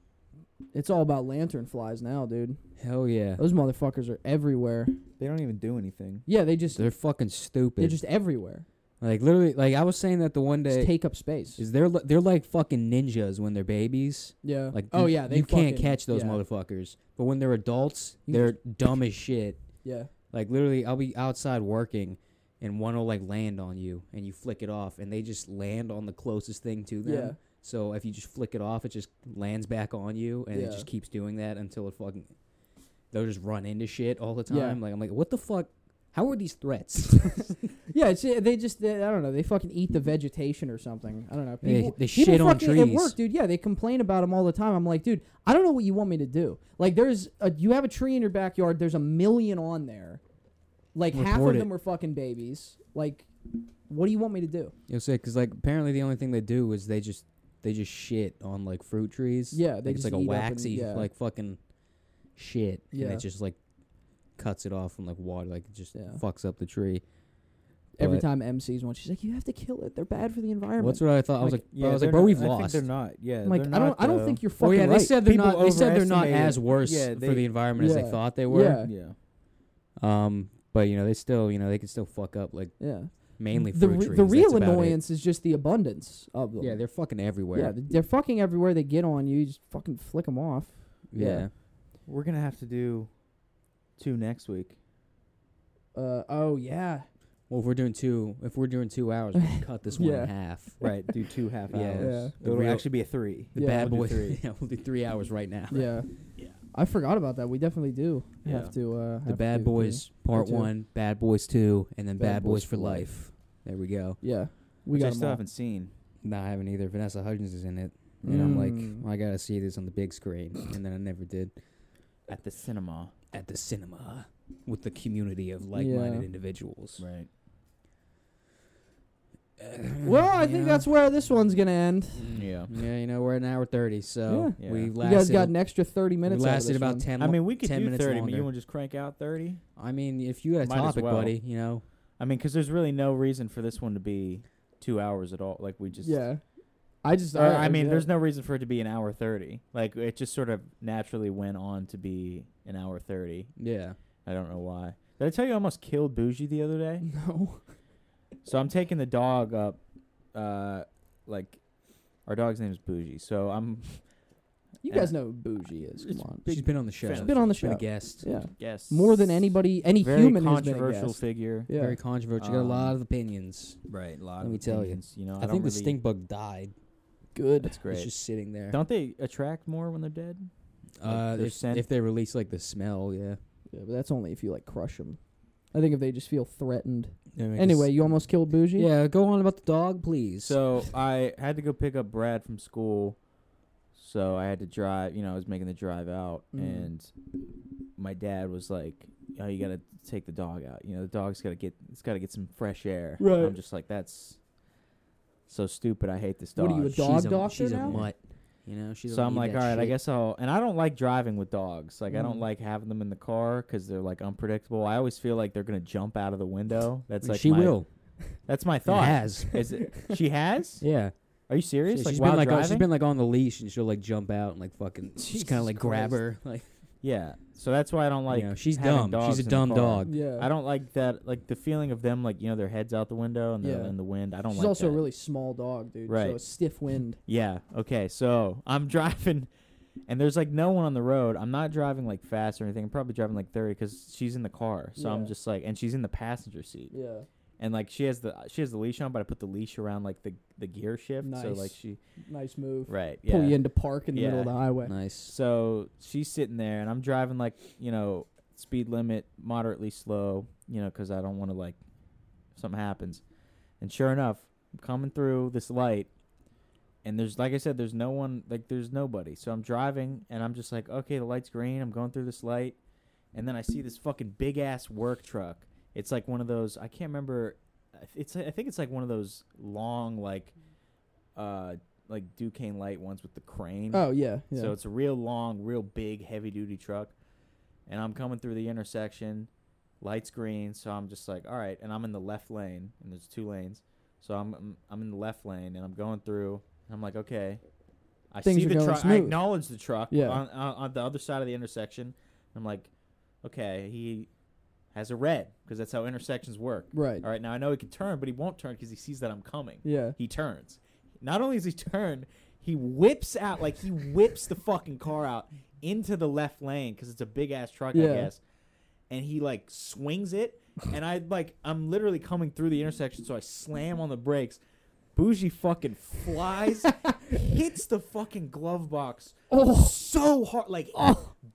it's all about lantern flies now, dude. hell yeah Those motherfuckers are everywhere. they don't even do anything. Yeah, they just they're fucking stupid they're just everywhere. like literally like I was saying that the one Just day take up space. Is they're li- they're like fucking ninjas when they're babies. Yeah. Like oh you- yeah, they you can't fucking- catch those yeah. motherfuckers. But when they're adults, You they're dumb as shit. Yeah. Like literally, I'll be outside working, and one will like land on you, and you flick it off, and they just land on the closest thing to them. Yeah. So if you just flick it off, it just lands back on you, and Yeah. it just keeps doing that until it fucking. They'll just run into shit all the time. Yeah. Like I'm like, what the fuck? How are these threats? Yeah, it's, uh, they just they, I don't know. They fucking eat the vegetation or something. I don't know. They- People, they people shit on fucking, At trees. work, dude. Yeah, they complain about them all the time. I'm like, dude, I don't know what you want me to do. Like, there's a, you have a tree in your backyard. There's a million on there. Like half of Report it. them are fucking babies. Like, what do you want me to do? You know, sick because like apparently the only thing they do is they just they just shit on like fruit trees. Yeah, Like, they it's just like a eat up and- waxy yeah. like fucking shit, and Yeah. it just like cuts it off from like water, like it just Yeah. fucks up the tree. Every But- time M sees one, she's like, you have to kill it. They're bad for the environment. What's what I thought? I was Like, like, bro, I was like, they're bro, not- we've I think lost. they're not. Yeah, I'm like, they're I don't, not, I don't though. think you're fucking Oh yeah, they right. said they're People not. They said they're not overestimated- as worse Yeah, for they- the environment as Yeah. they thought they were. Yeah. Yeah, Um, but you know they still, you know they can still fuck up like yeah, mainly the, fruit re- trees. the real that's about it. annoyance is just the abundance of them. Yeah, they're fucking everywhere. yeah, they're fucking everywhere. They get on you. You just fucking flick them off. yeah. yeah. we're gonna have to do two next week. Uh, oh yeah, Well, if we're doing two, if we're doing two hours, we can cut this one Yeah. in half. Right, do two half Yeah. hours. Yeah. The It'll real- actually be a three. The Yeah, bad we'll boy. do three. yeah, we'll do three hours right now. yeah. Yeah. I forgot about that. We definitely do Yeah. have to. Uh, The have Bad to- Boys Part Two. One, Bad Boys Two, and then Bad Bad, Boys Boys, for for life. There we go. Yeah, we Which I got 'em still all. haven't seen. No, I haven't either. Vanessa Hudgens is in it, and I'm Mm. like, I gotta see this on the big screen, and then I never did At the cinema. at the cinema with the community of like-minded Yeah. individuals. Uh, Right. Well, I think Yeah. that's where this one's gonna end. Yeah. Yeah, you know we're at an hour thirty, so Yeah. we You lasted. you guys got an extra thirty we minutes. out of lasted this about one. ten. I lo- mean, we could 10 do minutes 30, but longer. you want to just crank out 30? I mean, if you had a Might as topic, well. buddy, you know, I mean, because there's really no reason for this one to be two hours at all. Like, we just. yeah, I just, Or, I mean, yeah. there's no reason for it to be an hour thirty. Like it just sort of naturally went on to be an hour thirty. Yeah. I don't know why. Did I tell you I almost killed Bougie the other day? no. So I'm taking the dog up. Uh, like our dog's name is Bougie. So I'm You guys know who Bougie is. Come It's on, She's been on the show. fan. She's been on the show. a guest. Yeah, yes more than anybody, any very human has been a controversial guest. figure. Yeah. Very controversial. got a lot Um, of opinions. Right, a lot. Let of me tell you. opinions, you, know, I, I, think don't the really- stink bug died. good. That's great. It's just sitting there. Don't they attract more when they're dead? uh, their if, scent- if they release like the smell, yeah. Yeah, but that's only if you like crush them. I think if they just feel threatened. Yeah, like a Anyway, you almost killed Bougie. Yeah, go on about the dog, please. So I had to go pick up Brad from school. So I had to drive, you know, I was making the drive out Mm. Mhm. and my dad was like, "Oh, you got to take the dog out. You know, the dog's got to get it's got to get some fresh air." And Right. I'm just like, "That's so stupid. I hate this What dog." are you, a she's dog a, doctor She's now? a mutt. You know, she's. so I'm like, "All right, I guess I'll and I don't like driving with dogs. Like I don't Mm. like having them in the car cuz they're like unpredictable. I always feel like they're going to jump out of the window. That's like she my- will. That's my It thought. has. Is it, she has? Yeah. Are you serious? She- like she's while been like on, driving? she's been like on the leash and she'll like jump out and like fucking Jesus just kind of like grab Christ. her like Yeah, so that's why I don't like. you know, she's having dumb. dogs in She's a the dumb car. dog. Yeah. I don't like that. Like the feeling of them, like you know, their heads out the window and they're Yeah. in the wind. I don't She's like. also that. a really small dog, dude. Right. So a stiff wind. Yeah. Okay. So I'm driving, and there's like no one on the road. I'm not driving like fast or anything. I'm probably driving like 30 because she's in the car. So I'm Yeah. just like, and she's in the passenger seat, Yeah. and like she has the she has the leash on, but I put the leash around like the the gear shift. So Nice. like she Nice move. right. Pull yeah. you into park in the middle of Yeah. the highway. Nice. So she's sitting there, and I'm driving like you know speed limit, moderately slow, you know, because I don't want to like if something happens. And sure enough, I'm coming through this light, and there's like I said, there's no one, like there's nobody. So I'm driving, and I'm just like, okay, the light's green. I'm going through this light, and then I see this fucking big ass work truck. It's like one of those. I can't remember. It's I think it's like one of those long like, uh, like Duquesne light ones with the crane. Oh yeah. Yeah. So it's a real long, real big, heavy duty truck. And I'm coming through the intersection, lights green. So I'm just like, all right. And I'm in the left lane, and there's two lanes. So I'm I'm, I'm in the left lane, and I'm going through. And I'm like, okay. I Things see are the going truck. I smooth. acknowledge the truck Yeah. on, on on the other side of the intersection. I'm like, okay, he has a red because that's how intersections work. right. All right, now I know he can turn, but he won't turn because he sees that I'm coming Yeah. he turns. Not only does he turn, he whips out like he whips the fucking car out into the left lane because it's a big ass truck, I Yeah. guess. And he like swings it, and I like I'm literally coming through the intersection, so I slam on the brakes. Bougie fucking flies, hits the fucking glove box Oh. so hard, like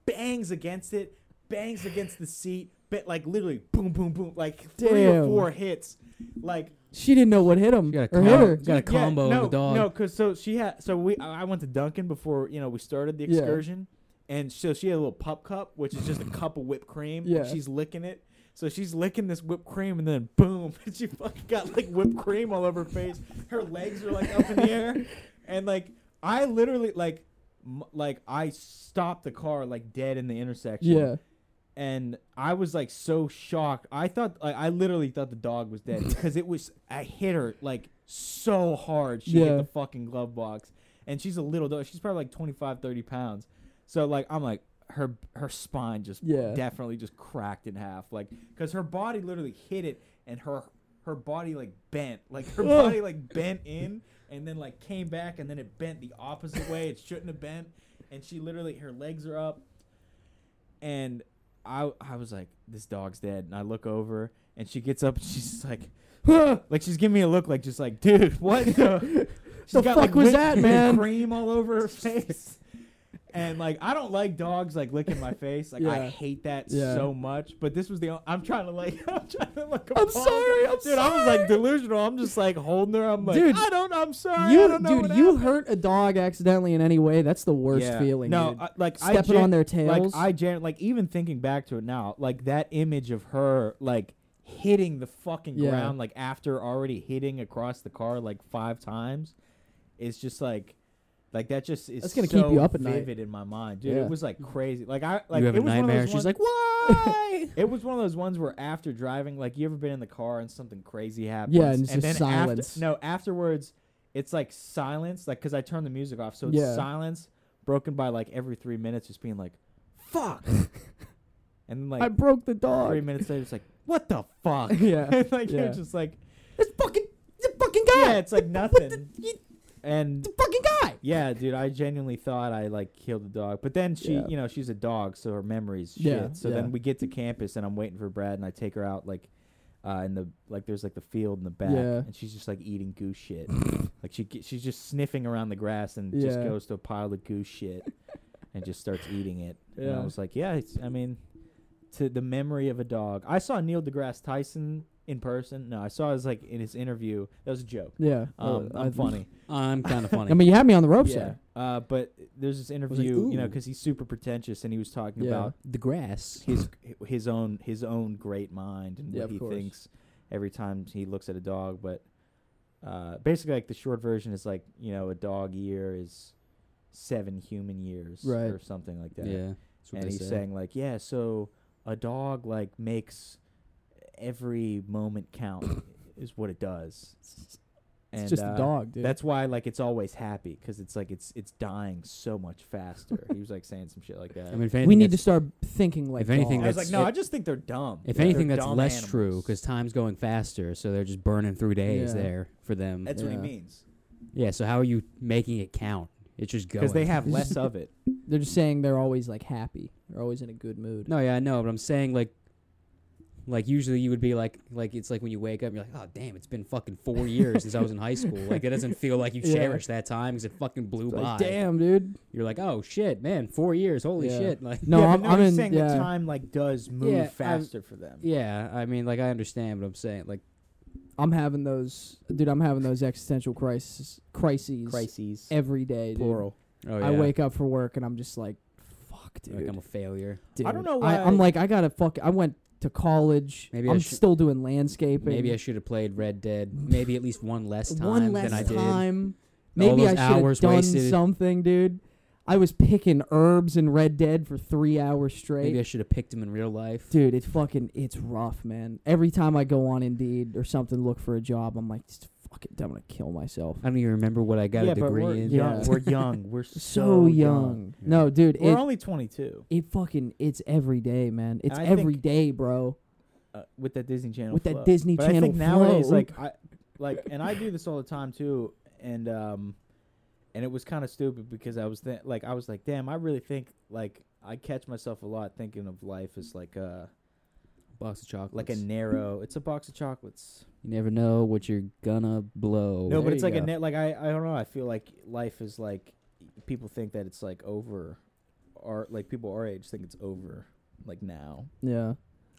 bangs against it, bangs against the seat, but like literally boom, boom, boom, like three Damn. or four hits, like She didn't know what hit him She got a or hit combo. her. Got a yeah, combo no, on the dog. No, because so she had so we I I went to Duncan before you know we started the Yeah. excursion, and so she had a little pup cup, which is just a cup of whipped cream. and Yeah. she's licking it. So she's licking this whipped cream, and then boom, she fucking got like whipped cream all over her face. Her legs are like up in the air, and like I literally like m- like I stopped the car like dead in the intersection Yeah. and I was like so shocked. I thought like, I literally thought the dog was dead because it was I hit her like so hard. She Yeah. hit the fucking glove box, and she's a little dog. She's probably like 25, 30 pounds. So like I'm like her her spine just Yeah. definitely just cracked in half like because her body literally hit it and her her body like bent like her Ugh. body like bent in and then like came back and then it bent the opposite way it shouldn't have bent and she literally her legs are up and I I was like, this dog's dead. And I look over, and she gets up, and she's just like, "Huh," like she's giving me a look, like just like, dude, what the? She's The fuck was whipped that, man? Cream all over her face. And like I don't like dogs like licking my face like I Yeah. hate that Yeah. so much. But this was the o- I'm trying to like I'm trying to like I'm sorry, I'm dude. I was like delusional. I'm just like holding her. I'm like Dude, I don't. I'm sorry. I You, don't know dude, what you happened." hurt a dog accidentally in any way. That's the worst Yeah. feeling. No, dude. I, like I stepping gen- on their tails. Like I gen- like even thinking back to it now, like that image of her like hitting the fucking Yeah. ground like after already hitting across the car like five times is just like like that just is That's gonna so keep you up at night. vivid in my mind. Dude, Yeah. Mm. it was like crazy. Like I like you have it a was one of those nightmare. She's ones- like, why? it was one of those ones where after driving, like you ever been in the car and something crazy happens? Yeah, and it's just then after- silence. no, afterwards, it's like silence, like because I turned the music off, so it's Yeah. silence broken by like every three minutes, just being like, "Fuck," and then like I broke the three dog. minutes later, it's like, "What the fuck?" Yeah. And, like you're Yeah. just like, This fucking, this fucking guy. yeah, it's like What the, nothing. you- And the fucking guy. yeah, dude, I genuinely thought I like killed the dog, but then she, Yeah. you know, she's a dog, so her memories shit. Yeah, so yeah. then we get to campus, and I'm waiting for Brad, and I take her out like. Uh, in the like, there's like the field in the back, Yeah. and she's just like eating goose shit. like she ge- she's just sniffing around the grass and just Yeah. goes to a pile of goose shit and just starts eating it. And Yeah. I was like, yeah, it's, I mean, to the memory of a dog. I saw Neil deGrasse Tyson in person. No, I saw his like in his interview. That was a joke. Yeah. Um, Uh, I'm funny. I'm kind of funny. I mean, you had me on the ropes Yeah. there. Uh, but there's this like, interview, you know, "Ooh." because he's super pretentious, and he was talking Yeah. about the grass. his his own his own great mind and Yeah, what of he course. thinks every time he looks at a dog. But uh, basically, like the short version is like you know a dog year is seven human years Right. or something like that. Yeah, that's what and they he's say. saying like yeah, so a dog like makes every moment count is what it does. It's And, just uh, a dog, dude. that's why like it's always happy because it's like it's it's dying so much faster. he was like saying some shit like that. I mean, if we anything, need to that's- start thinking like. if anything, I dogs. was like, that's- no, it- I just think they're dumb. If They're anything, that's dumb less animals. true because time's going faster, so they're just burning through days Yeah. there for them. that's what he Yeah. means. yeah. So how are you making it count? It's just going. Because they have less of it. they're just saying they're always like happy. They're always in a good mood. No, yeah, I know, but I'm saying like, like usually you would be like, like it's like when you wake up, and you're like, oh damn, it's been fucking four years since I was in high school. Like it doesn't feel like you Yeah. cherish that time because it fucking blew It's like, by. damn, dude. You're like, oh shit, man, four years, holy Yeah. shit. Like, No, Yeah, but I'm, I'm he's in. saying yeah. the time like does move Yeah, I'm- faster for them. yeah, I mean, like I understand what I'm saying. Like, I'm having those, dude. I'm having those existential crisis crises Crises. every day, dude. Plural. oh yeah, I wake up for work and I'm just like, fuck, dude. like I'm a failure. dude. I don't know I, why- am like, I gotta fuck. I went to college. Maybe I I'm should- still doing landscaping. Maybe I should have played Red Dead. Maybe at least one less time one less than I did. time. All Maybe those I should have hours done wasted. something, dude. I was picking herbs in Red Dead for three hours straight. Maybe I should have picked him in real life. Dude, it's fucking, it's rough, man. Every time I go on Indeed or something, look for a job, I'm like, just fuck it, I'm gonna kill myself. I don't even remember what I got yeah, a but degree we're in. young. Yeah. We're young. We're So, so, young. young. No, dude, We're it, only 22 it fucking, it's every day, man. It's I every think- day, bro. uh, with that Disney Channel. With that flow. Disney but I Channel think nowadays, flow. like I, like, and I do this all the time too, and um, and it was kind of stupid because I was th- like, I was like, damn, I really think like I catch myself a lot thinking of life as like a box of chocolates. like a narrow. It's a box of chocolates. You never know what you're gonna blow. no, there but it's you like a go. net. Like I, I don't know. I feel like life is like people think that it's like over, or like people our age think it's over, like now. Yeah.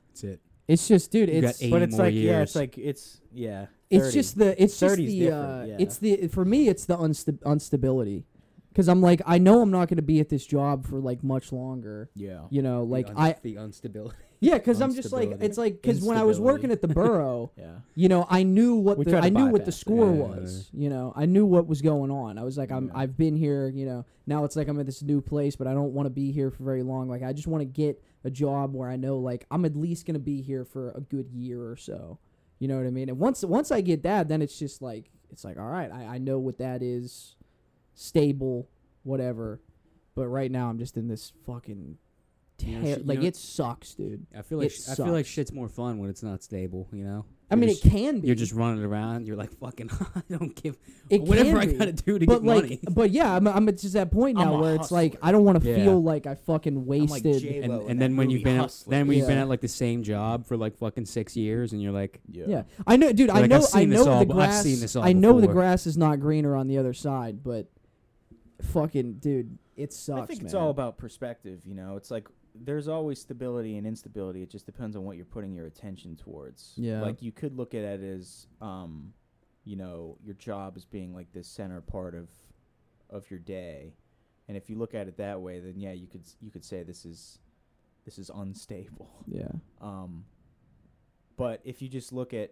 That's it. It's just, dude, You got it's, eight But it's more like yeah, years. it's like it's yeah. it's 30. just the, it's just 30 's the, different, uh, yeah. it's the, for me, it's the unsta- instability. Cause I'm like, I know I'm not gonna be at this job for like much longer. yeah. You know, like I, the instability. yeah, cause I'm just like, Instability. it's like, cause when I was Instability. working at the borough, Yeah. you know, I knew what We the try to I knew what the bypass it. score Yeah. was. You know, I knew what was going on. I was like, I'm Yeah. I've been here. You know, now it's like I'm at this new place, but I don't want to be here for very long. Like I just want to get a job where I know like I'm at least gonna be here for a good year or so. You know what I mean? And once once I get that, then it's just like it's like all right, I, I know what that is, stable, whatever. But right now I'm just in this fucking You know, ter- sh- you like know- it sucks, dude. I feel like It sh- I feel like sucks. shit's more fun when it's not stable. You know. I You're mean, just- it can be. You're just running around. You're like fucking. I don't give it whatever can I be. gotta do to but get like, money. but yeah, I'm, I'm at just that point I'm now a where it's like hustler. I don't want to Yeah. feel like I fucking I'm like wasted. J-Lo And, in and that then when you've movie been at, Hustler. then when you've been Yeah. at like the same job for like fucking six years, and you're like, yeah, I know, dude. You're I like, know. I've I seen this know all the be- I've grass. seen this all I know the before. grass is not greener on the other side, but fucking dude, it sucks. I think it's man. all about perspective. You know, it's like there's always stability and instability. It just depends on what you're putting your attention towards. Yeah. Like you could look at it as, um, you know, your job as being like the center part of, of your day, and if you look at it that way, then yeah, you could s- you could say this is, this is unstable. yeah, Um, but if you just look at,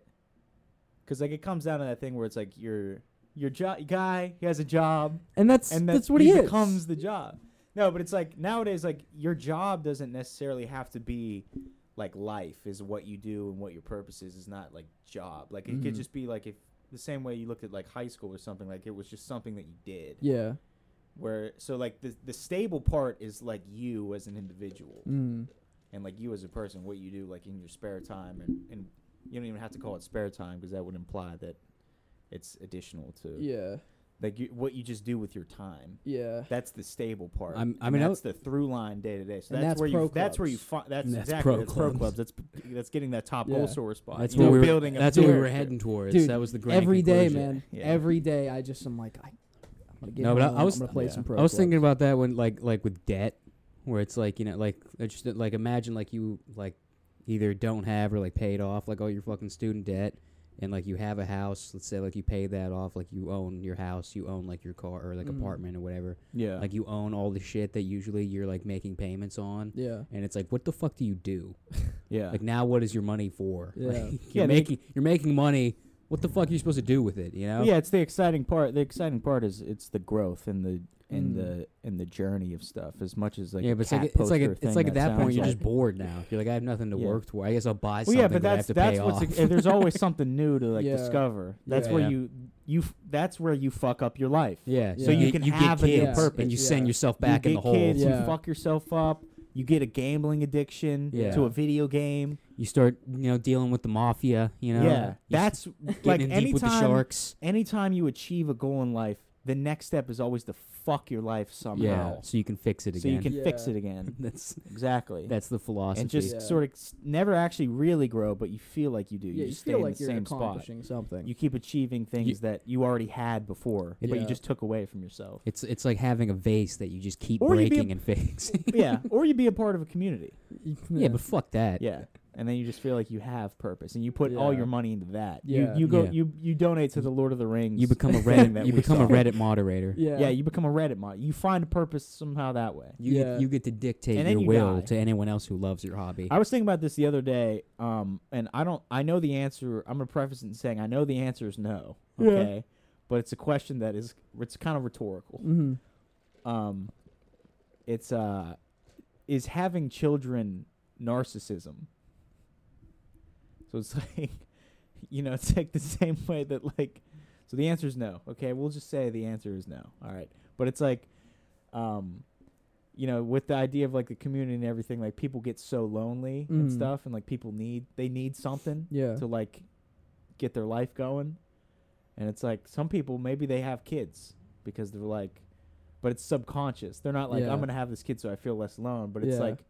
because like it comes down to that thing where it's like your your job guy, he has a job and that's and that that's what he, is. becomes the job. No, but it's like nowadays, like your job doesn't necessarily have to be like life is what you do and what your purpose is. Is not like job. Like it could Mhm. just be like if the same way you looked at like high school or something. Like it was just something that you did. Yeah. Where so like the the stable part is like you as an individual Mm. and like you as a person, what you do like in your spare time and and you don't even have to call it spare time because that would imply that it's additional to Yeah. like you, what you just do with your time. Yeah. That's the stable part. I'm- I And mean, I that's the through line day to day. So And that's, that's where you. pro That's where you. clubs. Fi- that's, And that's exactly pro that's pro clubs. clubs. That's that's getting that top Yeah. goal sore spot. That's you what know, we were. building. up That's what we were character. heading towards. Dude, that was the grand Every day, conclusion. man. Yeah. Every day, I just am like, I, I'm gonna get. No, but I- home, I was- I'm gonna play yeah. some pro. I was clubs. thinking about that when like like with debt, where it's like you know like I just like imagine like you like either don't have or like paid off like all your fucking student debt, and like you have a house. Let's say like you pay that off. Like you own your house, you own like your car or like Mhm. apartment or whatever. Yeah. Like you own all the shit that usually you're like making payments on. Yeah. And it's like, what the fuck do you do? yeah. Like now, what is your money for? Yeah. Like, Yeah, you're they- making you're making money. What the fuck are you supposed to do with it? You know? Yeah, it's the exciting part. The exciting part is it's the growth and the Mm. and the and the journey of stuff. As much as like Hmm. yeah, a but it's cat like it's like poster it's thing like at that point sounds you're like- just bored now. You're like I have nothing to Yeah. work for. I guess I'll buy Well, something yeah, but that I that's have to that's pay what's off. ex- there's always something new to like Yeah. discover. That's Yeah. where Yeah. you you f- that's where you fuck up your life. yeah, So you can you have a get new kids purpose. and you Yeah. send yourself back you in get the hole. kids, Yeah. you fuck yourself up. You get a gambling addiction Yeah. to a video game. You start you know dealing with the mafia. You know, yeah, You s- that's getting like in deep anytime with the sharks. anytime you achieve a goal in life, the next step is always to fuck your life somehow, Yeah, so you can fix it so you again. can fix Yeah. it again. that's Exactly. that's the philosophy. and just Yeah. sort of s- never actually really grow, but you feel like you do. Yeah, you stay feel in like the you're same spot. accomplishing something. You keep achieving things that you already had before, but Yeah. you just took away from yourself. it's it's like having a vase that you just keep Or you be breaking a- and fixing. yeah, or you be a part of a community. yeah, but fuck that. Yeah. And then you just feel like you have purpose, and you put all Yeah. your money into that. Yeah. You, you go Yeah. you you donate to the Lord of the Rings. You become a thing Reddit. that you we become a saw. Reddit moderator. yeah, yeah. You become a Reddit mod. You find a purpose somehow that way. You Yeah. get, you get to dictate And your then you will die. to anyone else who loves your hobby. I was thinking about this the other day, um, and I don't. I know the answer. I'm gonna preface it in saying I know the answer is no. Yeah. Okay, but it's a question that is it's kind of rhetorical. Mhm. Um, it's uh, is having children narcissism? So it's like, you know, it's like the same way that like, so the answer is no. Okay, we'll just say the answer is no. All right, but it's like, um. You know, with the idea of like the community and everything, like people get so lonely and Mhm. stuff, and like people need they need something Yeah. to like get their life going. And it's like some people maybe they have kids because they're like but it's subconscious. They're not like Yeah. I'm going to have this kid so I feel less alone, but it's Yeah. like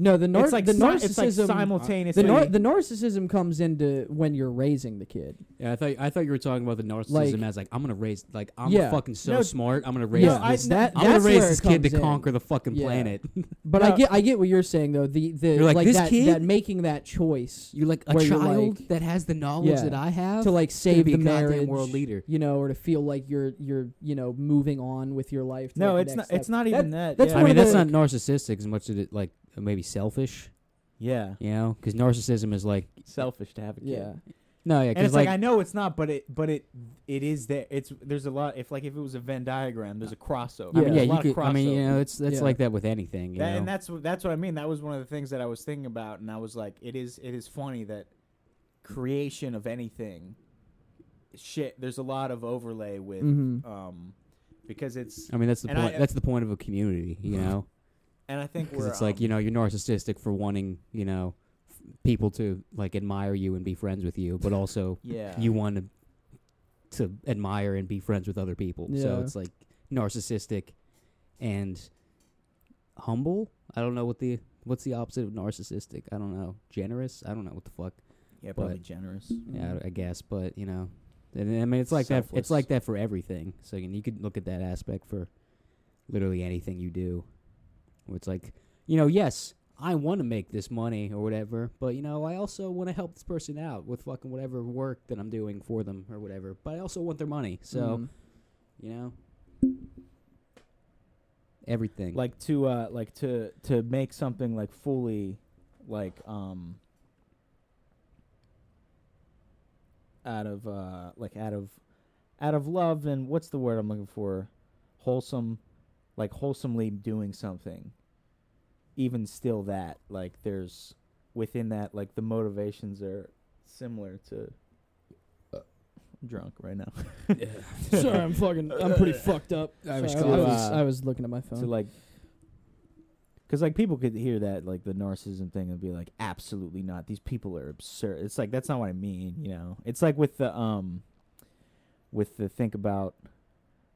No, the nar- it's like the si- narcissism. it's like the, simultaneously nar- the narcissism comes into when you're raising the kid. Yeah, I thought I thought you were talking about the narcissism Like- as like I'm gonna raise like I'm Yeah. fucking so No, smart I'm gonna raise Yeah, I- this that, I'm gonna that's raise where it this kid to comes in. conquer the fucking Yeah. planet. But No. I get I get what you're saying though. The the You're like, "This that, kid?" that making that choice You're like a Where you're child like- that has the knowledge Yeah. that I have to like save be the a goddamn marriage world leader. you know, or to feel like you're you're you know moving on with your life. To No, like, it's the not next step. it's not even that. that's yeah. one I mean of that's the- not narcissistic as much as it like maybe selfish, yeah. you know? Because narcissism is like Selfish to have a kid. Yeah, no, And yeah, because it's like, like, I know it's not, but it but it it is there. It's there's a lot if like if it was a Venn diagram, there's a crossover. I I mean, There's yeah, a you lot of could, I mean, you crossover. know, it's that's Yeah. like that with anything, you That- know. and that's wh- that's what I mean. That was one of the things that I was thinking about, and I was like, it is it is funny that creation of anything, shit. There's a lot of overlay with, Mm-hmm. Mhm. um, because it's I mean, that's the and point. I- that's the point of a community, you know, and I think because we're it's like um, you know you're narcissistic for wanting you know f- people to like admire you and be friends with you, but also yeah you want to to admire and be friends with other people. So Yeah. it's like narcissistic and humble. I don't know what the what's the opposite of narcissistic. I don't know. Generous. I don't know what the fuck. yeah probably but- generous. Yeah, I- I guess, but you know, and, I mean, it's like Mm-hmm. that. Selfless. It's like that for everything. So you, you could look at that aspect for literally anything you do. Where it's like, you know, yes, I want to make this money or whatever, but you know, I also want to help this person out with fucking whatever work that I'm doing for them or whatever. But I also want their money. So Mm. Mm-hmm. you know, everything. Like to uh like to to make something like fully, like um. Out of uh like out of, out of love and what's the word I'm looking for, wholesome, like wholesomely doing something. Even still, that like there's within that like the motivations are similar to drunk right now. Sorry, I'm fucking. I'm pretty fucked up. I was Sorry, cool. I, was, Uh, I was looking at my phone. So like, because like people could hear that like the narcissism thing and be like, absolutely not. These people are absurd. It's like that's not what I mean. You know, it's like with the um, with the think about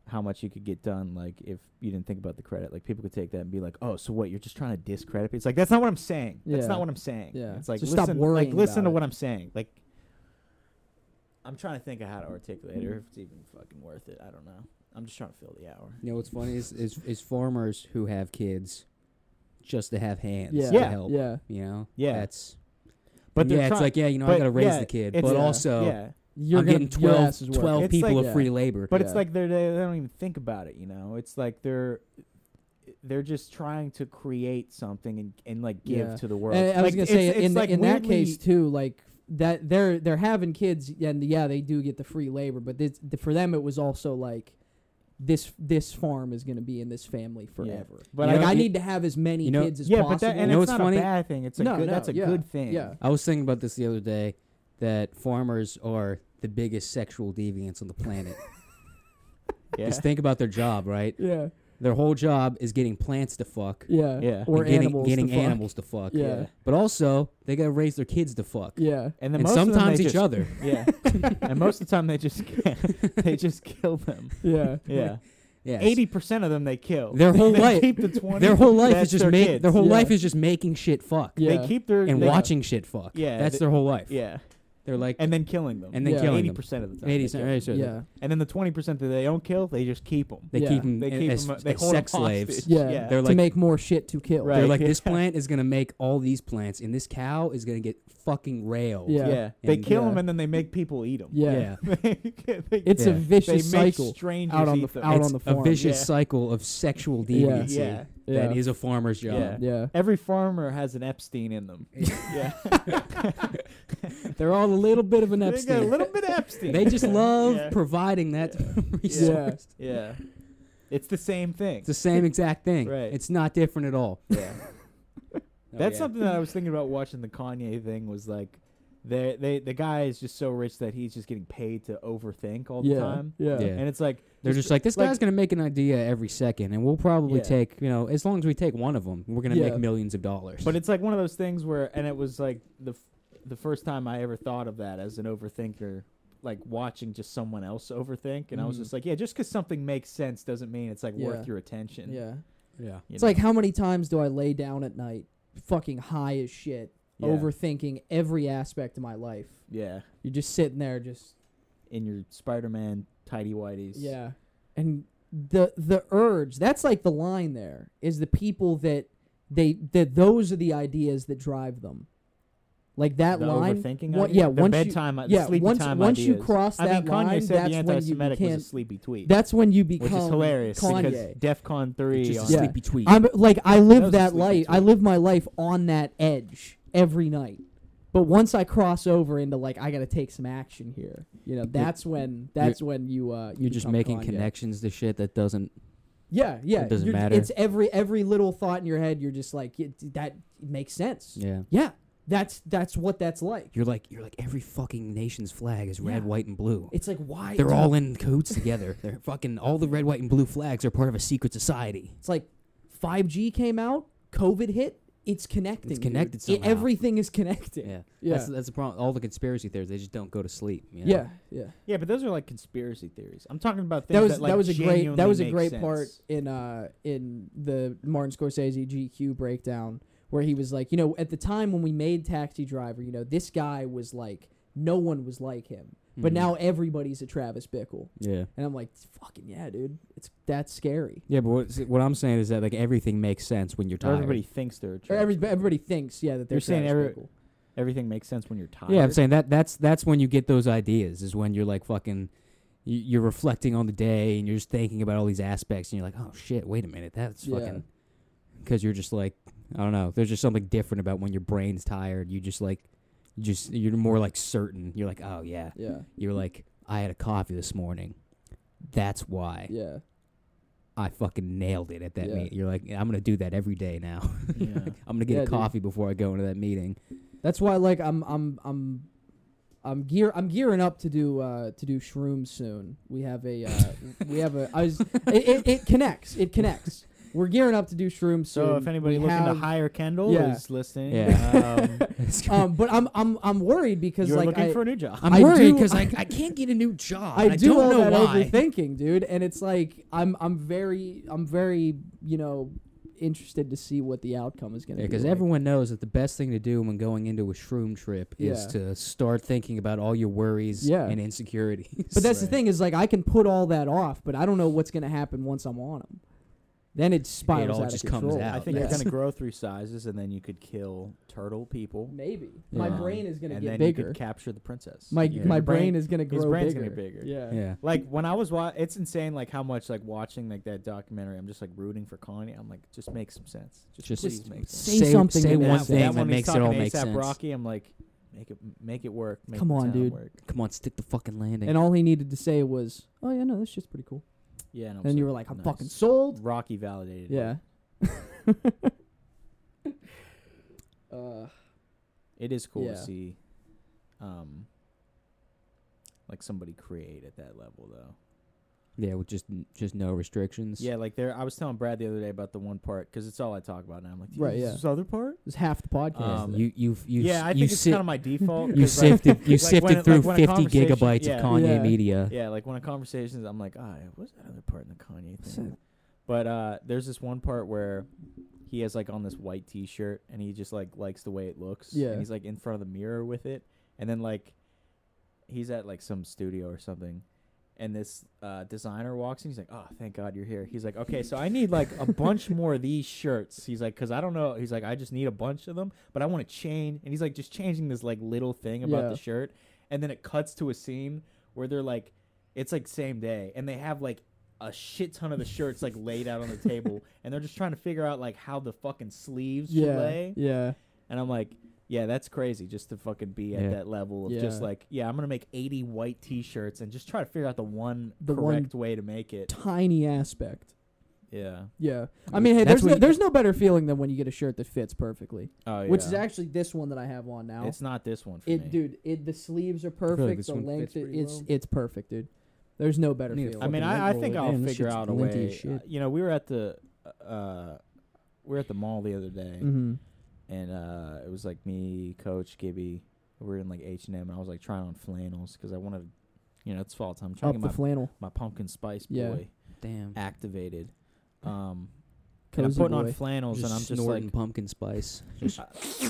how much you could get done. Like if you didn't think about the credit, like people could take that and be like, oh, so what? You're just trying to discredit people. It's like that's not what I'm saying. That's Yeah. not what I'm saying. Yeah. It's like Just listen, stop worrying like listen about to it. what I'm saying. Like. I'm trying to think of how to articulate it, or if it's even fucking worth it. I don't know. I'm just trying to fill the hour. You know what's funny is, is is farmers who have kids just to have hands yeah, to Yeah. help. yeah, You know? Yeah. That's But they're yeah, it's try- like, yeah, you know, I but gotta raise yeah, the kid. it's- But yeah, also yeah, you're I'm gonna, getting your 12, ass is working. 12 It's people like- of free labor. But it's Yeah. like they're they don't even think about it, you know. It's like they're they're just trying to create something and, and like give Yeah. to the world. And I was Like, gonna it's- say it's in like in that case weirdly- too, like that they're they're having kids, and yeah, they do get the free labor, but this, the, for them it was also like this this farm is gonna be in this family forever. But like I, I, you- need to have as many you know- kids as yeah, possible. but that, and You know it's what's not funny? a bad thing. It's a No, good. no, that's a yeah, good thing. yeah. I was thinking about this the other day that farmers are the biggest sexual deviants on the planet. yeah. Just think about their job, right? yeah, Their whole job is getting plants to fuck. yeah, Yeah. or and getting animals, getting to fuck. animals to fuck. Yeah. But also they gotta raise their kids to fuck. yeah, And, then And most of them, they sometimes each just- other. Yeah, and most of the time they just they just kill them. yeah. Yeah, Yeah. eighty percent of them they kill. Their whole They life- keep the 20, Their whole life that's is just their make kids. their whole Yeah. life is just making shit fuck. Yeah. They keep their And they- watching shit fuck. Yeah, That's they- their whole life. Yeah, They're like and then killing them. and then Yeah. killing eighty them. percent of the time. they Eighty kill percent. Yeah. Yeah. And then the twenty percent that they don't kill, they just keep them. They Yeah. keep them They keep as, 'em, uh, they as hold 'em sex slaves. hostage. Yeah. They're to like make more shit to kill. Right. they're like this yeah. plant is gonna make all these plants, and this cow is gonna get fucking railed. Yeah. Yeah. They And- kill Yeah. them and then they make people eat them. Yeah. Yeah. It's a Yeah. they vicious make cycle strangers out on eat the them. out It's on the a farm. vicious Yeah. cycle of sexual Yeah. deviancy. Yeah. That Yeah. is a farmer's job. Yeah. yeah. Every farmer has an Epstein in them. yeah. They're all a little bit of an They got a Epstein. little bit of Epstein. They just love Yeah. providing that resource. Yeah. yeah. It's the same thing. It's the same exact thing. Right. It's not different at all. yeah. Oh, That's yeah. something that I was thinking about watching the Kanye thing was like they they the guy is just so rich that he's just getting paid to overthink all the Yeah. time. Yeah. Yeah. And it's like They're just like this like- guy's gonna make an idea every second, and we'll probably Yeah. take you know as long as we take one of them, we're gonna Yeah. make millions of dollars. But it's like one of those things where, and it was like the f- the first time I ever thought of that as an overthinker, like watching just someone else overthink, and I was Mm-hmm. Mhm. just like, yeah, just because something makes sense doesn't mean it's like Yeah. worth your attention. Yeah. yeah, you It's know? like how many times do I lay down at night, fucking high as shit, Yeah. overthinking every aspect of my life. yeah, You're just sitting there, just in your Spider-Man tidy whities. yeah, and the the urge. That's like the line. There is the people that they that those are the ideas that drive them. Like that the line. overthinking. What- idea? yeah, the once you- bedtime, the yeah, sleepy once- time once you ideas. cross I mean, that Kanye line, said that's the when you anti-Semitic was a can't- sleepy tweet, That's when you which become is hilarious Kanye. because DefCon three. just on, a Yeah. sleepy tweet. I'm like I live was a that, sleepy life. I tweet. live my life on that edge every night. But once I cross over into like I got to take some action here, you know, that's when that's when you uh you You're just become making Kanye. connections to shit that doesn't. Yeah, yeah. It doesn't You're- matter. It's every every little thought in your head. You're just like "Yeah, d- that makes sense. Yeah. Yeah. that's that's what that's like. You're like you're like every fucking nation's flag is red, Yeah. white, and blue. It's like why They're all in codes together. They're fucking all the red, white, and blue flags are part of a secret society. It's like 5G came out, COVID hit. It's connecting. dude. connected It- somehow. everything is connected. Yeah, Yeah. That's, that's the problem. All the conspiracy theories, they just don't go to sleep. you know? yeah, yeah. yeah, but those are like conspiracy theories. I'm talking about things that was that, like, was a great that genuinely was a make great sense. part in uh in the Martin Scorsese GQ breakdown where he was like, you know, at the time when we made Taxi Driver, you know, this guy was like no one was like him. But Mhm. Mm-hmm. now everybody's a Travis Bickle. yeah, And I'm like, fucking yeah, dude. It's that's scary. yeah. But what, what I'm saying is that like everything makes sense when you're tired. Everybody thinks they're a Or trans- every, everybody thinks, yeah, that they're You're saying Travis every- Bickle. Everything makes sense when you're tired. Yeah, I'm saying that that's that's when you get those ideas. Is when you're like fucking, you, you're reflecting on the day and you're just thinking about all these aspects and you're like, oh shit, wait a minute, that's Yeah. fucking. Because you're just like, I don't know. There's just something different about when your brain's tired. You just like, you just you're more like certain. You're like, oh yeah, Yeah. you're like, I had a coffee this morning. That's why Yeah. I fucking nailed it at that Yeah. meeting. You're like, I'm gonna do that every day now. Yeah. I'm gonna get Yeah, a dude. coffee before I go into that meeting. That's why like I'm I'm I'm I'm gear I'm gearing up to do uh, to do shrooms soon. We have a uh, we have a I was it, it, it connects it connects. We're gearing up to do shrooms soon. So if anybody We looking have- to hire Kendall Yeah. is listening, Yeah. um, um, but I'm I'm I'm worried because you're like looking I, for a new job. I'm I worried do- because I, I can't get a new job. I and do don't all know that why. overthinking, dude, and it's like I'm I'm very I'm very you know interested to see what the outcome is going to be. because like. everyone knows that the best thing to do when going into a shroom trip is Yeah. to start thinking about all your worries Yeah. and insecurities. But that's the Right. thing is like I can put all that off, but I don't know what's going to happen once I'm on them. Then it spirals all out just of comes control. out, I think yeah. it's gonna grow through sizes, and then you could kill turtle people. Um, maybe my Yeah. brain is going to and get then you bigger. could capture the princess. My Your my brain, is going to grow his brain's bigger. gonna be bigger. Yeah. yeah. Like when I was watching, it's insane. Like how much like watching like that documentary, I'm just like rooting for Connie. I'm like, just make some sense. Just, Just- please Just make sense. Say something Say that And one makes thing sense. that, when he's makes it talking all to make ASAP sense. Rocky, I'm like, make it make it work. Make Come the on, sound dude. Work. Come on, stick the fucking landing. And all he needed to say was, "Oh yeah, no, that's just pretty cool." Yeah, and, And I'm just you were like, "I'm nice. fucking sold." Rocky validated. it. Yeah. uh, it is cool Yeah. to see, um, like somebody create at that level though. yeah, with just just no restrictions. Yeah, like there. I was telling Brad the other day about the one part because it's all I talk about now. I'm like, "Dude, Right, is yeah. This other part. it's half the podcast. Yeah, Um, you you you yeah, s- I you think it's sit- kind of my default. 'cause, you like- sifted you like, sifted when- like, through when a 50 conversation- gigabytes yeah. of Kanye Yeah. media. Yeah, like when a conversations, I'm like, ah, what's that other part in the Kanye thing? But uh, there's this one part where he has like on this white T-shirt, and he just like likes the way it looks. Yeah. and he's like in front of the mirror with it, and then like he's at like some studio or something. And this uh, designer walks in. He's like, "Oh, thank God you're here." He's like, "Okay, so I need like a bunch more of these shirts." He's like, "Cause I don't know." He's like, "I just need a bunch of them, but I want to change." And he's like, just changing this like little thing about Yeah. the shirt. And then it cuts to a scene where they're like, it's like same day, and they have like a shit ton of the shirts like laid out on the table, and they're just trying to figure out like how the fucking sleeves should yeah. lay. Yeah. And I'm like, yeah, that's crazy. Just to fucking be at Yeah. that level of just Yeah. like, yeah, I'm gonna make 80 white T-shirts and just try to figure out the one The one- correct way to make it. Tiny aspect. Yeah. Yeah. I mean, hey, That's there's what no, you- there's no better feeling than when you get a shirt that fits perfectly, Oh yeah. which is actually this one that I have on now. It's not this one for it, me. dude. It the sleeves are like perfect. this the one length, fits pretty it's well. it's perfect, dude. There's no better Need a feeling. I mean, fucking I, I lint roll think it I'll in. This figure shit's out a linty way. as shit. You know, we were at the, uh, we were at the mall the other day, hmm and uh, it was like me, Coach Gibby. We were in like H and M, and I was like trying on flannels because I wanted, you know, it's fall time. I'm trying Up to the get my, flannel, my pumpkin spice Yeah. boy Damn. activated. Um, and I'm cozy putting on boy. flannels, Just and I'm just snorting like, pumpkin spice.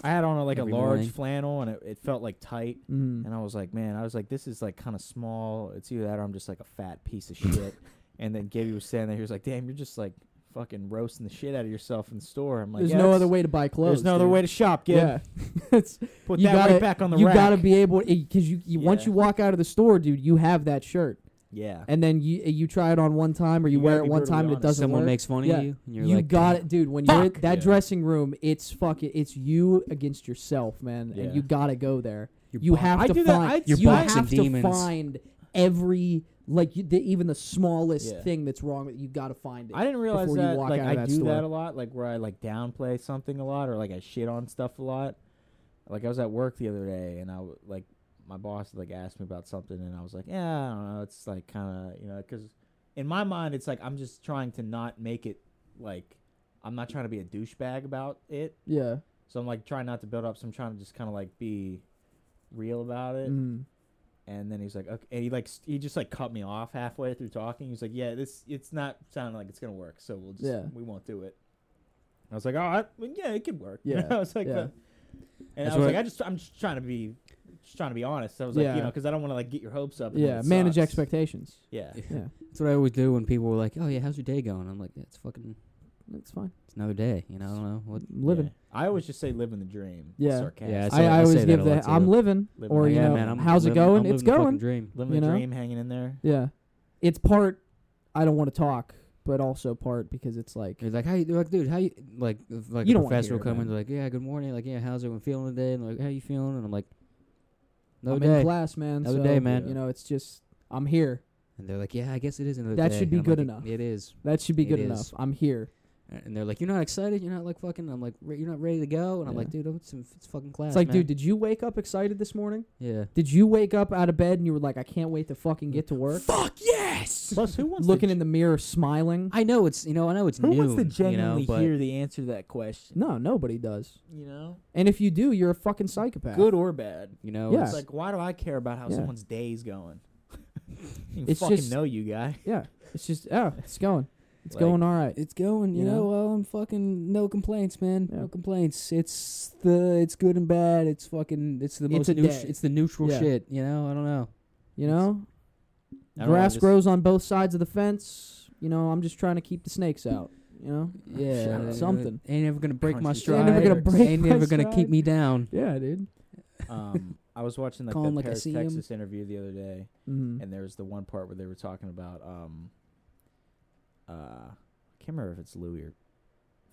I had on a, like a every large morning. flannel, and it, it felt like tight. Mhm. And I was like, man, I was like, this is like kind of small. It's either that or I'm just like a fat piece of shit. and then Gibby was standing there. He was like, damn, you're just like fucking roasting the shit out of yourself in the store. I'm like, There's yeah, no that's- other way to buy clothes. There's no other way to shop. Gib. Yeah, it's Put You that gotta- right back on the you rack. gotta be able because you, you once Yeah. you walk out of the store, dude, you have that shirt, yeah. and then you you try it on one time or you, You wear gotta it be one brutally time and it honest. doesn't Someone work. makes fun of Yeah. you, and you're you like, got "Damn." it, dude. When you're in that Yeah. dressing room, it's fuck it, it's you against yourself, man, Yeah. and you gotta go there. You're You bo- have I to do find. that- I- You're you boxing have demons. to find every like you, the, even the smallest Yeah. thing that's wrong. with it, You gotta find it. I didn't realize before you that. walk Like out of I that do store. that a lot. Like where I like downplay something a lot, or like I shit on stuff a lot. Like I was at work the other day, and I w- like my boss like asked me about something, and I was like, yeah, I don't know. It's like kind of you know, because in my mind, it's like I'm just trying to not make it like I'm not trying to be a douchebag about it. yeah. So I'm like trying not to build up. So I'm trying to just kind of like be real about it. Mhm. And then he's like, okay, and he like s- he just like cut me off halfway through talking. He's like, yeah, this it's not sounding like it's gonna work, so we'll just Yeah. we won't do it. I was like, oh, I, well, yeah, it could work. You Yeah, know, I was like, yeah. uh, and That's I was what- like, I just I'm just trying to be just trying to be honest. I was like, Yeah. you know, because I don't want to like get your hopes up. and then Yeah. it Manage sucks. expectations. Yeah, Yeah. That's what I always do when people were like, "Oh yeah, how's your day going?" I'm like, yeah, "It's fucking, That's fine. it's another day." You know, I don't know what. I'm living. Yeah. I always just say living the dream. Yeah. sarcastic. Yeah, I I, say- I I say always that give a the lot, I'm too. living Living or the you dream. know man, I'm how's it living- I'm going? living it's the fucking going. Dream. living you the know? dream, hanging in there. Yeah, it's part I don't want to talk, but also part because it's like You're like, how you like, dude? How you like? if, Like You a don't wanna professor hear will come about in, like, yeah, good morning, like, yeah, how's everyone feeling today? And like, how you feeling? And I'm like, another I'm day. in class, man. Another so, day, man. You know, it's just I'm here. and they're like, yeah, I guess it is another day. That should be And I'm good like, enough. It is. That should be It good is. enough. I'm here. and they're like, "You're not excited. You're not like fucking." I'm like, "Re- "You're not ready to go." And I'm Yeah. like, "Dude, it's, it's fucking cloud." It's like, man." dude, did you wake up excited this morning? yeah, Did you wake up out of bed and you were like, I can't wait to fucking get to work? fuck yes. Plus, who wants Looking to, in the mirror, smiling. I know it's you know I know it's who new. wants to you genuinely know, but hear the answer to that question? No, nobody does. You know, And if you do, you're a fucking psychopath. good or bad. you know, Yeah. it's It's like, why do I care about how Yeah. someone's day is going? you It's fucking just- know you guy. Yeah. It's just, oh, it's going. It's Like- going all right. It's going, you, You know? know? Well, I'm fucking no complaints, man. Yeah. No complaints. It's the it's good and bad. It's fucking it's the It's most a neut- day. it's the neutral Yeah. shit. You know, I don't know. You know? I don't know, Grass just- grows on both sides of the fence. You know, I'm just trying to keep the snakes out. You know? Yeah, up. Something. Ain't ever gonna break my stride. Ain't never gonna break Ain't my never gonna keep stride. me down. Yeah, dude. Um, I was watching like Call the him like I Paris, see him. Texas interview the other day, Mm-hmm. and there was the one part where they were talking about um, uh, I can't remember if it's Louis or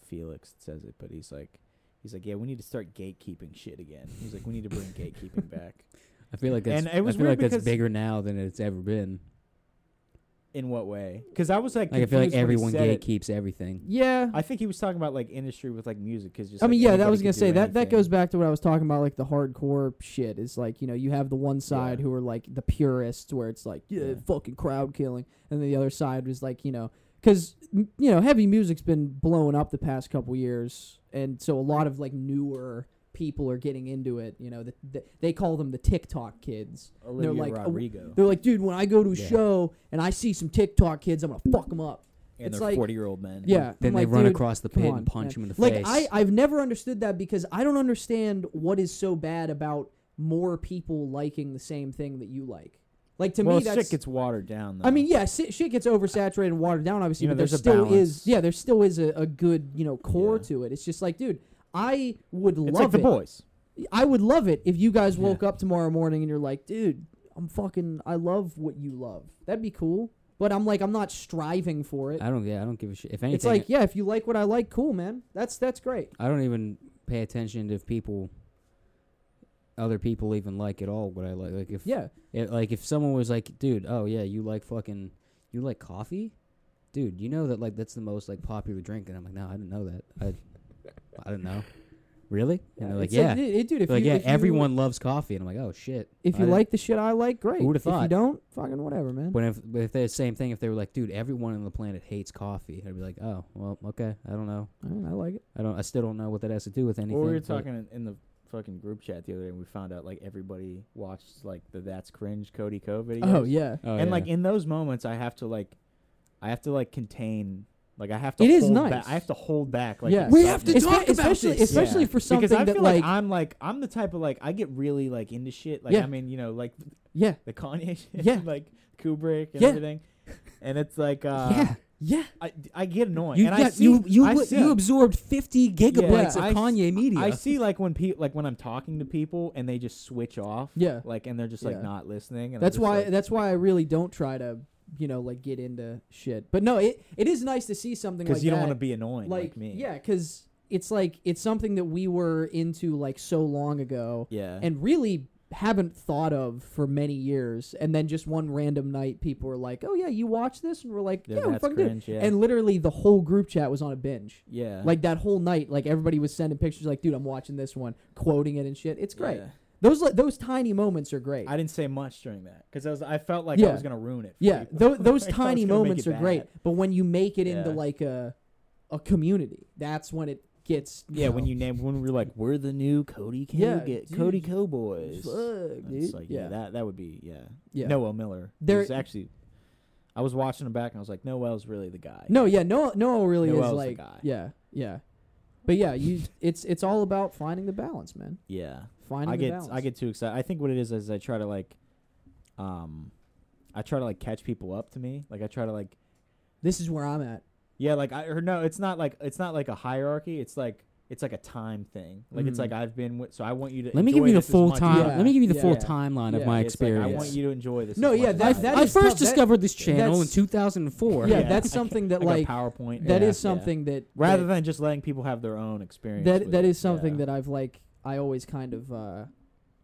Felix that says it, but he's like, he's like, yeah, we need to start gatekeeping shit again. He's like, we need to bring gatekeeping back. I feel like that's And it was I feel weird like that's because- bigger now than it's ever been. In what way? Because I was like, Like I feel confused when like he everyone said it. gatekeeps everything. Yeah. I think he was talking about like industry with like music because just. I mean, like, yeah, that anybody was could gonna do say that that anything. goes back to what I was talking about, like the hardcore shit. Is like you know you have the one side who are like the purists, where it's like yeah, Yeah. fucking crowd killing, and the other side was like you know because you know heavy music's been blowing up the past couple years, and so a lot of like newer people are getting into it. You know, the, the, they call them the TikTok kids. Olivia like, oh, Rodrigo, They're like, dude, when I go to a Yeah. show and I see some TikTok kids, I'm gonna fuck them up. and it's they're like- forty-year-old men. Yeah, Then I'm they like, run dude, across the Come pit on, and punch man. him in the like, face. I, I've never understood that because I don't understand what is so bad about more people liking the same thing that you like. Like to well, me, that's. shit gets watered down. Though. I mean, yeah, si- shit gets oversaturated and watered down, obviously, You know, but there there's a still is, balance. yeah, there still is a, a good, you know, core Yeah. to it. It's just like, dude, I would it's love like the it. boys. I would love it if you guys Yeah. woke up tomorrow morning and you're like, dude, I'm fucking, I love what you love. That'd be cool. But I'm like, I'm not striving for it. I don't yeah, I don't give a shit. If anything, it's like, yeah, if you like what I like, cool, man. That's that's great. I don't even pay attention to if people, other people even like at all what I like. Like if Yeah. it, like if someone was like, dude, oh yeah, you like fucking, you like coffee, dude, you know that like that's the most like popular drink, and I'm like, no, I didn't know that. I, I didn't know. Really? and they're like, it's like, yeah. dude, it- dude, if They're like you, yeah, if you- everyone loves coffee, and I'm like, oh shit. if I you didn't- like the shit I like, great. Who would've If you thought? don't, fucking whatever, man. But if but if they're the same thing, if they were like, dude, everyone on the planet hates coffee, I'd be like, oh well, okay, I don't know, I, mean, I like it. I don't, I still don't know what that has to do with anything. Well, we were but- talking in, in the fucking group chat the other day, and we found out like everybody watched like the "That's Cringe" Cody Co videos. Oh yeah, Oh, and yeah. like in those moments, I have to like, I have to like contain. Like I have to. It is hold nice. Back. I have to hold back. Like Yeah. We have to excitement. Espe- talk about especially this. especially Yeah. for something because I that feel like, I'm like I'm the type of like I get really like into shit. Like Yeah. I mean, you know, like th- yeah the Kanye shit, Yeah. like Kubrick and Yeah. everything. And it's like uh yeah, yeah I, I get annoyed. You and I got- see, you you I w- see, you absorbed fifty gigabytes I s- of Kanye media. I see like when people like when I'm talking to people and they just switch off. yeah. Like and they're just like Yeah. not listening. And I'm That's just, why like- that's why I really don't try to you know like get into shit. But no, it it is nice to see something like you don't want that. to be annoying like, like, me. yeah, because it's like it's something that we were into like so long ago. Yeah. and really haven't thought of for many years. And then just one random night, people were like, "Oh yeah, you watch this?" And we're like, Yeah, "Yeah, we that's fucking did." cringe, yeah. And literally, the whole group chat was on a binge. yeah. Like that whole night, like everybody was sending pictures, like, "Dude, I'm watching this one," quoting it and shit. It's great. Yeah. Those like those tiny moments are great. I didn't say much during that because I was I felt like Yeah. I was gonna ruin it. For yeah, you. tho- those Like, I was tiny gonna make moments it are great. bad. But when you make it into Yeah. like a a community, that's when it gets. You Yeah, know, when you name when we were like we're the new Cody K Yeah, get dude, Cody you- Cowboys. Fuck, And dude. It's like yeah. yeah. that that would be yeah. Yeah. Noel Miller. There- There's actually I was watching him back and I was like Noel's really the guy. No, yeah, Noah Noah really Noel's is the like guy. yeah, yeah. But yeah, you it's it's all about finding the balance, man. Yeah. Finding I the get balance. I get too excited. I think what it is is I try to like um I try to like catch people up to me. Like I try to like this is where I'm at. yeah, like I or no, it's not like it's not like a hierarchy. It's like it's like a time thing. Like it's Mhm. like I've been with so I want you to Let me enjoy give you the this as full much- time. Yeah. Let me give you the full Yeah. timeline of Yeah. my It's like, experience. I want you to enjoy this. No, as yeah, much as that- I I- do. that I is first tough. That- discovered this channel in that's- 2004. Yeah, Yeah. that's I something that I got like PowerPoint. that yeah, is yeah. something that rather that, than just letting people have their own experience. that with that it. is something Yeah. that I've like I always kind of uh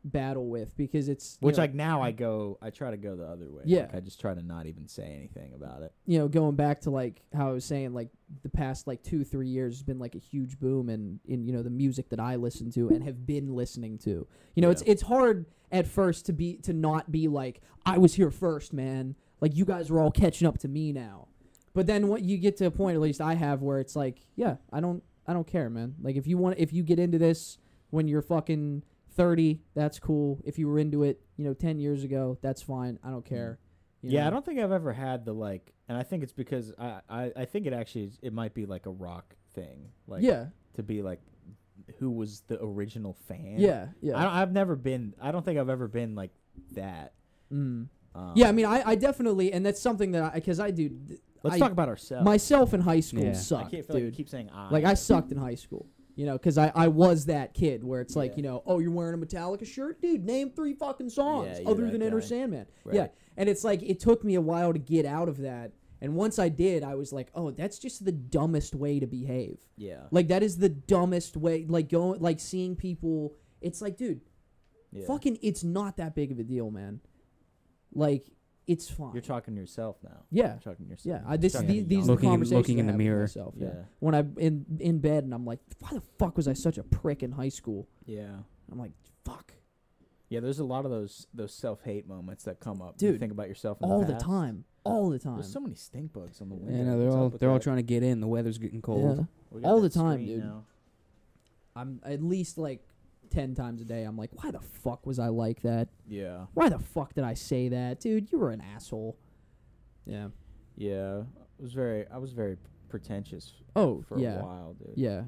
battle with because it's you Which know, like now I go, I try to go the other way. Yeah. Like, I just try to not even say anything about it. you know going back to like how I was saying like the past like two three years has been like a huge boom in in you know the music that I listen to and have been listening to. You know it's Yeah. it's hard at first to be to not be like I was here first, man. Like you guys are all catching up to me now. But then what you get to a point, at least I have, where it's like, yeah, I don't I don't care, man. Like if you want if you get into this when you're fucking 30, that's cool. If you were into it, you know, 10 years ago, that's fine. I don't care. you Mm. yeah, know? I don't think I've ever had the like, and I think it's because I, I, I think it actually is, it might be like a rock thing, like yeah, to be like, who was the original fan? yeah, yeah. I don't, I've never been. I don't think I've ever been like that. Mm. Um, yeah, I mean, I, I definitely, and that's something that I, because I do. th- let's I- talk about ourselves. Myself in high school Yeah. I I sucked, can't feel like you dude. keep saying I. Like, I sucked in high school, you know, because I, I was that kid where it's like, Yeah. you know, oh, you're wearing a Metallica shirt? Dude, name three fucking songs Yeah, you're other that than Inner guy. Sandman. Right. Yeah. And it's like, it took me a while to get out of that. And once I did, I was like, oh, that's just the dumbest way to behave. yeah, Like, that is the dumbest way. Like, going, like, seeing people. It's like, dude, yeah. fucking, it's not that big of a deal, man. Like, it's fine. You're talking to yourself now. Yeah. You're talking to yourself. Yeah, I, this Starting these, at a these are young the Looking in- conversations looking I in the have with mirror. myself, yeah. Yeah. When I'm in in bed and I'm like, why the fuck was I such a prick in high school? yeah. I'm like, fuck, Yeah, there's a lot of those those self hate moments that come up. you Dude, think about yourself in all the past. time, all the time. There's so many stink bugs on the window. Yeah, no, they're What's all up with they're all that? trying to get in. The weather's getting cold. Yeah. We got all that the time, screen dude. now. I'm at least like ten times a day. I'm like, why the fuck was I like that? Yeah, Why the fuck did I say that, dude? You were an asshole. Yeah. yeah. I was very I was very pretentious Oh for yeah. a while, dude. Yeah.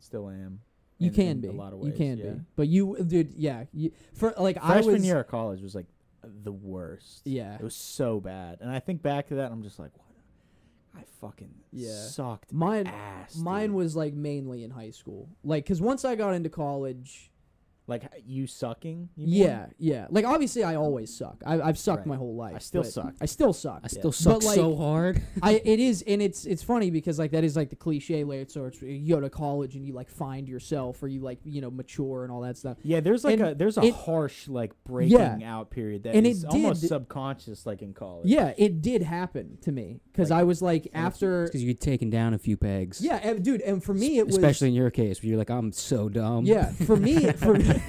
Still am. You in- can in be. a lot of you ways, can yeah. be. But you, dude. Yeah. You, for like I Freshman was. year of college was like the worst. Yeah. It was so bad. And I think back to that and I'm just like, what? I fucking Yeah. sucked Mine. ass. Mine dude. was like mainly in high school. Like, cause once I got into college, like h- you sucking. You mean? yeah, yeah. Like obviously, I always suck. I, I've sucked Right. my whole life. I still but suck. I still suck. I I, still suck But, like- so hard. it is, and it's it's funny because like that is like the cliche layer. So it's you go to college and you like find yourself, or you like you know mature and all that stuff. Yeah, there's like And a there's a it- harsh like breaking out period that is And it did- almost subconscious like in college. Yeah, it did happen to me because I was like after. because you get taken down a few pegs. Yeah, and, dude, and for me it was especially in your case where you're like, I'm so dumb. Yeah, for me, for me,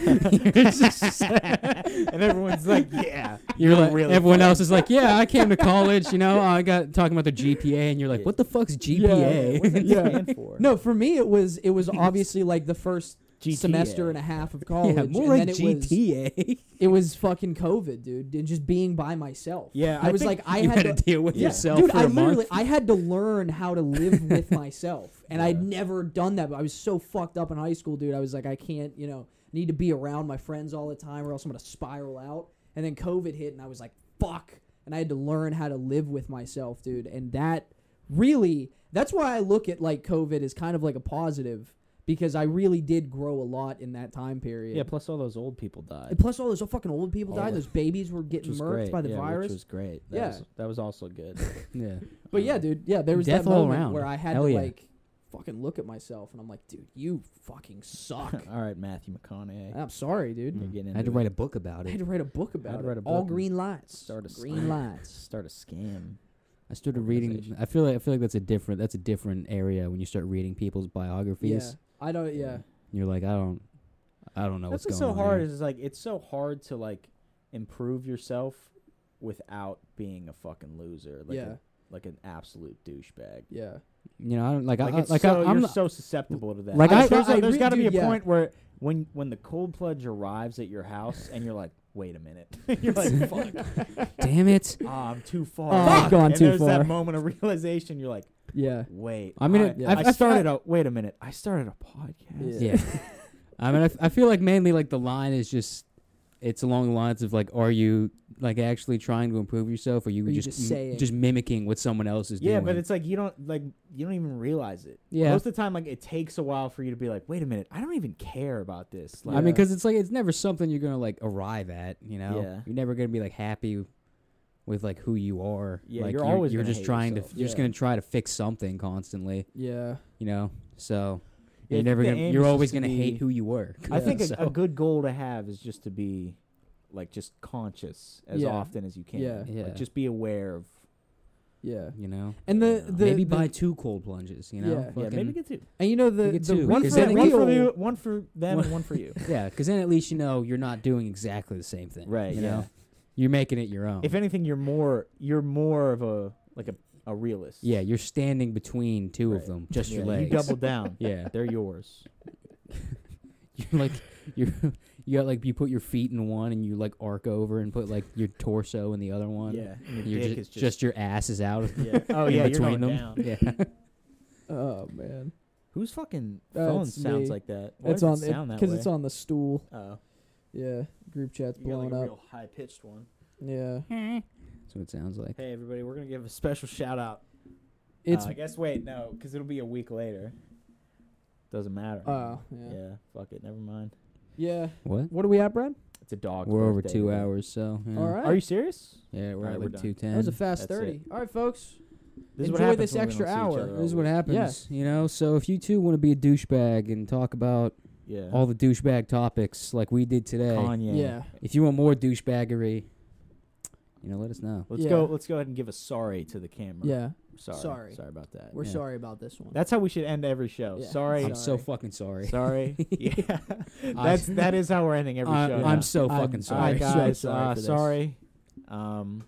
and everyone's like, yeah. You're like really everyone else is like, yeah, I came to college, you know, I got talking about their GPA, and you're like, what the fuck's GPA? What's it Yeah. stand for? no, for me it was it was obviously like the first GTA. semester and a half of college, yeah, more and like then it was GTA. It was fucking COVID, dude, and just being by myself. Yeah, I, I was think like, I you had to to, deal with Yeah. yourself dude, for I a literally, month. I had to learn how to live with myself, and Yeah. I'd never done that. But I was so fucked up in high school, dude. I was like, I can't, you know, I need to be around my friends all the time, or else I'm gonna spiral out. And then COVID hit, and I was like, fuck, and I had to learn how to live with myself, dude. And that really, that's why I look at like COVID as kind of like a positive because I really did grow a lot in that time period. Yeah, plus all those old people died. And plus, all those fucking old people All died. the- Those babies were getting murked by the yeah, virus. Which was great. That Yeah. Was, that was also good. yeah. but yeah, dude, yeah, there was Death that all moment around. where I had Hell to yeah. like fucking look at myself, and I'm like, dude, you fucking suck. all right, Matthew McConaughey. I'm sorry, dude. You're getting I had to into write it. a book about I had it. to write a book about to it. write a all book and green lights. start a green lights. Start a scam. I started reading. organization. I feel like I feel like that's a different that's a different area when you start reading people's Yeah, biographies. I don't. Yeah, And you're like, I don't, I don't know That's what's what's going so on. hard here. is like it's so hard to like improve yourself without being a fucking loser. Like yeah, a, like an absolute douchebag. yeah. You know, I don't like. Like, I, it's uh, like so, I, am you're so susceptible to that. like, Like, I- there's, I there's re- got to be a dude, yeah. point where when when the cold plunge arrives at your house and you're like, wait a minute, you're like, fuck, damn it. ah, I'm too far. Oh, I've gone and too there's far. that moment of realization. You're like, Yeah, wait, I mean, I, it- I, I've- I've- started a wait a minute, I started a podcast. Yeah. Yeah. I mean, I, f- I feel like mainly like the line is just it's along the lines of like, are you like actually trying to improve yourself, or you Or you just just saying. just mimicking what someone else is Yeah, doing? but it's like you don't like you don't even realize it. Yeah. Most of the time, like it takes a while for you to be like, wait a minute, I don't even care about this. Like, I mean, because it's like it's never something you're gonna like arrive at. You know, Yeah. you're never gonna be like happy with like who you are. Yeah, like, you're always you're gonna just hate trying yourself. to you're just Yeah. gonna try to fix something constantly. yeah. You know, Yeah, so I you're think never the gonna. aim You're is always just to gonna hate be- who you were. I think a, so. a good goal to have is just to be like just conscious as Yeah. often as you can. Yeah. Yeah. Like just be aware of Yeah. you know. And the, Yeah. the maybe the, buy two cold plunges. You know. Yeah. Yeah, yeah, Fucking- maybe get two. and you know the, get the two, one for 'cause the then it- one for wheel- you, one for them, One- and one for you. Yeah, because then at least you know you're not doing exactly the same thing. Right, You yeah. know, you're making it your own. If anything, you're more you're more of a like a, a realist. yeah, you're standing between two Right. of them, just Yeah, your legs. You double down. yeah, They're yours. you're like you're you got like you put your feet in one and you like arc over and put like your torso in the other one. Yeah. and Your Your dick ju- is just, your ass is out. of- yeah. Oh in yeah, you're between going them. down. yeah, Oh man, Whose fucking Uh, phone it's sounds me. like that? Why it's on does it sound that because it's way? on the stool. Oh, Yeah, group chat's you got like blown a Ah, up. real high pitched one. Yeah, that's what it sounds like. Hey everybody, we're gonna give a special shout out. it's Uh, I guess wait no, because it'll be a week later. Doesn't matter. uh, yeah. yeah. yeah, Fuck it. Never mind. What? What are we at, Brad? It's a dog. We're over two hours, so yeah. All right, Mm. Are you serious? Yeah, we're All right, at we're like done. two ten. that was a fast That's it. thirty. All right, folks. This is what Enjoy happens this when we extra don't see each hour. other This is all what week. happens, you know. So if you too want to be a douchebag and talk about Yeah. all the douchebag topics like we did today, Kanye. Yeah. if you want more douchebaggery, you know, let us know. Let's Yeah. go. Let's go ahead and give a sorry to the camera. Yeah, Sorry. Sorry. about that. we're Yeah. sorry about this one. That's how we should end every show. Yeah. Sorry. I'm Sorry. so fucking sorry. Sorry. yeah. That's that is how we're ending every I, show. I'm now. so I'm- fucking All right, sorry. so guys. sorry uh, for this. sorry. Um,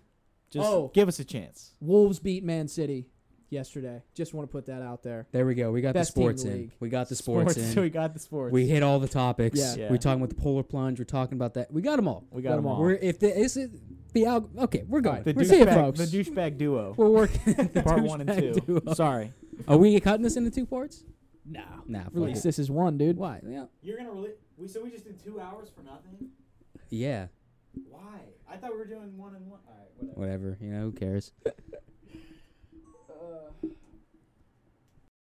just Oh. give us a chance. Wolves beat Man City yesterday. Just want to put that out there. There we go. We got Best the team in sports the in. league. We got the sports, So in. we got the sports. We hit all the topics. Yeah. Yeah. We're talking about the polar plunge. We're talking about that. We got them all. we got them all. We're if the is it the al- okay. We're going. the We're douchebag, seeing folks. the douchebag duo. We're working. the part one and douchebag two. duo. Sorry. Are we cutting this into two parts? No. Nah. fuck Release it. this is one, dude. Why? Yeah. You're gonna release. We so we just did two hours for nothing. Yeah. Why? I thought we were doing one and one. All right. Whatever. You know. Who cares?